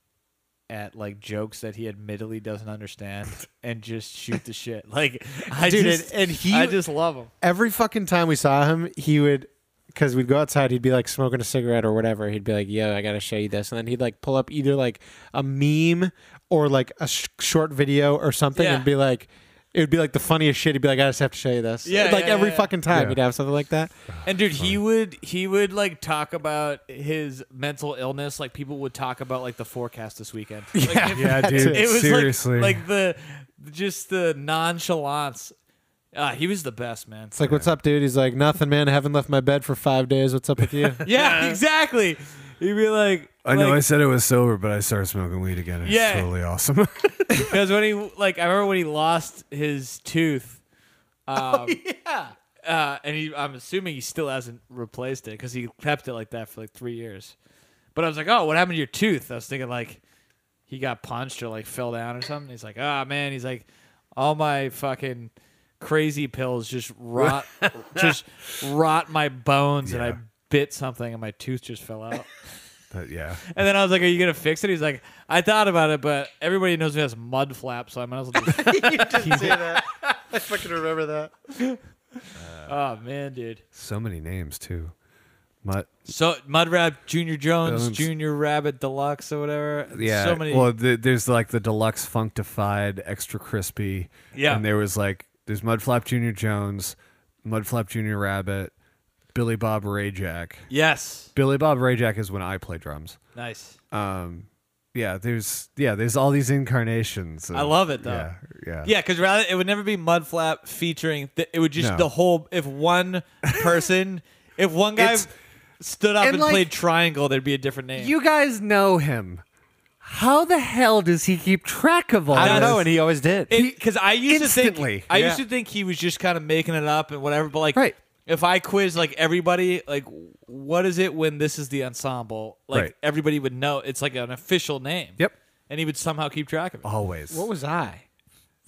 Speaker 1: at like jokes that he admittedly doesn't understand and just shoot the shit. Like I
Speaker 4: Dude,
Speaker 1: just
Speaker 4: and- and he-
Speaker 1: I just love him.
Speaker 4: every fucking time we saw him, he would, because we'd go outside, he'd be like smoking a cigarette or whatever. He'd be like, yo, I got to show you this. And then he'd like pull up either like a meme or like a sh- short video or something
Speaker 1: Yeah.
Speaker 4: and be like, it would be like the funniest shit. He'd be like, I just have to show you this.
Speaker 1: Yeah,
Speaker 4: Like
Speaker 1: yeah,
Speaker 4: every
Speaker 1: yeah.
Speaker 4: fucking time
Speaker 3: Yeah.
Speaker 4: he'd have something like that.
Speaker 1: And dude, he would he would like talk about his mental illness. Like people would talk about like the forecast this weekend. Like,
Speaker 4: Yeah.
Speaker 1: if-
Speaker 3: yeah dude
Speaker 1: it was
Speaker 3: seriously
Speaker 1: like like the just the nonchalance. Uh, he was the best man.
Speaker 4: It's like, what's up, dude? He's like, nothing, man. I haven't left my bed for five days. What's up with you?
Speaker 1: Yeah, exactly. He'd be like,
Speaker 3: i know
Speaker 1: like-
Speaker 3: i said it was sober but i started smoking weed again and
Speaker 1: Yeah.
Speaker 3: it's totally awesome
Speaker 1: Because when he like, I remember when he lost his tooth. Um, yeah. Uh, and he, I'm assuming he still hasn't replaced it because he kept it like that for like three years. But I was like, oh, what happened to your tooth? I was thinking like, he got punched or like fell down or something. He's like, ah man. He's like, all my fucking crazy pills just rot, just rot my bones, and I
Speaker 3: Yeah.
Speaker 1: bit something and my tooth just fell out.
Speaker 3: but yeah
Speaker 1: And then I was like, "Are you gonna fix it?" He's like, "I thought about it, but everybody knows me as mud flap, so I might as well." Just-
Speaker 4: I fucking remember that.
Speaker 1: oh man, dude.
Speaker 3: so many names too but
Speaker 1: So mud rap, Junior Jones,
Speaker 3: Jones.
Speaker 1: Junior Rabbit Deluxe, or whatever.
Speaker 3: yeah
Speaker 1: So many.
Speaker 3: well th there's like the deluxe functified extra crispy
Speaker 1: Yeah.
Speaker 3: and there was like there's mudflap junior jones mudflap junior rabbit billy bob rayjack
Speaker 1: yes.
Speaker 3: billy bob rayjack is when i play drums
Speaker 1: Nice.
Speaker 3: yeah there's yeah there's all these incarnations of-
Speaker 1: I love it, though.
Speaker 3: um, yeah yeah
Speaker 1: Yeah, because rather it would never be mud flap featuring. Th- it would just
Speaker 3: No.
Speaker 1: the whole. If one person, if one guy
Speaker 3: It's-
Speaker 1: stood up and,
Speaker 3: and, like-
Speaker 1: played triangle, there'd be a different name.
Speaker 3: you guys know him how the hell does he keep track of all
Speaker 4: I don't
Speaker 3: this?
Speaker 4: know, and he always did.
Speaker 1: because I used to
Speaker 3: Instantly.
Speaker 1: think I used to think he was just kind of making it up and whatever. But like,
Speaker 3: Right.
Speaker 1: if I quiz like everybody, like what is it when this is the ensemble? Like
Speaker 3: Right.
Speaker 1: everybody would know it's like an official name.
Speaker 3: Yep.
Speaker 1: And he would somehow keep track of it.
Speaker 3: always
Speaker 4: What was I?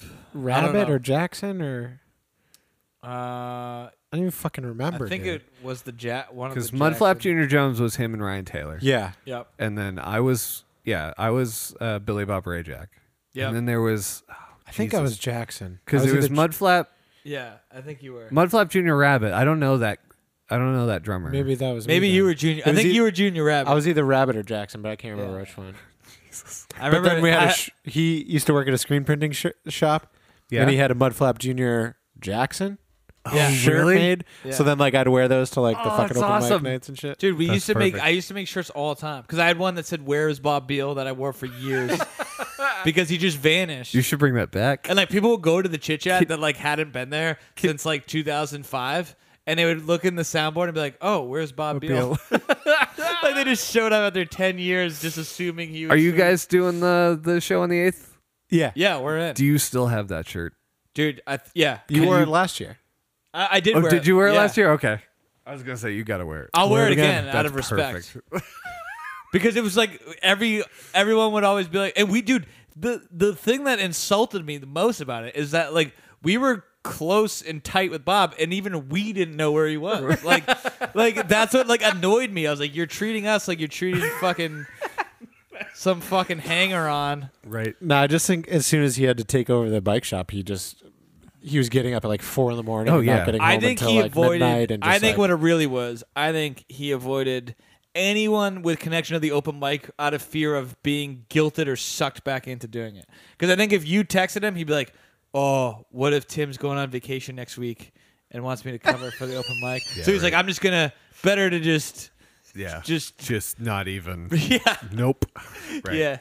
Speaker 1: know.
Speaker 4: Rabbit or Jackson or
Speaker 1: Uh,
Speaker 4: I don't even fucking remember.
Speaker 1: I think
Speaker 4: dude.
Speaker 1: it was the Jack one of the
Speaker 3: because mudflap
Speaker 1: Jackson-
Speaker 3: junior jones was him and ryan taylor
Speaker 4: Yeah.
Speaker 1: Yep.
Speaker 3: and then i was yeah i was uh, billy bob rayjack
Speaker 1: Yep.
Speaker 3: and then there was
Speaker 4: I think I was Jackson.
Speaker 3: because
Speaker 4: I
Speaker 3: it was
Speaker 4: either-
Speaker 3: mudflap
Speaker 1: Yeah, I think you were.
Speaker 3: mudflap junior rabbit i don't know that i don't know that drummer
Speaker 4: Maybe that was me
Speaker 1: Maybe you
Speaker 4: then.
Speaker 1: were junior.
Speaker 4: It
Speaker 1: I
Speaker 4: was
Speaker 1: think
Speaker 4: e-
Speaker 1: you were junior rabbit.
Speaker 4: I was either Rabbit or Jackson, but I can't remember
Speaker 1: Yeah.
Speaker 4: which one.
Speaker 1: I
Speaker 4: But
Speaker 1: remember
Speaker 4: then we had
Speaker 1: I-
Speaker 4: a sh- he used to work at a screen printing sh- shop,
Speaker 3: Yeah.
Speaker 4: and he had a Mudflap Junior Jackson
Speaker 1: yeah.
Speaker 4: shirt
Speaker 3: Really?
Speaker 4: made.
Speaker 1: Yeah.
Speaker 4: So then, like, I'd wear those to like the
Speaker 3: Oh,
Speaker 4: fucking
Speaker 3: that's
Speaker 4: open
Speaker 3: awesome.
Speaker 4: mic nights and shit.
Speaker 1: Dude, we
Speaker 3: That's
Speaker 1: used to make.
Speaker 3: perfect.
Speaker 1: I used to make shirts all the time because I had one that said "Where is Bob Beal" that I wore for years because he just vanished.
Speaker 3: you should bring that back
Speaker 1: And like people would go to the chit chat that like hadn't been there since like 2005, and they would look in the soundboard and be like, "Oh, where's Bob Beal?" like they just showed up after ten years, just assuming he. Was
Speaker 3: Are you
Speaker 1: doing-
Speaker 3: guys doing the the show on the eighth?
Speaker 4: Yeah.
Speaker 1: Yeah, we're in,
Speaker 3: Do you still have that shirt?
Speaker 1: dude. I th- yeah,
Speaker 4: You wore it last year.
Speaker 1: I, I did.
Speaker 3: Oh,
Speaker 1: wear
Speaker 3: did you wear it
Speaker 1: yeah.
Speaker 3: last year? Okay. I was gonna say you gotta wear it.
Speaker 1: I'll wear, it again, out
Speaker 3: That's
Speaker 1: of respect.
Speaker 3: perfect.
Speaker 1: because it was like every everyone would always be like, and we, dude, the the thing that insulted me the most about it is that like we were close and tight with Bob, and even we didn't know where he was. Like, like that's what like annoyed me. I was like, you're treating us like you're treating fucking some fucking hanger on.
Speaker 3: Right.
Speaker 4: No, I just think as soon as he had to take over the bike shop, he just he was getting up at like four in the morning.
Speaker 3: Oh,
Speaker 4: and
Speaker 3: yeah.
Speaker 4: not getting
Speaker 1: I
Speaker 4: home
Speaker 1: think
Speaker 4: until
Speaker 1: he
Speaker 4: like
Speaker 1: avoided.
Speaker 4: midnight. And just
Speaker 1: I think
Speaker 4: like,
Speaker 1: what it really was. I think he avoided anyone with connection to the open mic out of fear of being guilted or sucked back into doing it. Because I think if you texted him, he'd be like, "Oh, what if Tim's going on vacation next week and wants me to cover for the open mic?" so he's like, "I'm just gonna better to just
Speaker 3: Yeah.
Speaker 1: Just-
Speaker 3: just not even.
Speaker 1: yeah
Speaker 3: nope. Right.
Speaker 1: yeah."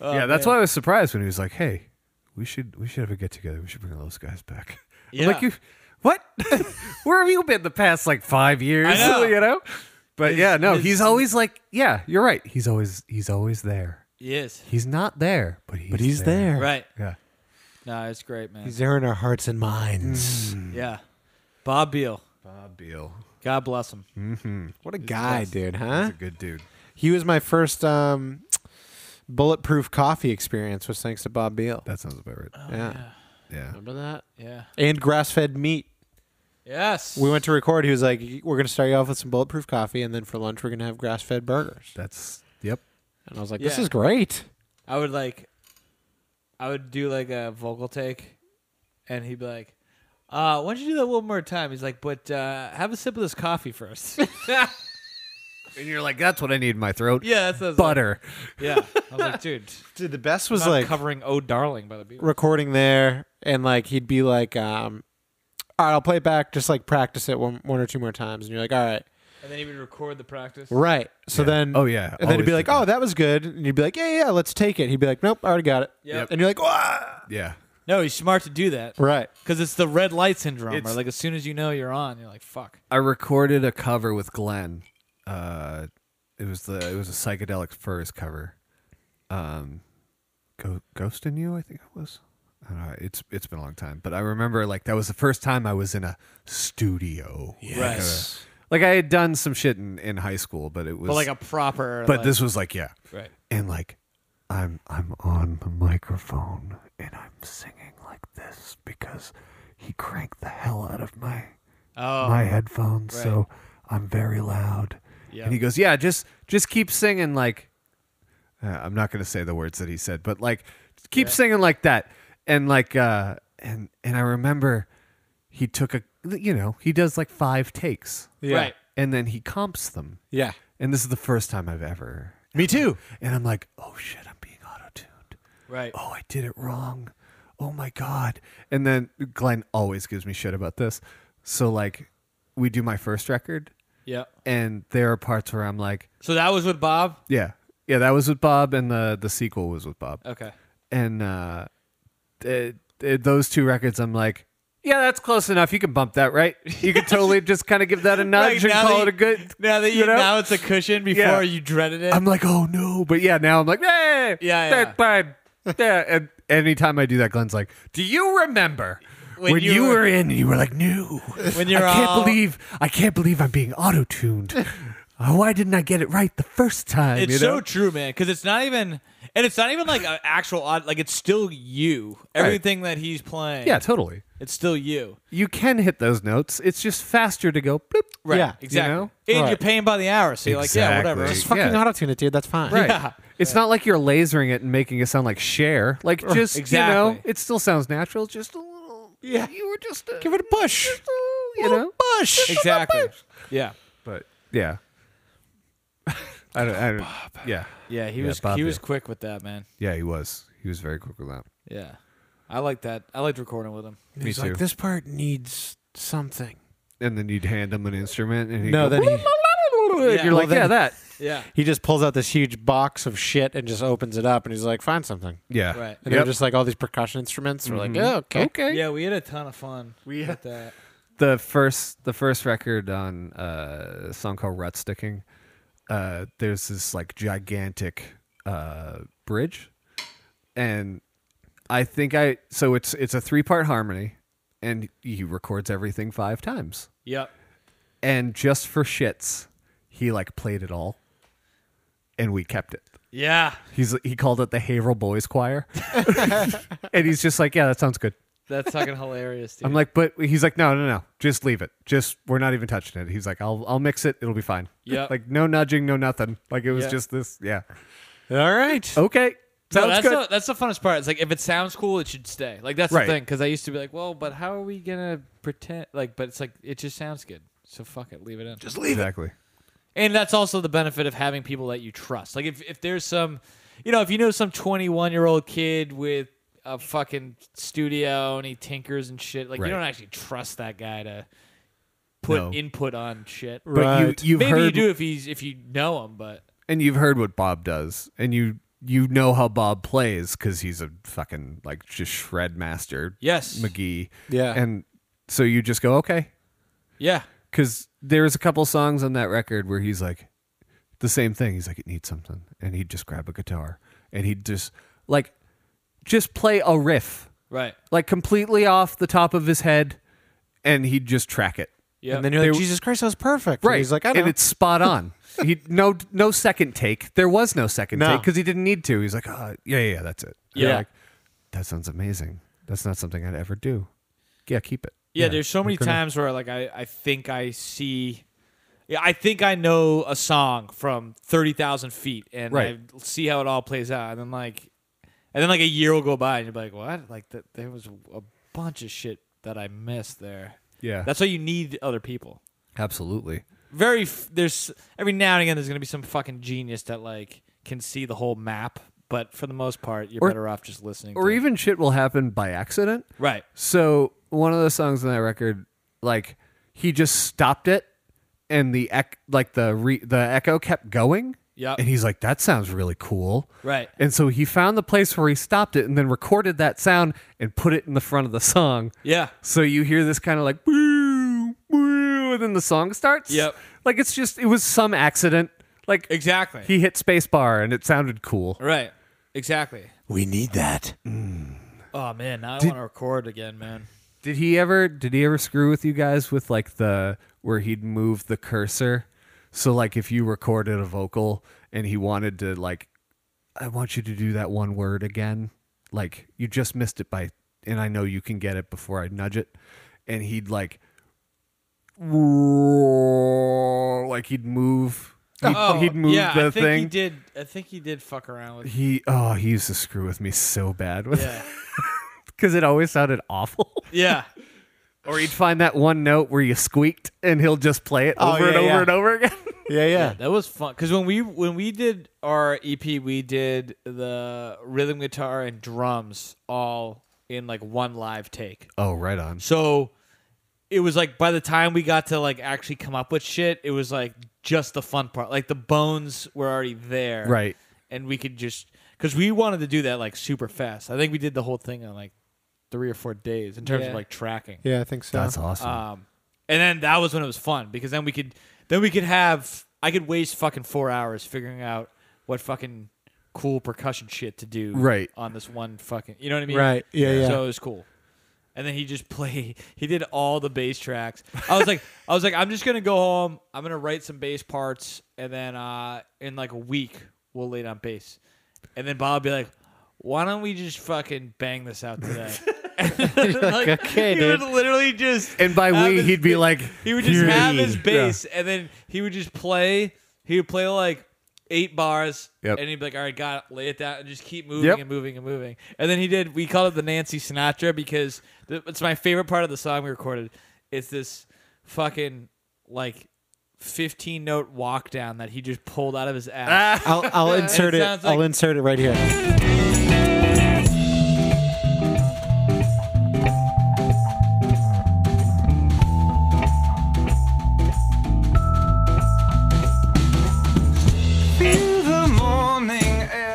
Speaker 1: Oh,
Speaker 3: yeah, that's
Speaker 1: man.
Speaker 3: why I was surprised when he was like, "Hey, we should we should have a get together. We should bring all those guys back." I'm like
Speaker 1: Yeah.
Speaker 3: you, what? Where have you been the past like five years?
Speaker 1: I know.
Speaker 3: You know. But yeah, no,
Speaker 1: his-
Speaker 3: he's always like, yeah, you're right. He's always he's always there.
Speaker 1: Yes.
Speaker 3: He's not there, but he's
Speaker 4: but he's there.
Speaker 1: Right.
Speaker 3: Yeah.
Speaker 1: No, it's great, man.
Speaker 4: He's there in our hearts and minds.
Speaker 1: yeah. Bob Beal.
Speaker 3: Bob Ah, Beal,
Speaker 1: God bless him.
Speaker 4: What a guy, dude, huh?
Speaker 3: he's a good dude.
Speaker 4: He was my first um, bulletproof coffee experience was thanks to Bob Beal.
Speaker 3: That sounds about right.
Speaker 1: Uh,
Speaker 4: Oh, yeah.
Speaker 3: Yeah.
Speaker 4: Remember that?
Speaker 1: Yeah.
Speaker 4: And grass fed meat.
Speaker 1: Yes.
Speaker 4: We went to record. He was like, We're going to start you off with some bulletproof coffee, and then for lunch, we're going to have grass fed burgers.
Speaker 3: That's yep.
Speaker 4: And I was like, This
Speaker 1: Yeah.
Speaker 4: is great.
Speaker 1: I would like, I would do like a vocal take, and he'd be like, uh, "Why don't you do that one more time?" He's like, "But uh, have a sip of this coffee first.
Speaker 3: And you're like, that's what I need in my throat.
Speaker 1: yeah, that's, that's
Speaker 3: Butter.
Speaker 1: yeah. I was like, "Dude,
Speaker 4: Dude, the best was
Speaker 1: not
Speaker 4: like
Speaker 1: covering "Oh Darling" by the Beatles."
Speaker 4: recording there, and like he'd be like, um, All right, I'll play it back, just like practice it one, one or two more times. And you're like, All right.
Speaker 1: And then he would record the practice.
Speaker 4: Right. So
Speaker 3: Yeah.
Speaker 4: then,
Speaker 3: Oh, yeah.
Speaker 4: And then he'd
Speaker 3: Always
Speaker 4: be
Speaker 3: do
Speaker 4: like,
Speaker 3: that.
Speaker 4: "Oh, that was good," and you'd be like, "Yeah, yeah, let's take it." He'd be like, "Nope, I already got it."
Speaker 1: Yep.
Speaker 4: And you're like, "Wah!"
Speaker 3: Yeah.
Speaker 1: No, he's smart to do that
Speaker 4: Right.
Speaker 1: because it's the red light syndrome.
Speaker 3: It's-
Speaker 1: or like as soon as you know you're on, you're like, "Fuck."
Speaker 3: I recorded a cover with Glenn. Uh, it was the it was a psychedelic furs cover. Um, Go- Ghost in You, I think it was. I don't know. It's it's been a long time, but I remember like that was the first time I was in a studio. uh,
Speaker 1: Yes.
Speaker 3: Like, I had done some shit in, in high school, but it was
Speaker 1: But like a proper.
Speaker 3: but
Speaker 1: like-
Speaker 3: this was like yeah,
Speaker 1: Right.
Speaker 3: and like I'm I'm on the microphone and I'm singing like this because he cranked the hell out of my
Speaker 1: Oh.
Speaker 3: my headphones,
Speaker 1: Right.
Speaker 3: so I'm very loud.
Speaker 1: Yeah.
Speaker 3: And he goes, "Yeah, just just keep singing like uh, I'm not going to say the words that he said, but like keep singing like that." And like uh and and I remember he took a you know, he does like 5 takes.
Speaker 1: Right.
Speaker 3: And then he comps them.
Speaker 4: Yeah.
Speaker 3: And this is the first time I've ever
Speaker 4: Me too.
Speaker 3: and I'm like, "Oh shit, I'm being auto-tuned."
Speaker 1: Right.
Speaker 3: oh, I did it wrong. Oh my God. And then Glenn always gives me shit about this. So, like, we do my first record,
Speaker 1: Yeah.
Speaker 3: and there are parts where I'm like,
Speaker 1: So that was with Bob.
Speaker 3: yeah, yeah, that was with Bob, and the, the sequel was with Bob.
Speaker 1: Okay.
Speaker 3: And uh, th- th- those two records, I'm like, yeah, that's close enough. You can bump that, right? You can totally just kind of give that a nudge and
Speaker 1: now
Speaker 3: call
Speaker 1: that
Speaker 3: it a
Speaker 1: you-
Speaker 3: good.
Speaker 1: Now that you,
Speaker 3: you know?
Speaker 1: now it's a cushion. Before
Speaker 3: Yeah.
Speaker 1: you dreaded it.
Speaker 3: I'm like, oh no, but yeah, now I'm like, hey,
Speaker 1: Yeah,
Speaker 3: that's fine. Yeah, and anytime I do that, Glenn's like, do you remember
Speaker 1: When
Speaker 3: when,
Speaker 1: you
Speaker 3: you,
Speaker 1: were-
Speaker 3: were, in? You were like, no,
Speaker 1: When you're
Speaker 3: I can't
Speaker 1: all-
Speaker 3: believe, I can't believe I'm being auto tuned. Why didn't I get it right the first time?
Speaker 1: It's
Speaker 3: you
Speaker 1: so
Speaker 3: know?
Speaker 1: true, man. Because it's not even, and it's not even like an actual odd. Like it's still you. Everything that he's playing,
Speaker 3: yeah, totally.
Speaker 1: it's still you.
Speaker 3: You can hit those notes. It's just faster to go. Bloop.
Speaker 1: Right.
Speaker 4: Yeah.
Speaker 1: Exactly.
Speaker 3: You know?
Speaker 1: And you're
Speaker 4: Right.
Speaker 1: paying by the hour, so you're like, yeah, whatever.
Speaker 3: Exactly.
Speaker 4: Just fucking
Speaker 3: Yeah.
Speaker 4: auto tune it, dude. That's fine.
Speaker 3: Right.
Speaker 1: Yeah.
Speaker 3: It's not like you're lasering it and making it sound like share. Like just you know,
Speaker 1: Exactly.
Speaker 3: it still sounds natural. Just a little.
Speaker 4: Yeah.
Speaker 3: You were just a,
Speaker 4: Give it a push.
Speaker 3: you know.
Speaker 4: Push.
Speaker 1: Exactly. Yeah.
Speaker 3: But yeah. I don't. I don't yeah.
Speaker 1: Yeah. He
Speaker 3: Yeah,
Speaker 1: was
Speaker 3: Bob
Speaker 1: he was
Speaker 3: did.
Speaker 1: quick with that, man.
Speaker 3: Yeah, he was. He was very quick with that.
Speaker 1: Yeah. I like that. I liked recording with him.
Speaker 3: Me
Speaker 4: He's
Speaker 3: too.
Speaker 4: like, this part needs something.
Speaker 3: and then you'd hand him an instrument, and he'd
Speaker 4: No,
Speaker 3: go,
Speaker 4: then he
Speaker 3: and
Speaker 1: Yeah.
Speaker 3: you're
Speaker 1: Well,
Speaker 3: like, yeah,
Speaker 4: then-
Speaker 3: that.
Speaker 1: Yeah.
Speaker 4: he just pulls out this huge box of shit and just opens it up, and he's like, find something.
Speaker 3: Yeah.
Speaker 1: Right.
Speaker 3: Mm-hmm.
Speaker 4: And they're just like all these percussion instruments. We're like, oh, okay.
Speaker 3: okay.
Speaker 1: Yeah. We had a ton of fun. We with that.
Speaker 3: the first the first record on uh, a song called Rut Sticking. Uh, there's this like gigantic uh, bridge, and I think I so it's it's a three part harmony, and he records everything five times.
Speaker 1: Yep.
Speaker 3: And just for shits, he like played it all, and we kept it.
Speaker 1: Yeah.
Speaker 3: He's he called it the Haverhill Boys Choir, and he's just like, yeah, that sounds good.
Speaker 1: That's fucking hilarious, dude.
Speaker 3: I'm like, but he's like, no, no, no, just leave it. Just we're not even touching it. He's like, I'll I'll mix it. It'll be fine.
Speaker 1: Yeah.
Speaker 3: like no nudging, no nothing. Like it was
Speaker 1: Yeah.
Speaker 3: just this. Yeah.
Speaker 4: All right.
Speaker 3: Okay.
Speaker 1: No,
Speaker 3: Sounds
Speaker 1: that's
Speaker 3: good.
Speaker 1: The, that's the funnest part. It's like if it sounds cool, it should stay. Like that's
Speaker 3: Right.
Speaker 1: the thing. Because I used to be like, well, but how are we gonna pretend? Like, but it's like it just sounds good. So fuck it, leave it in.
Speaker 2: Just leave it.
Speaker 3: exactly.
Speaker 1: and that's also the benefit of having people that you trust. Like if if there's some, you know, if you know some 21 year old kid with a fucking studio and he tinkers and shit, like
Speaker 3: Right.
Speaker 1: you don't actually trust that guy to put
Speaker 3: No.
Speaker 1: input on shit.
Speaker 3: But
Speaker 4: Right.
Speaker 3: you you've
Speaker 1: Maybe
Speaker 3: heard
Speaker 1: you do if he's if you know him, but
Speaker 3: and you've heard what Bob does, and you you know how Bob plays because he's a fucking like just shred master.
Speaker 1: Yes.
Speaker 3: McGee.
Speaker 4: Yeah.
Speaker 3: and so you just go okay
Speaker 1: yeah,
Speaker 3: because there's a couple songs on that record where he's like the same thing. He's like it needs something, and he'd just grab a guitar and he'd just like just play a riff
Speaker 1: right.
Speaker 3: like completely off the top of his head, and he'd just track it.
Speaker 1: Yeah.
Speaker 4: And then you're like,
Speaker 3: They-
Speaker 4: Jesus Christ, that was perfect. And
Speaker 3: Right.
Speaker 4: he's like, I know.
Speaker 3: and it's spot on. he no no second take. There was no second
Speaker 4: No.
Speaker 3: take because he didn't need to. He's like, oh, yeah, yeah, yeah, that's it. And
Speaker 1: Yeah.
Speaker 3: I'm like, that sounds amazing. That's not something I'd ever do. Yeah, keep it.
Speaker 1: Yeah, there's so many times where like I, I think I see yeah, I think I know a song from thirty thousand feet and
Speaker 3: Right.
Speaker 1: I see how it all plays out and then like and then like a year will go by and you're like, What? Like th- there was a bunch of shit that I missed there.
Speaker 3: Yeah.
Speaker 1: That's why you need other people.
Speaker 3: Absolutely.
Speaker 1: Very f- there's every now and again there's gonna be some fucking genius that like can see the whole map, but for the most part you're
Speaker 3: Or-
Speaker 1: better off just listening.
Speaker 3: Or
Speaker 1: to
Speaker 3: even shit will happen by accident.
Speaker 1: right,
Speaker 3: So one of the songs on that record, like he just stopped it, and the ec- like the re- the echo kept going.
Speaker 1: Yep.
Speaker 3: And he's like, "That sounds really cool."
Speaker 1: Right.
Speaker 3: And so he found the place where he stopped it, and then recorded that sound and put it in the front of the song.
Speaker 1: yeah,
Speaker 3: So you hear this kind of like woo woo, and then the song starts.
Speaker 1: Yep.
Speaker 3: Like it's just it was some accident. Like
Speaker 1: exactly.
Speaker 3: he hit spacebar and it sounded cool.
Speaker 1: right, exactly.
Speaker 2: We need that.
Speaker 1: Oh man, now I want to record again, man.
Speaker 3: Did he ever did he ever screw with you guys with like the where he'd move the cursor? So like if you recorded a vocal and he wanted to like I want you to do that one word again, like you just missed it by and I know you can get it before I nudge it. And he'd like roar, like he'd move he'd, he'd move
Speaker 1: Oh, yeah,
Speaker 3: the
Speaker 1: I think
Speaker 3: thing.
Speaker 1: He did. I think he did fuck around with.
Speaker 3: He- oh he used to screw with me so bad with
Speaker 1: Yeah,
Speaker 3: because it always sounded awful.
Speaker 1: yeah,
Speaker 3: Or he'd find that one note where you squeaked, and he'll just play it
Speaker 4: Oh,
Speaker 3: over and
Speaker 4: yeah,
Speaker 3: over
Speaker 4: yeah.
Speaker 3: and over again.
Speaker 4: yeah, yeah.
Speaker 1: that was fun. Because when we when we did our EP, we did the rhythm guitar and drums all in like one live take.
Speaker 3: Oh, right on.
Speaker 1: So it was like by the time we got to like actually come up with shit, it was like just the fun part. Like the bones were already there,
Speaker 3: Right.
Speaker 1: And we could just because we wanted to do that like super fast. I think we did the whole thing on like three or four days in terms
Speaker 4: Yeah.
Speaker 1: of like tracking.
Speaker 4: Yeah, I think so.
Speaker 3: That's awesome.
Speaker 1: Um, and then that was when it was fun because then we could then we could have I could waste fucking four hours figuring out what fucking cool percussion shit to do
Speaker 3: Right.
Speaker 1: on this one fucking you know what I mean
Speaker 4: Right. Yeah, yeah.
Speaker 1: so it was cool and then he just play he did all the bass tracks I was like I was like I'm just gonna go home I'm gonna write some bass parts and then uh in like a week we'll lay down bass and then Bob would be like why don't we just fucking bang this out today. Like,
Speaker 4: okay,
Speaker 1: he
Speaker 4: dude.
Speaker 1: would literally just
Speaker 3: and by
Speaker 1: have
Speaker 3: we,
Speaker 1: his
Speaker 3: he'd be
Speaker 1: ba-
Speaker 3: like,
Speaker 1: he would just have his
Speaker 3: "Three."
Speaker 1: bass, and then he would just play. He would play like eight bars,
Speaker 3: Yep.
Speaker 1: and he'd be like, "All right, got it, lay it down," and just keep moving
Speaker 3: Yep.
Speaker 1: and moving and moving. And then he did. We called it the Nancy Sinatra because th- it's my favorite part of the song we recorded. It's this fucking like fifteen note walk down that he just pulled out of his ass.
Speaker 4: I'll, I'll insert it.
Speaker 1: sounds
Speaker 4: I'll
Speaker 1: like-
Speaker 4: insert it right here.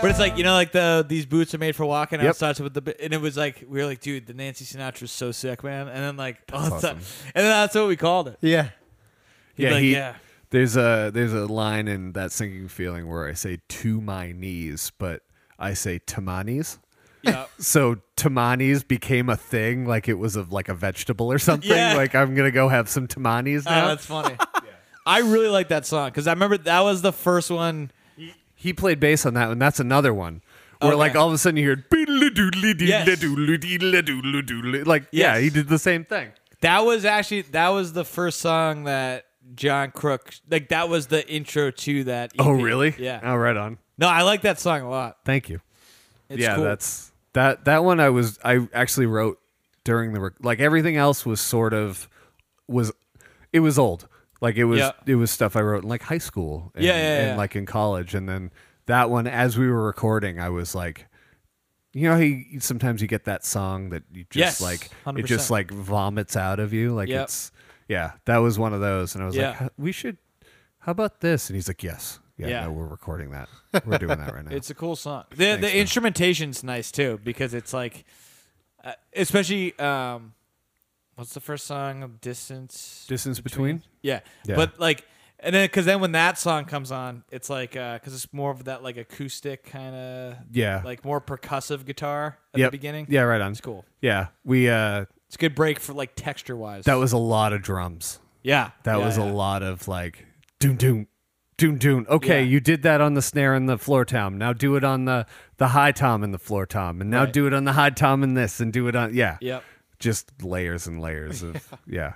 Speaker 1: But it's like you know, like the these boots are made for walking
Speaker 3: Yep.
Speaker 1: outside with the bi- and it was like we were like, dude, the Nancy Sinatra's so sick, man. And then like, oh, it's not- and then that's what we called it.
Speaker 4: Yeah.
Speaker 1: He'd be like,
Speaker 3: he-
Speaker 1: yeah.
Speaker 3: There's a there's a line in that sinking feeling where I say to my knees, but I say to my knees.
Speaker 1: Yeah.
Speaker 3: So tamanis became a thing, like it was of like a vegetable or something.
Speaker 1: Yeah.
Speaker 3: Like I'm gonna go have some tamanis
Speaker 1: Oh,
Speaker 3: now.
Speaker 1: that's funny. I really like that song because I remember that was the first one.
Speaker 3: he played bass on that one. That's another one where
Speaker 1: Okay.
Speaker 3: like all of a sudden you hear "Beedle-a-doodle-dee-le-doodle-dee-le-doodle-doo-le-" like yeah,
Speaker 1: Yes.
Speaker 3: he did the same thing.
Speaker 1: That was actually that was the first song that John Crook like that was the intro to that.
Speaker 3: Oh
Speaker 1: EP.
Speaker 3: really?
Speaker 1: Yeah.
Speaker 3: Oh, right on.
Speaker 1: No, I like that song a lot.
Speaker 3: Thank you.
Speaker 1: It's
Speaker 3: yeah,
Speaker 1: cool.
Speaker 3: that's that that one I was I actually wrote during the rec- like everything else was sort of was it was old. Like it was
Speaker 1: Yeah.
Speaker 3: it was stuff I wrote in like high school and,
Speaker 1: Yeah, yeah,
Speaker 3: and
Speaker 1: yeah.
Speaker 3: like in college and then that one as we were recording I was like you know how you, sometimes you get that song that you just
Speaker 1: Yes,
Speaker 3: like it
Speaker 1: 100%.
Speaker 3: just like vomits out of you like
Speaker 1: Yep.
Speaker 3: it's yeah that was one of those and I was like
Speaker 1: Yeah.
Speaker 3: "Huh, we should how about this and he's like yes yeah,
Speaker 1: Yeah.
Speaker 3: no, we're recording that we're doing that right now
Speaker 1: It's a cool song. The the
Speaker 3: man.
Speaker 1: instrumentation's nice too because it's like, uh, especially um, what's the first song? Distance.
Speaker 3: distance between?
Speaker 1: yeah.
Speaker 3: Yeah.
Speaker 1: But like, and then because then when that song comes on, it's like because it's more of that like acoustic kind of
Speaker 3: Yeah.
Speaker 1: like more percussive guitar at
Speaker 3: Yep.
Speaker 1: the beginning.
Speaker 3: Yeah, right on.
Speaker 1: It's cool.
Speaker 3: Yeah. We uh
Speaker 1: It's a good break for like texture wise.
Speaker 3: that was a lot of drums.
Speaker 1: yeah.
Speaker 3: That
Speaker 1: Yeah,
Speaker 3: was
Speaker 1: yeah.
Speaker 3: a lot of like doom doom doom doom. Okay,
Speaker 1: Yeah.
Speaker 3: you did that on the snare and the floor tom. Now do it on the the high tom and the floor tom. And now
Speaker 1: Right.
Speaker 3: do it on the high tom and this and do it on yeah.
Speaker 1: Yep.
Speaker 3: Just layers and layers of yeah.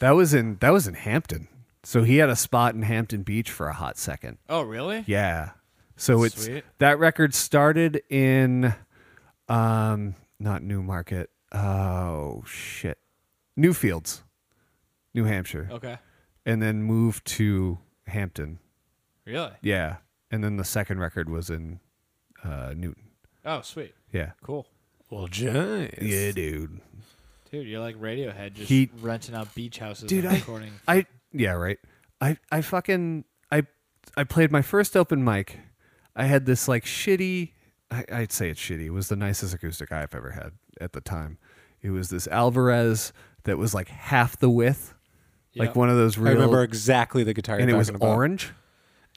Speaker 3: That was in that was in Hampton. So he had a spot in Hampton Beach for a hot second.
Speaker 1: Oh really?
Speaker 3: Yeah. So it's
Speaker 1: Sweet.
Speaker 3: that record started in um not Newmarket. Oh shit. Newfields, New Hampshire.
Speaker 1: Okay.
Speaker 3: And then moved to Hampton.
Speaker 1: Really?
Speaker 3: Yeah. And then the second record was in uh Newton.
Speaker 1: Oh sweet.
Speaker 3: Yeah.
Speaker 1: Cool.
Speaker 4: Well, giant.
Speaker 3: Yeah, dude.
Speaker 1: Dude, you're like Radiohead, just
Speaker 3: He-
Speaker 1: renting out beach houses
Speaker 3: Dude,
Speaker 1: and
Speaker 3: I-
Speaker 1: recording.
Speaker 3: I yeah, right. I I fucking I I played my first open mic. I had this like shitty I, I'd say it's shitty. It was the nicest acoustic I've ever had at the time. It was this Alvarez that was like half the width.
Speaker 1: Yeah.
Speaker 3: Like one of those
Speaker 4: I
Speaker 3: real
Speaker 4: remember exactly the guitar.
Speaker 3: and it
Speaker 4: you're
Speaker 3: was
Speaker 4: talking about.
Speaker 3: orange.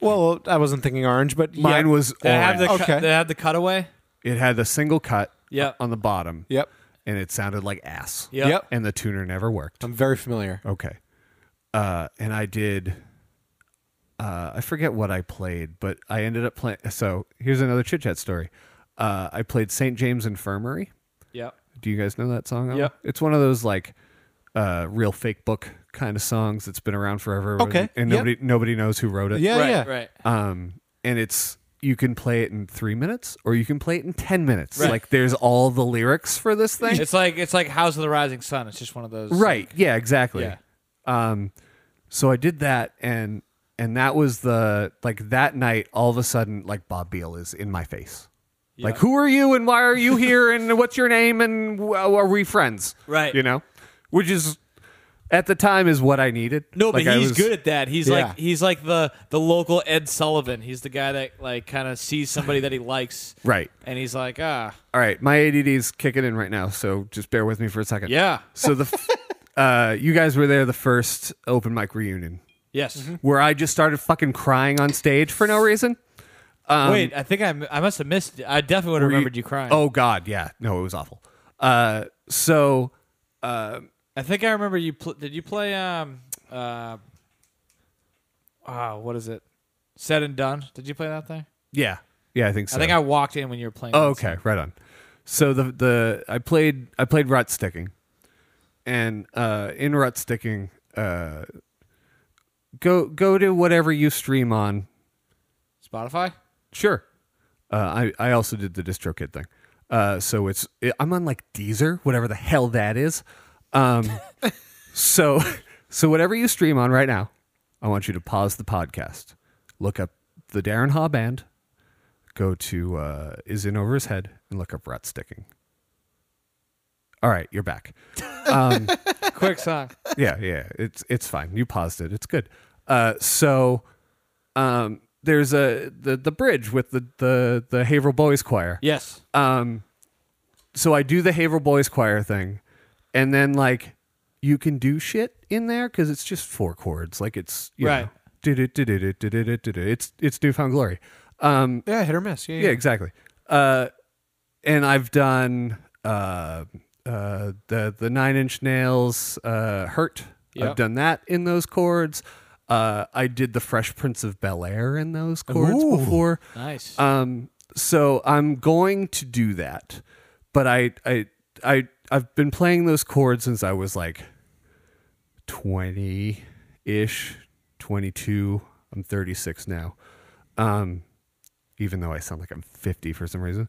Speaker 4: Well, I wasn't thinking orange, but
Speaker 3: Mine
Speaker 4: yeah.
Speaker 3: was
Speaker 1: They have
Speaker 3: orange.
Speaker 1: the cut
Speaker 4: Okay.
Speaker 1: they have the cutaway.
Speaker 3: it had the single cut
Speaker 1: Yeah.
Speaker 3: on the bottom.
Speaker 4: Yep.
Speaker 3: And it sounded like ass.
Speaker 1: Yep.
Speaker 4: Yep.
Speaker 3: And the tuner never worked.
Speaker 4: I'm very familiar.
Speaker 3: Okay. Uh, and I did. Uh, I forget what I played, but I ended up playing. So here's another chit chat story. Uh, I played St. James Infirmary.
Speaker 1: Yep.
Speaker 3: Do you guys know that song? Alan?
Speaker 1: Yep.
Speaker 3: It's one of those like uh, real fake book kind of songs that's been around forever.
Speaker 4: Okay,
Speaker 3: And, and
Speaker 4: yep.
Speaker 3: nobody nobody knows who wrote it.
Speaker 4: Yeah,
Speaker 1: right,
Speaker 4: yeah.
Speaker 1: right.
Speaker 3: Um, and it's you can play it in three minutes or you can play it in ten minutes.
Speaker 1: Right.
Speaker 3: Like there's all the lyrics for this thing.
Speaker 1: It's like it's like House of the Rising Sun. It's just one of those
Speaker 3: right yeah exactly
Speaker 1: Yeah.
Speaker 3: um so i did that and and that was the like that night all of a sudden like bob beal is in my face like who are you and why are you here and what's your name and w- uh, are we friends
Speaker 1: Right.
Speaker 3: you know which is at the time is what i needed
Speaker 1: No, but
Speaker 3: Like, I
Speaker 1: he's
Speaker 3: was-
Speaker 1: good at that. He's
Speaker 4: Yeah.
Speaker 1: like he's like the the local Ed Sullivan. He's the guy that like kind of sees somebody that he likes.
Speaker 3: right
Speaker 1: And he's like, ah,
Speaker 3: all right my add's kicking in right now so just bear with me for a second
Speaker 1: yeah,
Speaker 3: so the f- uh you guys were there the first open mic reunion
Speaker 1: yes.
Speaker 3: where i just started fucking crying on stage for no reason
Speaker 1: Wait, I think I, m- I must have missed. It. I definitely would
Speaker 3: Um, Were
Speaker 1: have remembered you crying.
Speaker 3: Oh God, yeah. No, it was awful. Uh, so
Speaker 1: I think I remember you. Pl- did you play um uh ah what is it? Said and done. Did you play that thing?
Speaker 3: yeah, yeah, I think so.
Speaker 1: I think I walked in when you were playing.
Speaker 3: Oh,
Speaker 1: that
Speaker 3: okay,
Speaker 1: song.
Speaker 3: right on. So the the I played I played rut sticking, and uh, in rut sticking, uh, go go to whatever you stream on.
Speaker 1: Spotify.
Speaker 3: Sure. Uh, I I also did the DistroKid thing. Uh, so it's it, I'm on like Deezer, whatever the hell that is. Um, so so whatever you stream on right now, I want you to pause the podcast, look up the Darren Haw band, go to uh, is in over his head, and look up rut sticking. All right, you're back.
Speaker 1: Quick song.
Speaker 3: yeah, yeah, it's it's fine. You paused it. It's good. Uh, so, um, there's a the, the bridge with the the the Haverhill Boys Choir.
Speaker 1: Yes.
Speaker 3: Um, so I do the Haverhill Boys Choir thing, and then like you can do shit in there because it's just four chords. Like it's you
Speaker 1: Right.
Speaker 3: Know, do-do-do-do-do-do-do-do-do. it's it's newfound glory. Um,
Speaker 4: Yeah, hit or miss. Yeah,
Speaker 3: yeah, exactly. Uh, and I've done uh, uh, the the Nine Inch Nails uh, hurt. I've
Speaker 1: Yep.
Speaker 3: done that in those chords. Uh, I did the Fresh Prince of Bel Air in those chords before.
Speaker 1: Nice.
Speaker 3: Um, so I'm going to do that, but I I I I've been playing those chords since I was like twenty ish, twenty two. I'm thirty six now. Um, even though I sound like I'm fifty for some reason,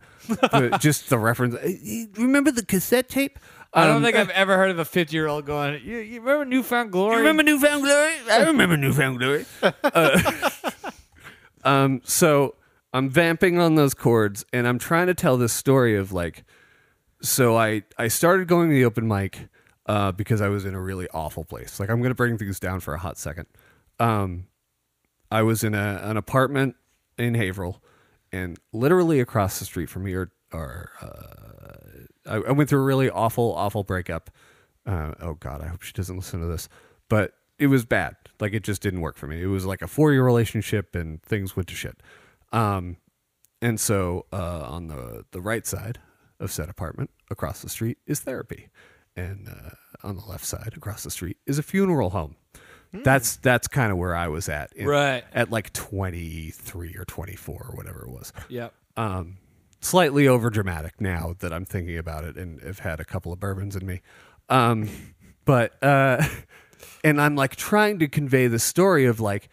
Speaker 3: but just the reference. eh, eh, Remember the cassette tape?
Speaker 1: I don't
Speaker 3: Um,
Speaker 1: think I've ever heard of a 50 year old going, you, you remember Newfound Glory?
Speaker 2: Remember Newfound Glory? I remember Newfound Glory.
Speaker 3: Uh, Um, so I'm vamping on those chords, and I'm trying to tell this story of like, so I I started going to the open mic uh, because I was in a really awful place. Like I'm gonna bring things down for a hot second. Um, I was in a, an apartment in Haverhill, and literally across the street from me are are I, I went through a really awful, awful breakup. Uh, oh God, I hope she doesn't listen to this. But it was bad. Like it just didn't work for me. It was like a four-year relationship, and things went to shit. Um, and so uh, on the the right side of said apartment, across the street is therapy, and uh, on the left side, across the street, is a funeral home. That's that's kind of where I was at, in-
Speaker 1: Right.
Speaker 3: At like twenty three or twenty four or whatever it was
Speaker 1: Yep.
Speaker 3: slightly over dramatic now that I'm thinking about it and have had a couple of bourbons in me. Um, but uh, and I'm like trying to convey the story of like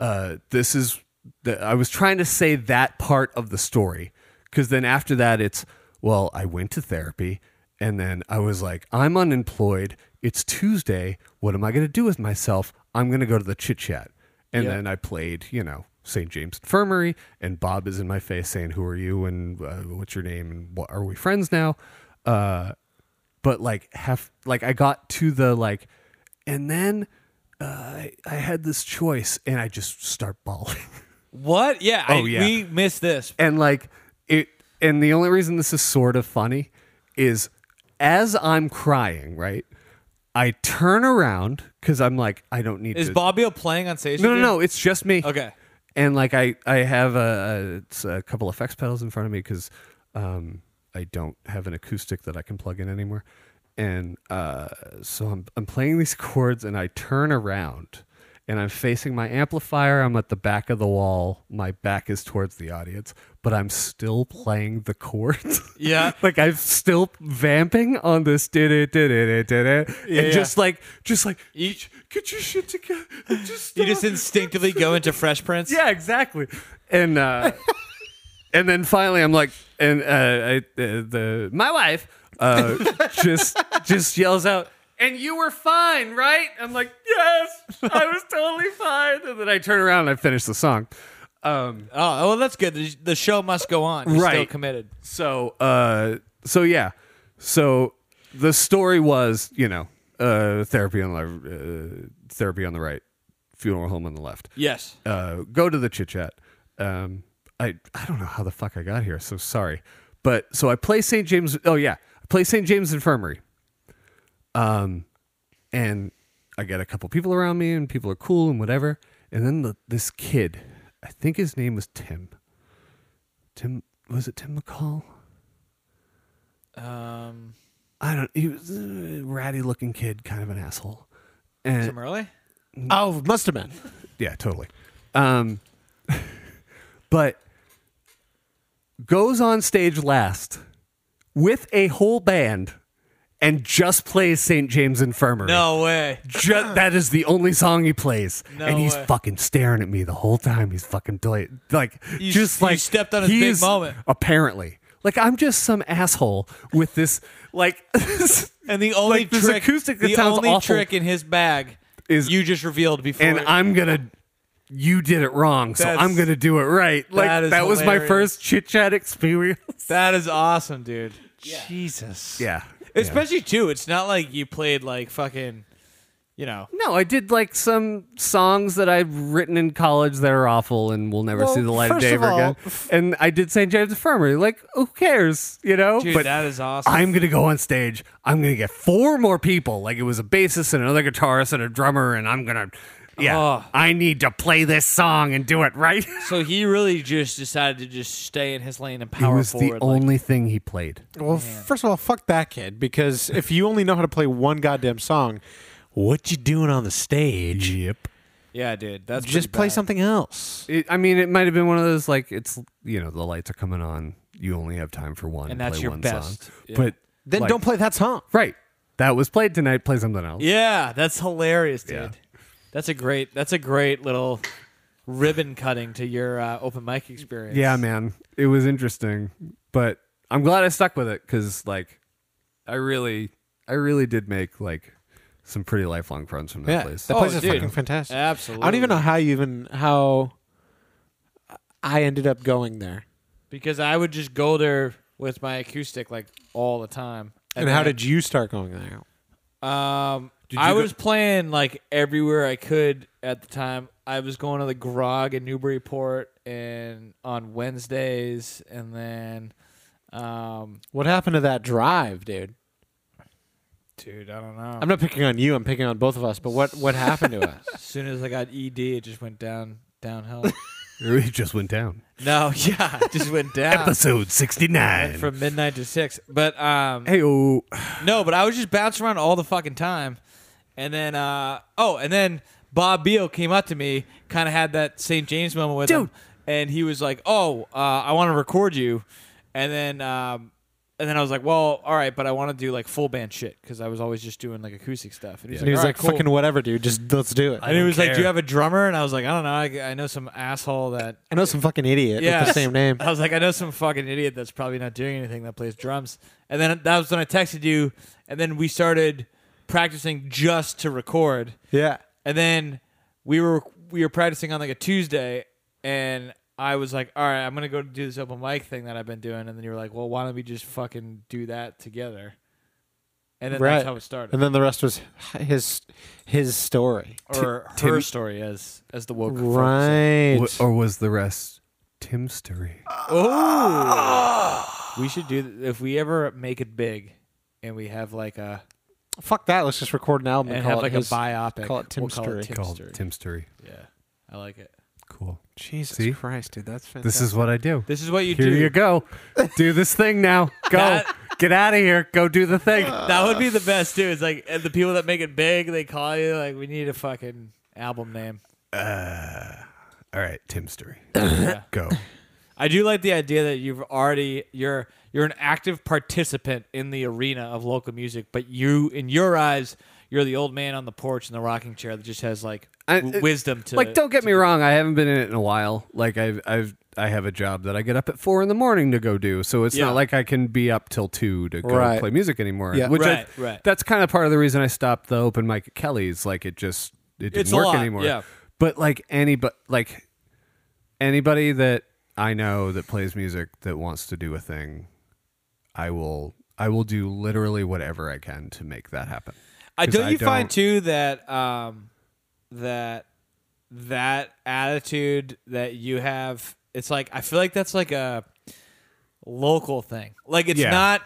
Speaker 3: uh, this is the, I was trying to say that part of the story because then after that it's well I went to therapy and then I was like I'm unemployed. It's Tuesday. What am I going to do with myself? I'm going to go to the chit chat. And then I played, you know, St. James Infirmary, and Bob is in my face saying, "Who are you? And uh, what's your name? And what, are we friends now?" Uh, but like, have like I got to the like, and then uh, I, I had this choice, and I just start bawling,
Speaker 1: What? Yeah. I,
Speaker 3: Oh, yeah.
Speaker 1: We missed this.
Speaker 3: and like it. And the only reason this is sort of funny is as I'm crying, right? I turn around because I'm like, I don't need
Speaker 1: Is
Speaker 3: to.
Speaker 1: Bobby O playing on stage?
Speaker 3: No,
Speaker 1: with
Speaker 3: no,
Speaker 1: you?
Speaker 3: no. It's just me.
Speaker 1: Okay.
Speaker 3: And like I, I have a, a, it's a couple effects pedals in front of me because um, I don't have an acoustic that I can plug in anymore, and uh, so I'm I'm playing these chords and I turn around and I'm facing my amplifier. I'm at the back of the wall. My back is towards the audience, but I'm still playing the chords.
Speaker 1: Yeah.
Speaker 3: like I'm still vamping on this did it did it did it
Speaker 1: Yeah, yeah.
Speaker 3: and just like just like
Speaker 1: You-
Speaker 3: get your shit together. Just
Speaker 1: You just
Speaker 3: stop.
Speaker 1: instinctively go into Fresh Prince?
Speaker 3: Yeah, exactly. And uh, and then finally, I'm like, and uh, I, uh, the my wife uh, just just yells out, "And you were fine, right?" I'm like, "Yes, I was totally fine." And then I turn around and I finish the song. Um,
Speaker 1: Oh, well, that's good. The- The show must go on. You're still
Speaker 3: Right.
Speaker 1: committed.
Speaker 3: so uh, so yeah, so the story was, you know, uh, therapy on the uh, therapy on the right, funeral home on the left.
Speaker 1: Yes.
Speaker 3: uh, go to the chit chat. Um, I I don't know how the fuck I got here, so sorry. But so I play St. James. Oh yeah, I play St. James Infirmary. Um, and I get a couple people around me, and people are cool and whatever. And then the, this kid, I think his name was Tim. Tim was it Tim McCall?
Speaker 1: Um,
Speaker 3: I don't. He was a ratty looking kid, kind of an asshole.
Speaker 1: some
Speaker 3: And
Speaker 1: early?
Speaker 4: Oh, must have been.
Speaker 3: Yeah, totally. Um, but goes on stage last with a whole band and just plays St. James Infirmary.
Speaker 1: No way.
Speaker 3: Ju- that is the only song he plays,
Speaker 1: No
Speaker 3: and he's
Speaker 1: way.
Speaker 3: fucking staring at me the whole time. He's fucking doing like
Speaker 1: You-
Speaker 3: just
Speaker 1: you
Speaker 3: like
Speaker 1: stepped on his big
Speaker 3: he's-
Speaker 1: moment.
Speaker 3: Apparently, like I'm just some asshole with this like
Speaker 1: And the only
Speaker 3: Like, this
Speaker 1: trick,
Speaker 3: acoustic that
Speaker 1: the
Speaker 3: sounds
Speaker 1: only
Speaker 3: awful
Speaker 1: trick in his bag
Speaker 3: is-
Speaker 1: you just revealed before.
Speaker 3: and I'm gonna. You did it wrong, so
Speaker 1: That's-
Speaker 3: I'm gonna do it right. Like
Speaker 1: that is
Speaker 3: that was my
Speaker 1: hilarious.
Speaker 3: first chit chat experience.
Speaker 1: that is awesome, dude. Jesus.
Speaker 3: Yeah,
Speaker 1: Especially too, it's not like you played like fucking you know.
Speaker 3: No, I did like some songs that I've written in college that are awful and will never
Speaker 4: Well,
Speaker 3: see the light of
Speaker 4: first
Speaker 3: day
Speaker 4: of
Speaker 3: ever again.
Speaker 4: all, f-
Speaker 3: And I did St. James Infirmary. Like, who cares? You know?
Speaker 1: Dude,
Speaker 3: but
Speaker 1: that is awesome.
Speaker 3: I'm gonna go on stage. I'm gonna get four more people. Like it was a bassist and another guitarist and a drummer, and I'm gonna. Yeah,
Speaker 1: Oh.
Speaker 3: I need to play this song and do it right.
Speaker 1: so he really just decided to just stay in his lane and
Speaker 3: It
Speaker 1: power
Speaker 3: was the
Speaker 1: forward. like-
Speaker 3: only thing he played.
Speaker 4: Well, first of all, fuck that kid because if you only know how to play one goddamn song, what you doing on the stage?
Speaker 3: Yep.
Speaker 1: yeah, dude. That's
Speaker 4: Just
Speaker 1: pretty
Speaker 4: play
Speaker 1: bad.
Speaker 4: something else.
Speaker 3: It, I mean, it might have been one of those like it's you know the lights are coming on. You only have time for one,
Speaker 1: And that's
Speaker 3: play
Speaker 1: your
Speaker 3: one
Speaker 1: best.
Speaker 3: Song.
Speaker 1: Yeah.
Speaker 3: But
Speaker 4: Then
Speaker 3: like-
Speaker 4: don't play that song.
Speaker 3: right. That was played tonight. Play something else.
Speaker 1: Yeah, that's hilarious, dude.
Speaker 3: Yeah.
Speaker 1: That's a great. That's a great little ribbon cutting to your uh, open mic experience.
Speaker 3: Yeah, man, it was interesting, but I'm glad I stuck with it because, like, I really, I really did make like some pretty lifelong friends from that
Speaker 4: Yeah,
Speaker 3: place.
Speaker 4: that
Speaker 1: Oh,
Speaker 4: place is
Speaker 1: dude.
Speaker 4: fucking fantastic.
Speaker 1: Absolutely.
Speaker 4: I don't even know how you even how I ended up going there.
Speaker 1: because I would just go there with my acoustic like all the time.
Speaker 4: And, how did you start going there?
Speaker 1: Um, I was playing like everywhere I could at the time. I was going to the Grog in Newburyport and on Wednesdays, and then, um,
Speaker 4: What happened to that drive, dude?
Speaker 1: dude, I don't know.
Speaker 4: I'm not picking on you. I'm picking on both of us. But what what happened to us?
Speaker 1: as soon as I got ED, it just went down downhill.
Speaker 3: it just went down.
Speaker 1: no, yeah, it just went
Speaker 4: Ah.
Speaker 1: down
Speaker 2: Episode 69.
Speaker 1: from midnight to six. But um,
Speaker 3: Hey, oh,
Speaker 1: No, but I was just bouncing around all the fucking time. And then, uh, oh, and then Bob Beal came up to me, kind of had that St. James moment with him. And he was like, oh, uh, I want to record you. And then, um, and then I was like, well, all right, but I want to do like full band shit because I was always just doing like acoustic stuff. And he was
Speaker 4: And he was
Speaker 1: "All right,
Speaker 4: like,
Speaker 1: cool."
Speaker 4: "Fucking whatever, dude. Just let's do it."
Speaker 1: And he was like, do you have a drummer? And I was like, I don't know. I, I know some asshole that
Speaker 4: I know some fucking idiot
Speaker 1: yeah.
Speaker 4: with the same name.
Speaker 1: I was like, I know some fucking idiot that's probably not doing anything that plays drums. And then that was when I texted you, and then we started practicing just to record.
Speaker 4: Yeah.
Speaker 1: And then we were we were practicing on like a Tuesday, and I was like, all right, I'm gonna go do this open mic thing that I've been doing. And then you were like, well, why don't we just fucking do that together? And then that's how it started,
Speaker 4: And then the rest was his his story.
Speaker 1: or her story as as the woke. folks.
Speaker 4: Right.
Speaker 3: w- or was the rest Tim's story?
Speaker 1: We should do th- if we ever make it big, and we have like a
Speaker 4: Fuck that. Let's just record an album and,
Speaker 1: and
Speaker 4: call
Speaker 1: have
Speaker 4: it
Speaker 1: like
Speaker 4: his-
Speaker 1: a biopic.
Speaker 4: Call it Tim
Speaker 1: We'll call
Speaker 4: Story.
Speaker 1: it Tim
Speaker 3: Called
Speaker 1: Story.
Speaker 3: Tim's story.
Speaker 1: Yeah, I like it.
Speaker 3: Cool.
Speaker 4: Jesus
Speaker 3: See?
Speaker 4: Christ, dude. That's fantastic.
Speaker 3: This is what I do.
Speaker 1: This is what you
Speaker 3: Here
Speaker 1: do.
Speaker 3: you go. do this thing now. Go.
Speaker 1: That- Uh.
Speaker 3: Get out of here. Go do the thing.
Speaker 1: That would be the best too. It's like and the people that make it big, they call you like, we need a fucking album name.
Speaker 3: All right, Tim's story. Go.
Speaker 1: I do like the idea that you've already you're you're an active participant in the arena of local music, but you in your eyes. You're the old man on the porch in the rocking chair that just has like
Speaker 3: I-
Speaker 1: w-
Speaker 3: it-
Speaker 1: wisdom to
Speaker 3: like don't get me wrong i haven't been in it in a while like i've i've i have a job that i get up at four in the morning to go do so it's
Speaker 1: Yeah.
Speaker 3: not like i can be up till two to go
Speaker 4: Right.
Speaker 3: play music anymore
Speaker 4: Yeah.
Speaker 3: which I,
Speaker 1: Right, right.
Speaker 3: that's kind of part of the reason i stopped the open mic at kelly's like it just it didn't
Speaker 1: It's a
Speaker 3: work
Speaker 1: lot,
Speaker 3: anymore
Speaker 1: yeah.
Speaker 3: but like anybody like anybody that i know that plays music that wants to do a thing i will i will do literally whatever i can to make that happen
Speaker 1: I
Speaker 3: 'Cause
Speaker 1: don't
Speaker 3: I
Speaker 1: you find
Speaker 3: don't-
Speaker 1: too that um that that attitude that you have it's like I feel like that's like a local thing. Like it's
Speaker 3: Yeah.
Speaker 1: not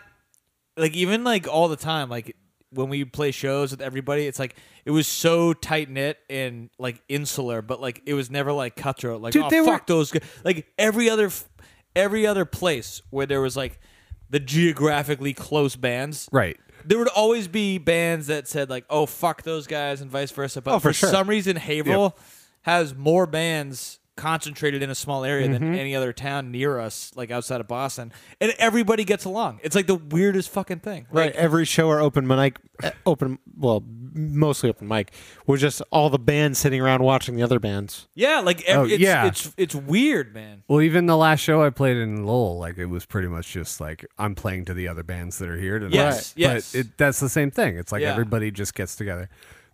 Speaker 1: like even like all the time like when we play shows with everybody it's like it was so tight knit and like insular but like it was never like cutthroat like
Speaker 3: Dude,
Speaker 1: oh
Speaker 3: they were-
Speaker 1: fuck those gu-" like every other f- every other place where there was like the geographically close bands
Speaker 3: right
Speaker 1: there would always be bands that said like, "Oh fuck those guys" and vice versa. But
Speaker 4: Oh,
Speaker 1: for,
Speaker 4: for sure.
Speaker 1: some reason, Haverhill has more bands concentrated in a small area
Speaker 4: Mm-hmm.
Speaker 1: than any other town near us, like outside of Boston, and everybody gets along. It's like the weirdest fucking thing.
Speaker 4: Right, every show or open mic, eh, open well, mostly open mic, was just all the bands sitting around watching the other bands.
Speaker 1: Yeah, like ev-
Speaker 3: Oh,
Speaker 1: it's,
Speaker 3: yeah.
Speaker 1: it's it's weird, man.
Speaker 3: Well, even the last show I played in Lowell, like it was pretty much just like I'm playing to the other bands that are here tonight.
Speaker 1: Yes,
Speaker 3: but
Speaker 1: yes.
Speaker 3: it, that's the same thing. It's like
Speaker 1: Yeah.
Speaker 3: everybody just gets together.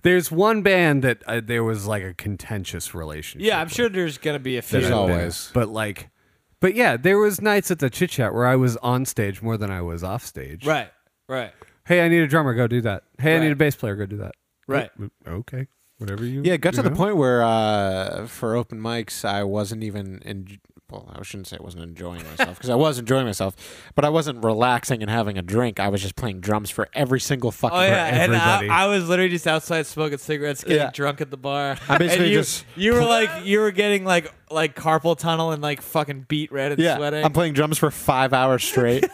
Speaker 3: There's one band that uh, there was like a contentious relationship.
Speaker 1: Yeah, I'm
Speaker 3: with
Speaker 1: sure there's gonna be a few.
Speaker 3: that
Speaker 4: There's
Speaker 3: I've
Speaker 4: always-
Speaker 3: been in. but like, but yeah, there was nights at the chit chat where I was on stage more than I was off stage.
Speaker 1: Right, right.
Speaker 3: Hey, I need a drummer. Go do that. Hey, I
Speaker 1: Right.
Speaker 3: need a bass player. Go do that.
Speaker 1: Right.
Speaker 3: Okay. Whatever you.
Speaker 4: Yeah, it got
Speaker 3: you
Speaker 4: to the
Speaker 3: know.
Speaker 4: point where uh, for open mics, I wasn't even in. Well, I shouldn't say I wasn't enjoying myself because I was enjoying myself, but I wasn't relaxing and having a drink. I was just playing drums for every single fucking.
Speaker 1: Oh yeah,
Speaker 4: person.
Speaker 1: and I,
Speaker 3: everybody.
Speaker 1: I was literally just outside smoking cigarettes, getting
Speaker 4: Yeah.
Speaker 1: drunk at the bar.
Speaker 4: I basically
Speaker 1: and you,
Speaker 4: just-
Speaker 1: you were like you were getting like like carpal tunnel and like fucking beat red and
Speaker 4: Yeah,
Speaker 1: sweating.
Speaker 4: I'm playing drums for five hours straight,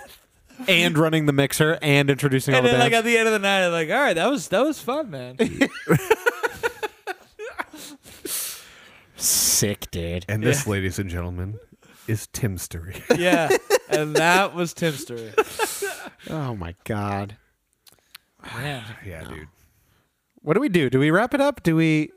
Speaker 4: and running the mixer and introducing
Speaker 1: and
Speaker 4: all
Speaker 1: then
Speaker 4: the
Speaker 1: like at
Speaker 4: bands.
Speaker 1: the end of the night, I'm like, all right, that was that was fun, man.
Speaker 4: Sick, dude.
Speaker 3: And this, ladies and gentlemen, is Tim's story.
Speaker 1: yeah, and that was Tim's story.
Speaker 4: Oh my god.
Speaker 1: Man,
Speaker 3: yeah, dude.
Speaker 4: What do we do? Do we wrap it up? Do we?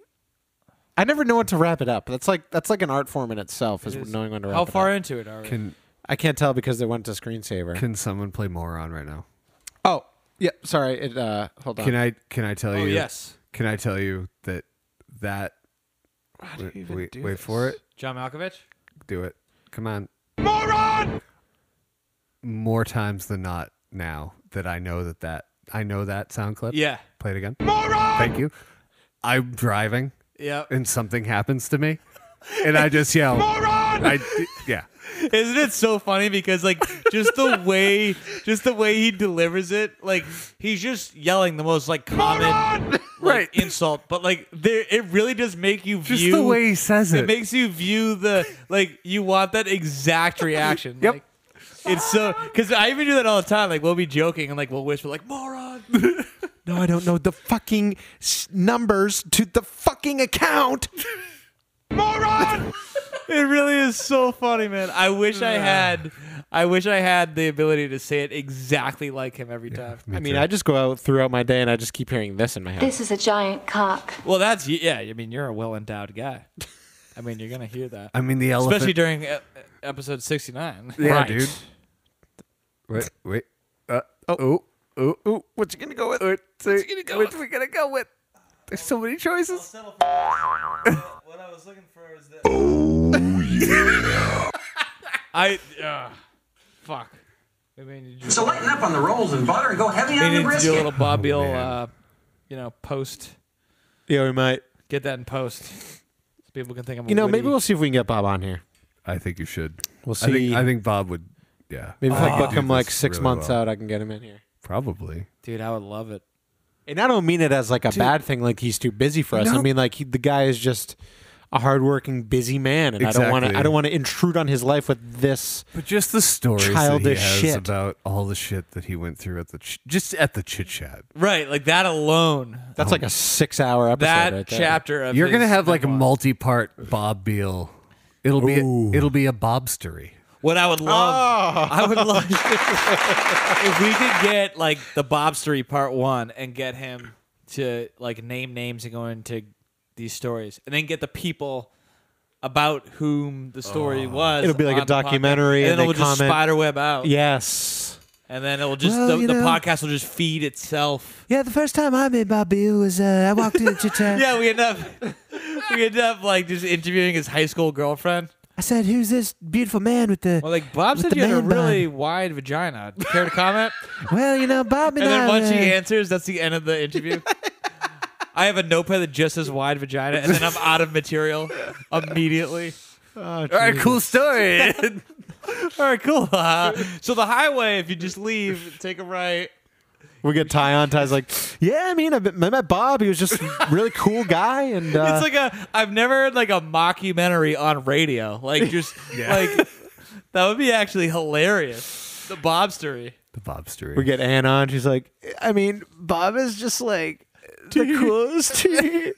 Speaker 4: I never know when to wrap it up. That's like that's like an art form in itself is,
Speaker 1: It is.
Speaker 4: knowing when to wrap
Speaker 1: how
Speaker 4: it up.
Speaker 1: far into it are we?
Speaker 3: Can
Speaker 4: I can't tell because they went to screensaver.
Speaker 3: can someone play moron right now?
Speaker 4: oh, yeah. Sorry. It, uh, hold on.
Speaker 3: Can I can I tell
Speaker 1: oh
Speaker 3: you?
Speaker 1: yes,
Speaker 3: Can I tell you that that? wait wait, wait for it.
Speaker 1: John Malkovich.
Speaker 3: Do it. Come on. Moron. More times than not now that I know that that I know that sound clip.
Speaker 1: Yeah,
Speaker 3: Play it again. Moron. Thank you. I'm driving
Speaker 1: yeah.
Speaker 3: and something happens to me, and I just yell. Moron. I yeah.
Speaker 1: Isn't it so funny because like just the way just the way he delivers it, like he's just yelling the most like common like,
Speaker 3: Right.
Speaker 1: insult, but like there it really does make you
Speaker 3: Just
Speaker 1: view
Speaker 3: the way he says it.
Speaker 1: it makes you view the like you want that exact reaction.
Speaker 3: Yep.
Speaker 1: Like, it's so because I even do that all the time. Like we'll be joking and like we'll whisper like moron.
Speaker 4: No, I don't know the fucking s- numbers to the fucking account.
Speaker 1: It really is so funny, man. I wish I had. I wish I had the ability to say it exactly like him every time.
Speaker 4: I mean, I just go out throughout my day and I just keep hearing this in my head.
Speaker 5: This is a giant cock.
Speaker 1: Well, that's yeah. I mean, you're a well endowed guy. I mean, you're gonna hear that,
Speaker 3: I mean the elephant.
Speaker 1: especially during e- episode sixty nine.
Speaker 3: yeah,
Speaker 4: Right.
Speaker 3: dude. Wait, wait. Uh, oh, oh, oh. What you gonna go with? What you gonna go with? we gonna go with? There's so many choices.
Speaker 1: What I was looking for is this. I uh, fuck. I mean, you
Speaker 7: So lighten up on the rolls and butter and go heavy
Speaker 1: we
Speaker 7: on the
Speaker 1: need to do a
Speaker 7: brisket.
Speaker 1: little Bobby,
Speaker 3: man.
Speaker 1: uh, you know, post.
Speaker 4: Yeah, we might.
Speaker 1: Get that in post. So people can think I'm. a
Speaker 4: You know,
Speaker 1: witty-
Speaker 4: maybe we'll see if we can get Bob on here.
Speaker 3: I think you should.
Speaker 4: We'll
Speaker 3: I think,
Speaker 4: see.
Speaker 3: I think Bob would. Yeah.
Speaker 4: Maybe if I Oh, book
Speaker 3: do
Speaker 4: him like
Speaker 3: this
Speaker 4: six
Speaker 3: really
Speaker 4: months
Speaker 3: well.
Speaker 4: out, I can get him in here.
Speaker 3: Probably.
Speaker 1: dude. I would love it.
Speaker 4: And I don't mean it as like a bad thing, like he's too busy for us. I
Speaker 3: No.
Speaker 4: mean, like he, the guy is just a hardworking, busy man, and I don't want to.
Speaker 3: Exactly.
Speaker 4: I don't want to intrude on his life with this.
Speaker 3: But just the stories that he
Speaker 4: Childish
Speaker 3: has
Speaker 4: shit.
Speaker 3: about all the shit that he went through at the ch- just at the chit chat.
Speaker 1: Right, like that alone.
Speaker 4: That's like a six-hour episode.
Speaker 1: That
Speaker 4: right there.
Speaker 1: chapter of
Speaker 3: You're gonna
Speaker 1: his
Speaker 3: have like a
Speaker 1: memoir.
Speaker 3: multi-part Bob Beal. It'll be a, it'll be a Bobstery.
Speaker 1: What I would love,
Speaker 4: Oh.
Speaker 1: I would love if we could get like the Bobstery part one and get him to like name names and go into these stories, and then get the people about whom the story was.
Speaker 4: Oh. It'll be like a
Speaker 1: on the podcast.
Speaker 4: documentary
Speaker 1: and,
Speaker 4: and
Speaker 1: then
Speaker 4: they
Speaker 1: it'll just
Speaker 4: comment.
Speaker 1: spider web out.
Speaker 4: Yes.
Speaker 1: and then it'll just
Speaker 4: Well,
Speaker 1: the,
Speaker 4: you
Speaker 1: the
Speaker 4: know-
Speaker 1: podcast will just feed itself.
Speaker 4: Yeah, the first time I met Bobby was uh, I walked into chit chat.
Speaker 1: Yeah, we end up we end up like just interviewing his high school girlfriend.
Speaker 4: I said, "Who's this beautiful man with the?"
Speaker 1: Well, like Bob
Speaker 4: With
Speaker 1: said,
Speaker 4: the
Speaker 1: you had a
Speaker 4: man bun.
Speaker 1: really wide vagina. Care to comment?
Speaker 4: Well, you know, Bob
Speaker 1: And then once she
Speaker 4: uh,
Speaker 1: answers, that's the end of the interview. I have a notepad that just says wide vagina, and then I'm out of material immediately.
Speaker 3: All right, cool story.
Speaker 1: All right, cool. Uh, so the highway, if you just leave, take a right.
Speaker 4: we get tie on. Ty's like, "Yeah, I mean, I met I met Bob. He was just a really cool guy." And uh,
Speaker 1: It's like a I've never heard like a mockumentary on radio. Like just like that would be actually hilarious. The Bobstery.
Speaker 3: the Bobstery.
Speaker 4: we get Ann on. She's like, "I mean, Bob is just like the coolest." dude."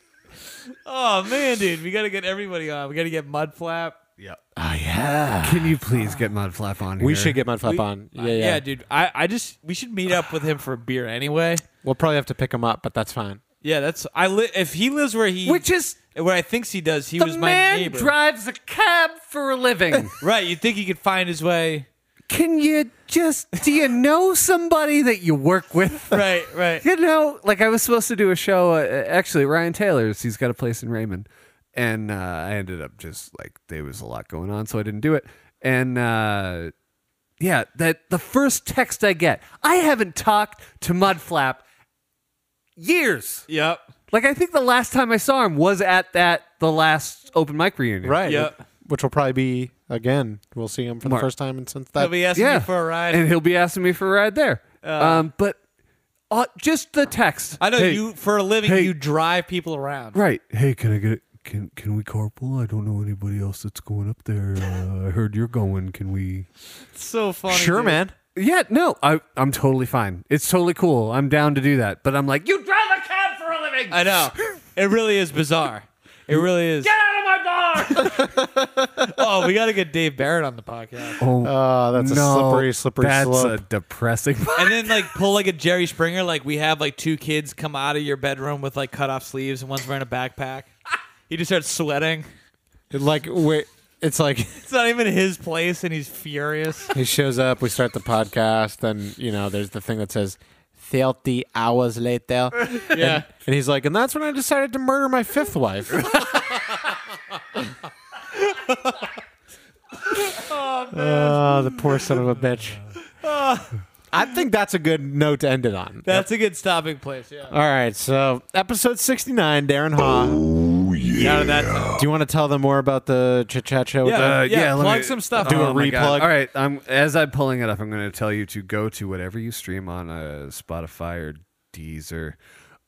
Speaker 1: Oh man, dude, we gotta get everybody on. We gotta get Mudflap.
Speaker 3: yeah.
Speaker 2: Oh, yeah.
Speaker 3: Can you please get Mudflap on here?
Speaker 4: we should get Mudflap
Speaker 1: We-
Speaker 4: on. Yeah,
Speaker 1: Uh,
Speaker 4: yeah,
Speaker 1: dude. I, I just we should meet up with him for a beer anyway.
Speaker 4: We'll probably have to pick him up, but that's fine.
Speaker 1: Yeah, that's I li- if he lives where he
Speaker 3: Which is
Speaker 1: where I think he does. He was
Speaker 3: the
Speaker 1: my
Speaker 3: man
Speaker 1: neighbor.
Speaker 3: drives a cab for a living.
Speaker 1: right, you think he could find his way?
Speaker 3: Can you just do you know somebody that you work with?
Speaker 1: Right, right.
Speaker 3: You know, like I was supposed to do a show. Uh, actually, Ryan Taylor's. He's got a place in Raymond, and uh, I ended up just like there was a lot going on, so I didn't do it. And uh, yeah, that the first text I get, I haven't talked to Mudflap years.
Speaker 1: Yep.
Speaker 3: Like I think the last time I saw him was at that the last open mic reunion.
Speaker 4: Right.
Speaker 1: Yeah.
Speaker 4: Which will probably be again. We'll see him for
Speaker 3: Mark.
Speaker 4: the first time and since
Speaker 1: They'll
Speaker 4: that.
Speaker 1: be asking
Speaker 3: Yeah.
Speaker 1: you for a ride.
Speaker 3: And he'll be asking me for a ride there. um, but uh, just the text.
Speaker 1: I know
Speaker 3: Hey,
Speaker 1: you for a living
Speaker 3: hey.
Speaker 1: you drive people around.
Speaker 3: Right.
Speaker 8: Hey, can I get can can we carpool? I don't know anybody else that's going up there. Uh, I heard you're going. Can we?
Speaker 1: It's so funny.
Speaker 4: sure,
Speaker 1: dude.
Speaker 4: man.
Speaker 3: Yeah, no, I, I'm totally fine. It's totally cool. I'm down to do that. But I'm like, you drive a cab for a living.
Speaker 1: I know. It really is bizarre. It really is.
Speaker 6: Get out of my bar!
Speaker 1: Oh, we got to get Dave Barrett on the podcast.
Speaker 3: oh,
Speaker 4: Oh, that's a slippery, slippery
Speaker 3: that's
Speaker 4: slope.
Speaker 3: a depressing.
Speaker 1: And then like pull like a Jerry Springer, like we have like two kids come out of your bedroom with like cut off sleeves and one's wearing a backpack. He just starts sweating.
Speaker 4: It, like wait, it's like
Speaker 1: It's not even his place and he's furious.
Speaker 4: he shows up. We start the podcast, and you know, there's the thing that says. 30 hours later.
Speaker 1: Yeah.
Speaker 4: And he's like, and that's when I decided to murder my fifth wife. oh, the poor son of a bitch. I think that's a good note to end it on.
Speaker 1: That's a good stopping place. Yeah.
Speaker 4: All right, so episode 69, Darren Haw. Do you want to tell them more about the chit chat show? with
Speaker 1: Yeah.
Speaker 4: them?
Speaker 1: Uh,
Speaker 3: let
Speaker 1: plug some stuff. Do a
Speaker 3: Oh my God.
Speaker 4: replug.
Speaker 3: All right, I'm as I'm pulling it up, I'm going to tell you to go to whatever you stream on uh, Spotify or Deezer,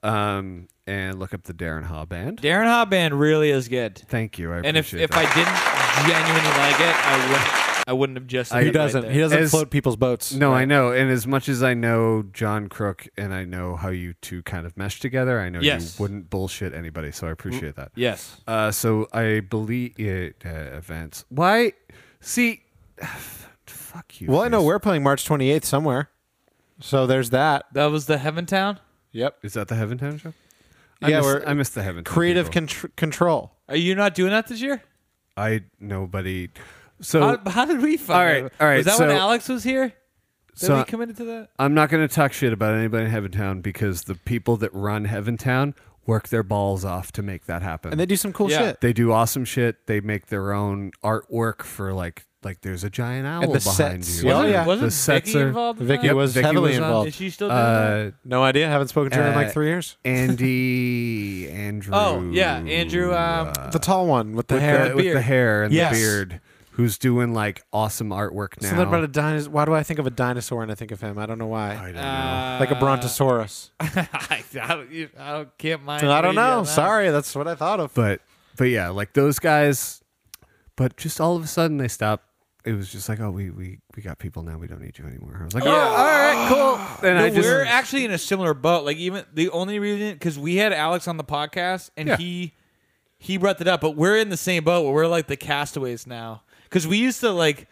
Speaker 3: um, and look up the Darren Haw band.
Speaker 1: Darren Hobband really is good.
Speaker 3: Thank you. I
Speaker 1: And if,
Speaker 3: appreciate
Speaker 1: if I
Speaker 3: that.
Speaker 1: didn't genuinely like it, I wouldn't I wouldn't have just
Speaker 4: He doesn't. He doesn't
Speaker 3: As-
Speaker 4: float people's boats.
Speaker 3: no, I know. And as much as I know John Crook and I know how you two kind of mesh together, I know
Speaker 1: Yes.
Speaker 3: you wouldn't bullshit anybody. So I appreciate that.
Speaker 1: Yes.
Speaker 3: Uh, so I believe it, uh, events. Why? See, fuck you.
Speaker 4: Well, I know
Speaker 3: face.
Speaker 4: we're playing March 28th somewhere. So there's that.
Speaker 1: That was the Heaven Town?
Speaker 4: Yep.
Speaker 3: Is that the Heaven Town show?
Speaker 4: Yeah,
Speaker 3: I missed,
Speaker 4: we're-
Speaker 3: I missed the Heaven Town
Speaker 4: Creative
Speaker 3: people.
Speaker 4: contr- control.
Speaker 1: Are you not doing that this year?
Speaker 3: I nobody. So
Speaker 1: How, how did we find
Speaker 3: All right, all right,
Speaker 1: Was that when
Speaker 3: so-
Speaker 1: Alex was here? That
Speaker 3: So-
Speaker 1: we committed to that?
Speaker 3: I'm not going to talk shit about anybody in Heaven Town because the people that run Heaven Town work their balls off to make that happen.
Speaker 4: And they do some cool
Speaker 1: Yeah.
Speaker 4: shit.
Speaker 3: They do awesome shit. They make their own artwork for like like there's a giant owl
Speaker 4: And the
Speaker 3: behind
Speaker 4: sets.
Speaker 3: you.
Speaker 4: Oh, yeah.
Speaker 1: Wasn't
Speaker 3: the sets
Speaker 1: Vicky
Speaker 3: are-
Speaker 1: involved? in
Speaker 4: Vicky
Speaker 1: that?
Speaker 4: was
Speaker 3: Vicky
Speaker 4: heavily
Speaker 3: was on.
Speaker 4: involved.
Speaker 1: Is she still doing that?
Speaker 3: Uh,
Speaker 4: No idea. Haven't spoken to her in
Speaker 3: Uh,
Speaker 4: like three years.
Speaker 3: Andy Andrew.
Speaker 1: Oh yeah, Andrew. Um,
Speaker 4: The tall one with the
Speaker 3: with,
Speaker 4: hair.
Speaker 3: the, with the
Speaker 1: beard.
Speaker 3: hair and
Speaker 4: Yes.
Speaker 3: the beard, who's doing like awesome artwork now.
Speaker 4: Something about a dinosaur. Why do I think of a dinosaur and I think of him? I don't know why.
Speaker 3: I don't know.
Speaker 4: like a brontosaurus.
Speaker 1: I, I, don't- you- I don't, can't mind.
Speaker 4: I don't
Speaker 1: reading
Speaker 4: know.
Speaker 1: that.
Speaker 4: Sorry, that's what I thought of.
Speaker 3: but but yeah, like those guys. But just all of a sudden they stopped. It was just like, oh, we we we got people now. We don't need you anymore. I was like,
Speaker 1: Yeah.
Speaker 3: oh, all right, cool. And I
Speaker 1: No,
Speaker 3: just
Speaker 1: we're actually in a similar boat. Like even the only reason because we had Alex on the podcast and
Speaker 3: Yeah.
Speaker 1: he he brought that up, but we're in the same boat. Where we're like the castaways now because we used to like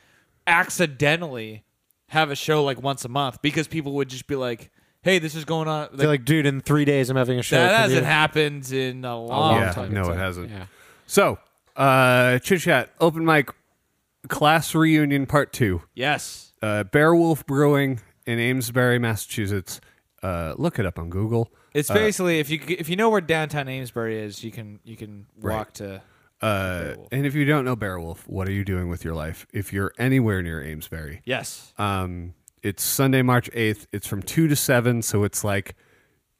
Speaker 1: accidentally have a show like once a month because people would just be like, "Hey, this is going on."
Speaker 4: They're
Speaker 1: Like,
Speaker 4: like, dude, in three days I'm having a show.
Speaker 1: that
Speaker 4: Can
Speaker 1: hasn't
Speaker 4: you-
Speaker 1: happened in a long
Speaker 3: yeah,
Speaker 1: time.
Speaker 3: no, it hasn't.
Speaker 4: Yeah.
Speaker 3: So, uh, chit chat, open mic, class reunion part two.
Speaker 1: Yes.
Speaker 3: Uh, Bear Wolf Brewing in Amesbury, Massachusetts. Uh, look it up on Google.
Speaker 1: It's basically if you if you know where downtown Amesbury is, you can you can walk to.
Speaker 3: Uh, and if you don't know Bear Wolf, what are you doing with your life? If you're anywhere near Amesbury,
Speaker 1: Yes.
Speaker 3: Um, it's Sunday, March 8th. It's from 2 to 7. So it's like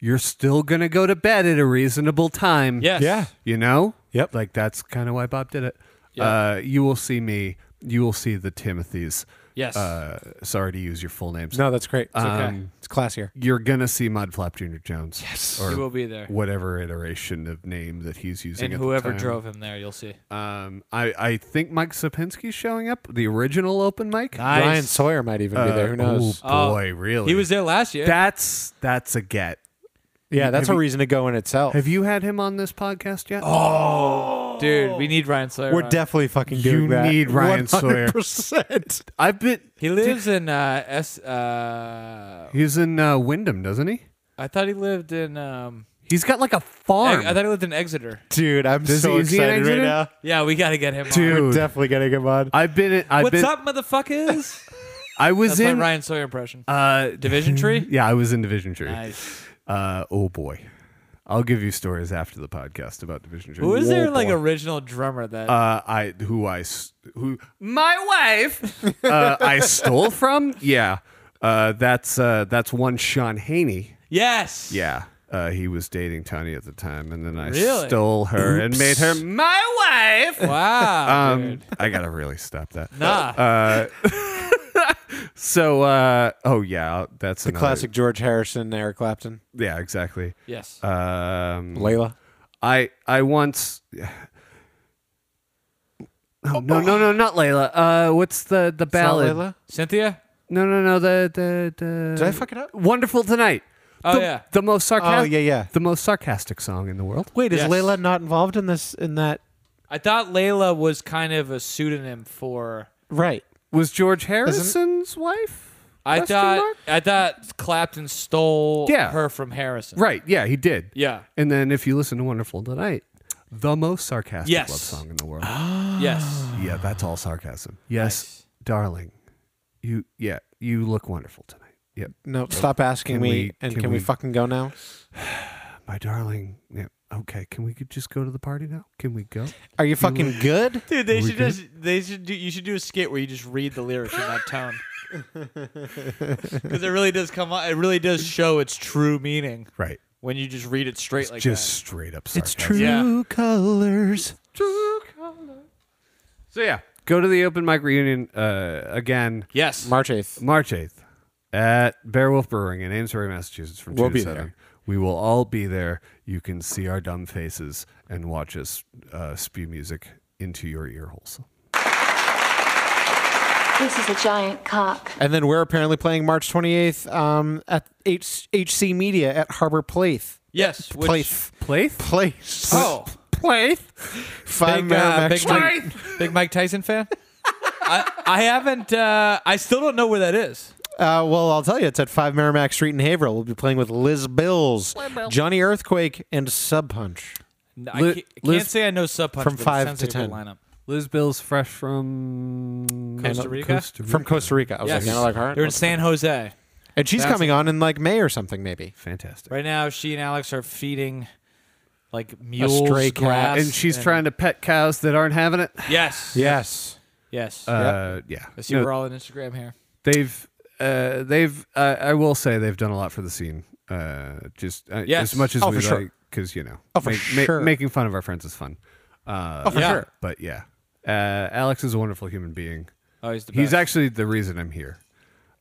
Speaker 3: you're still going to go to bed at a reasonable time.
Speaker 1: Yes.
Speaker 4: Yeah.
Speaker 3: You know?
Speaker 4: Yep.
Speaker 3: Like that's kind of why Bob did it.
Speaker 1: Yeah.
Speaker 3: Uh, you will see me. You will see the Timothys.
Speaker 1: Yes.
Speaker 3: Uh, sorry to use your full names.
Speaker 4: No, that's great. It's, okay.
Speaker 3: Um,
Speaker 4: it's classier.
Speaker 3: You're going to see Mudflap Jr. Jones. Yes. Or
Speaker 1: He will be there.
Speaker 3: whatever iteration of name that he's using.
Speaker 1: and
Speaker 3: at the
Speaker 1: whoever
Speaker 3: time.
Speaker 1: drove him there, you'll see.
Speaker 3: Um, I, I think Mike Sapinski's showing up, the original open mic.
Speaker 1: Nice.
Speaker 4: Ryan Sawyer might even be there. Who knows?
Speaker 3: Oh,
Speaker 1: Oh,
Speaker 3: boy, really?
Speaker 1: He was there last year.
Speaker 3: That's that's a get.
Speaker 4: yeah, that's a
Speaker 3: have you-
Speaker 4: reason to go in itself.
Speaker 3: Have you had him on this podcast yet?
Speaker 1: Oh. Dude, we need Ryan Sawyer.
Speaker 4: We're
Speaker 1: on.
Speaker 4: definitely fucking doing
Speaker 3: You
Speaker 4: that.
Speaker 3: need Ryan Sawyer.
Speaker 4: 100%.
Speaker 3: I've been.
Speaker 1: He lives in uh, S. Uh,
Speaker 3: He's in uh, Wyndham, doesn't he?
Speaker 1: I thought he lived in. Um,
Speaker 3: He's got like a farm.
Speaker 1: I, I thought he lived in Exeter.
Speaker 4: Dude, I'm
Speaker 3: Does
Speaker 4: so
Speaker 3: he- is he an
Speaker 4: excited right
Speaker 3: engineer?
Speaker 4: now.
Speaker 1: Yeah, we got to get him. on.
Speaker 3: Dude.
Speaker 4: We're definitely gonna get on.
Speaker 3: I've been. In, I've
Speaker 1: what's
Speaker 3: been,
Speaker 1: up, motherfuckers?
Speaker 3: I was
Speaker 1: That's my
Speaker 3: in.
Speaker 1: Ryan Sawyer impression.
Speaker 3: uh,
Speaker 1: Division tree.
Speaker 3: yeah, I was in Division Tree.
Speaker 1: Nice.
Speaker 3: Uh, oh boy, I'll give you stories after the podcast about Division Tree.
Speaker 1: Who is their
Speaker 3: Oh,
Speaker 1: like
Speaker 3: boy.
Speaker 1: original drummer that?
Speaker 3: Uh, I who I s- who
Speaker 6: my wife!
Speaker 3: uh, I stole from? Yeah, uh, that's uh, that's one Sean Haney.
Speaker 1: yes.
Speaker 3: Yeah. uh, he was dating Tony at the time, and then I
Speaker 1: Really?
Speaker 3: stole her and made her.
Speaker 6: My wife.
Speaker 1: Wow.
Speaker 3: Um,
Speaker 1: dude.
Speaker 3: I gotta really stop that.
Speaker 1: Nah.
Speaker 3: Uh, so, uh, oh yeah, that's
Speaker 4: The
Speaker 3: another-
Speaker 4: classic George Harrison, Eric Clapton,
Speaker 3: Yeah, exactly.
Speaker 1: yes.
Speaker 3: Um,
Speaker 4: Layla.
Speaker 3: I I once. No, no, no, no, not Layla. Uh, what's the the ballad?
Speaker 4: Layla?
Speaker 1: Cynthia?
Speaker 3: No, no, no. The the the.
Speaker 4: Did I fuck it up?
Speaker 3: Wonderful tonight.
Speaker 1: Oh,
Speaker 3: the,
Speaker 1: yeah.
Speaker 3: The most sarcastic.
Speaker 4: Oh, yeah, yeah.
Speaker 3: The most sarcastic song in the world.
Speaker 4: Wait, is
Speaker 1: Yes.
Speaker 4: Layla not involved in this? In that?
Speaker 1: I thought Layla was kind of a pseudonym for.
Speaker 4: Right.
Speaker 3: Was George Harrison's wife?
Speaker 1: I
Speaker 3: Question
Speaker 1: thought
Speaker 3: mark?
Speaker 1: I thought Clapton stole
Speaker 3: Yeah.
Speaker 1: her from Harrison.
Speaker 3: Right. Yeah, he did.
Speaker 1: Yeah.
Speaker 3: And then if you listen to Wonderful Tonight, the most sarcastic
Speaker 1: Yes. Ah.
Speaker 3: love song in the world.
Speaker 1: Yes.
Speaker 3: yeah, that's all sarcasm. Yes, darling. You yeah, you look wonderful tonight. Yep.
Speaker 4: No. Stop asking
Speaker 3: Can
Speaker 4: me.
Speaker 3: we-
Speaker 4: and
Speaker 3: can
Speaker 4: can, we,
Speaker 3: we-
Speaker 4: fucking go now?
Speaker 3: My darling. Yeah. Okay, can we just go to the party now? Can we go?
Speaker 4: Are you fucking good?
Speaker 1: Dude, they
Speaker 3: we
Speaker 1: should
Speaker 3: good?
Speaker 1: just they should do you should do a skit where you just read the lyrics in that tone. Because it really does come out. It really does show its true meaning
Speaker 3: Right.
Speaker 1: when you just read it straight like
Speaker 3: just straight up sarcasm.
Speaker 1: that. Yeah.
Speaker 4: colors.
Speaker 3: So yeah, go to the open mic reunion uh, again
Speaker 1: Yes.
Speaker 4: March eighth.
Speaker 3: March 8th at Beowulf Brewing in Amesbury, Massachusetts from
Speaker 4: We'll
Speaker 3: 2
Speaker 4: be
Speaker 3: to 7.
Speaker 4: there.
Speaker 3: We will all be there. You can see our dumb faces and watch us uh, spew music into your ear holes.
Speaker 5: This is a giant cock.
Speaker 4: And then we're apparently playing March twenty eighth um, at H- HC Media at Harbor Place.
Speaker 1: yes. Which,
Speaker 4: Place.
Speaker 3: Plath?
Speaker 4: Place.
Speaker 1: Oh,
Speaker 4: Place. Five
Speaker 1: big, uh,
Speaker 4: Merrimack
Speaker 1: big,
Speaker 4: Street.
Speaker 1: Mike, big Mike Tyson fan. I, I haven't. Uh, I still don't know where that is.
Speaker 4: Uh, well, I'll tell you, it's at 5 Merrimack Street in Haverhill. We'll be playing with Liz Bills, Johnny Earthquake, and Sub Punch.
Speaker 1: N- I
Speaker 3: Li-
Speaker 1: can't,
Speaker 3: Liz-
Speaker 1: can't say I know Sub Punch
Speaker 4: From
Speaker 1: but it
Speaker 4: five
Speaker 1: sounds
Speaker 4: to
Speaker 1: like a good
Speaker 4: 10.
Speaker 1: lineup.
Speaker 3: Liz Bill's fresh from
Speaker 1: Costa Rica?
Speaker 4: From Costa Rica. I was
Speaker 1: Yes.
Speaker 4: like, no, like, all right,
Speaker 1: They're in
Speaker 4: let's-
Speaker 1: San Jose
Speaker 4: and she's coming on in like May or something, maybe.
Speaker 3: Fantastic.
Speaker 1: right now. She and Alex are feeding like mules,
Speaker 4: stray cat.
Speaker 1: grass,
Speaker 3: And she's trying to pet cows that aren't having it.
Speaker 1: Yes.
Speaker 4: Yes.
Speaker 1: Yes.
Speaker 3: Uh, yeah.
Speaker 1: I see
Speaker 3: No,
Speaker 1: we're all on Instagram here.
Speaker 3: they've uh, they've uh, I will say they've done a lot for the scene. Uh, just uh,
Speaker 1: Yes.
Speaker 3: as much as
Speaker 4: Oh,
Speaker 3: we
Speaker 4: for sure.
Speaker 3: like, because you know,
Speaker 4: Oh, for sure.
Speaker 3: making fun of our friends is fun. Uh,
Speaker 4: Oh, for
Speaker 1: Yeah.
Speaker 4: sure.
Speaker 3: But yeah, uh, Alex is a wonderful human being.
Speaker 1: Oh, he's the best.
Speaker 3: He's actually the reason I'm here.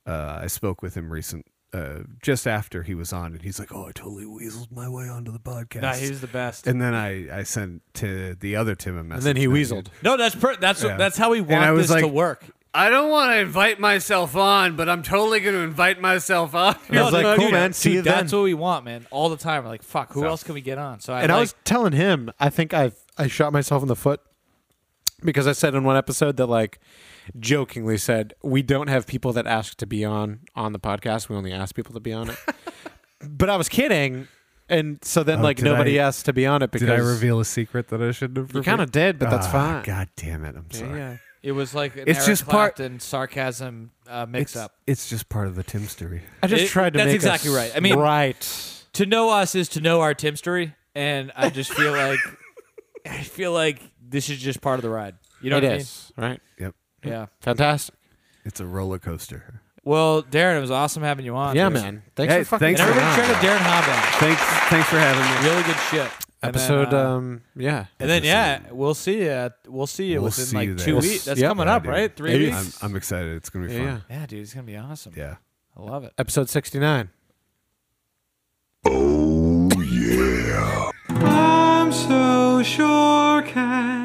Speaker 3: Uh, I spoke with him recent, uh, just after he was on, and he's like, "Oh, I totally weaseled my way onto the podcast."
Speaker 1: Nah, he's the best.
Speaker 3: and then I, I sent to the other Tim a message.
Speaker 4: then he
Speaker 3: I-
Speaker 4: weaseled.
Speaker 1: no, that's per- that's
Speaker 3: Yeah.
Speaker 1: that's how we
Speaker 3: And
Speaker 1: want
Speaker 3: I was
Speaker 1: this
Speaker 3: like-
Speaker 1: to work.
Speaker 3: I don't want to invite myself on, but I'm totally going to invite myself on.
Speaker 4: I was like,
Speaker 1: no,
Speaker 4: cool,
Speaker 1: dude,
Speaker 4: man. See
Speaker 1: dude,
Speaker 4: you
Speaker 1: that's
Speaker 4: then.
Speaker 1: what we want, man. All the time. We're like, fuck, who else can we get on? So I
Speaker 4: And I
Speaker 1: like-
Speaker 4: was telling him, I think I I shot myself in the foot because I said in one episode that like jokingly said we don't have people that ask to be on on the podcast. We only ask people to be on it. but I was kidding, and so then
Speaker 3: Oh,
Speaker 4: like
Speaker 3: did
Speaker 4: nobody
Speaker 3: I-
Speaker 4: asked to be on it because
Speaker 3: Did I reveal a secret that I shouldn't have? Ah,
Speaker 4: You kind of did, but that's fine.
Speaker 3: God damn it! I'm sorry.
Speaker 1: It was like an
Speaker 3: It's
Speaker 1: Eric
Speaker 3: just part-
Speaker 1: Clapton sarcasm uh,
Speaker 3: It's
Speaker 1: mix-up.
Speaker 3: it's just part of the Tim story.
Speaker 4: I just
Speaker 1: It-
Speaker 4: tried to.
Speaker 1: that's
Speaker 4: make
Speaker 1: exactly
Speaker 4: us-
Speaker 1: right. I mean-
Speaker 4: right.
Speaker 1: To know us is to know our Timstery, and I just feel like I feel like this is just part of the ride. You know
Speaker 4: It
Speaker 1: what
Speaker 4: is right.
Speaker 3: Yep,
Speaker 1: I mean? Yeah.
Speaker 4: Fantastic.
Speaker 3: it's a roller coaster.
Speaker 1: Well, Darren, it was awesome having you on.
Speaker 4: Yeah,
Speaker 1: dude.
Speaker 4: man. Thanks
Speaker 3: Hey,
Speaker 4: for fucking.
Speaker 3: thanks
Speaker 1: And
Speaker 3: for
Speaker 4: coming
Speaker 1: everybody
Speaker 4: on.
Speaker 1: check out Darren Hobbin.
Speaker 3: Thanks, thanks for having me.
Speaker 1: Really good shit. And then,
Speaker 4: episode.
Speaker 1: uh,
Speaker 4: um, yeah.
Speaker 1: And then yeah, we'll see you. At, we'll see you
Speaker 3: We'll
Speaker 1: within
Speaker 3: see
Speaker 1: like
Speaker 3: you there.
Speaker 1: two
Speaker 3: We'll
Speaker 1: weeks.
Speaker 4: see-
Speaker 1: That's
Speaker 4: yeah.
Speaker 1: coming
Speaker 3: Yeah,
Speaker 1: up,
Speaker 3: dude.
Speaker 1: right? Three
Speaker 4: Maybe.
Speaker 3: I'm,
Speaker 1: weeks.
Speaker 3: I'm excited. It's gonna be
Speaker 4: Yeah,
Speaker 3: fun.
Speaker 4: yeah.
Speaker 1: yeah, dude, it's gonna be awesome.
Speaker 3: Yeah.
Speaker 1: I love it.
Speaker 4: Episode sixty nine.
Speaker 6: I'm so sure, Cat.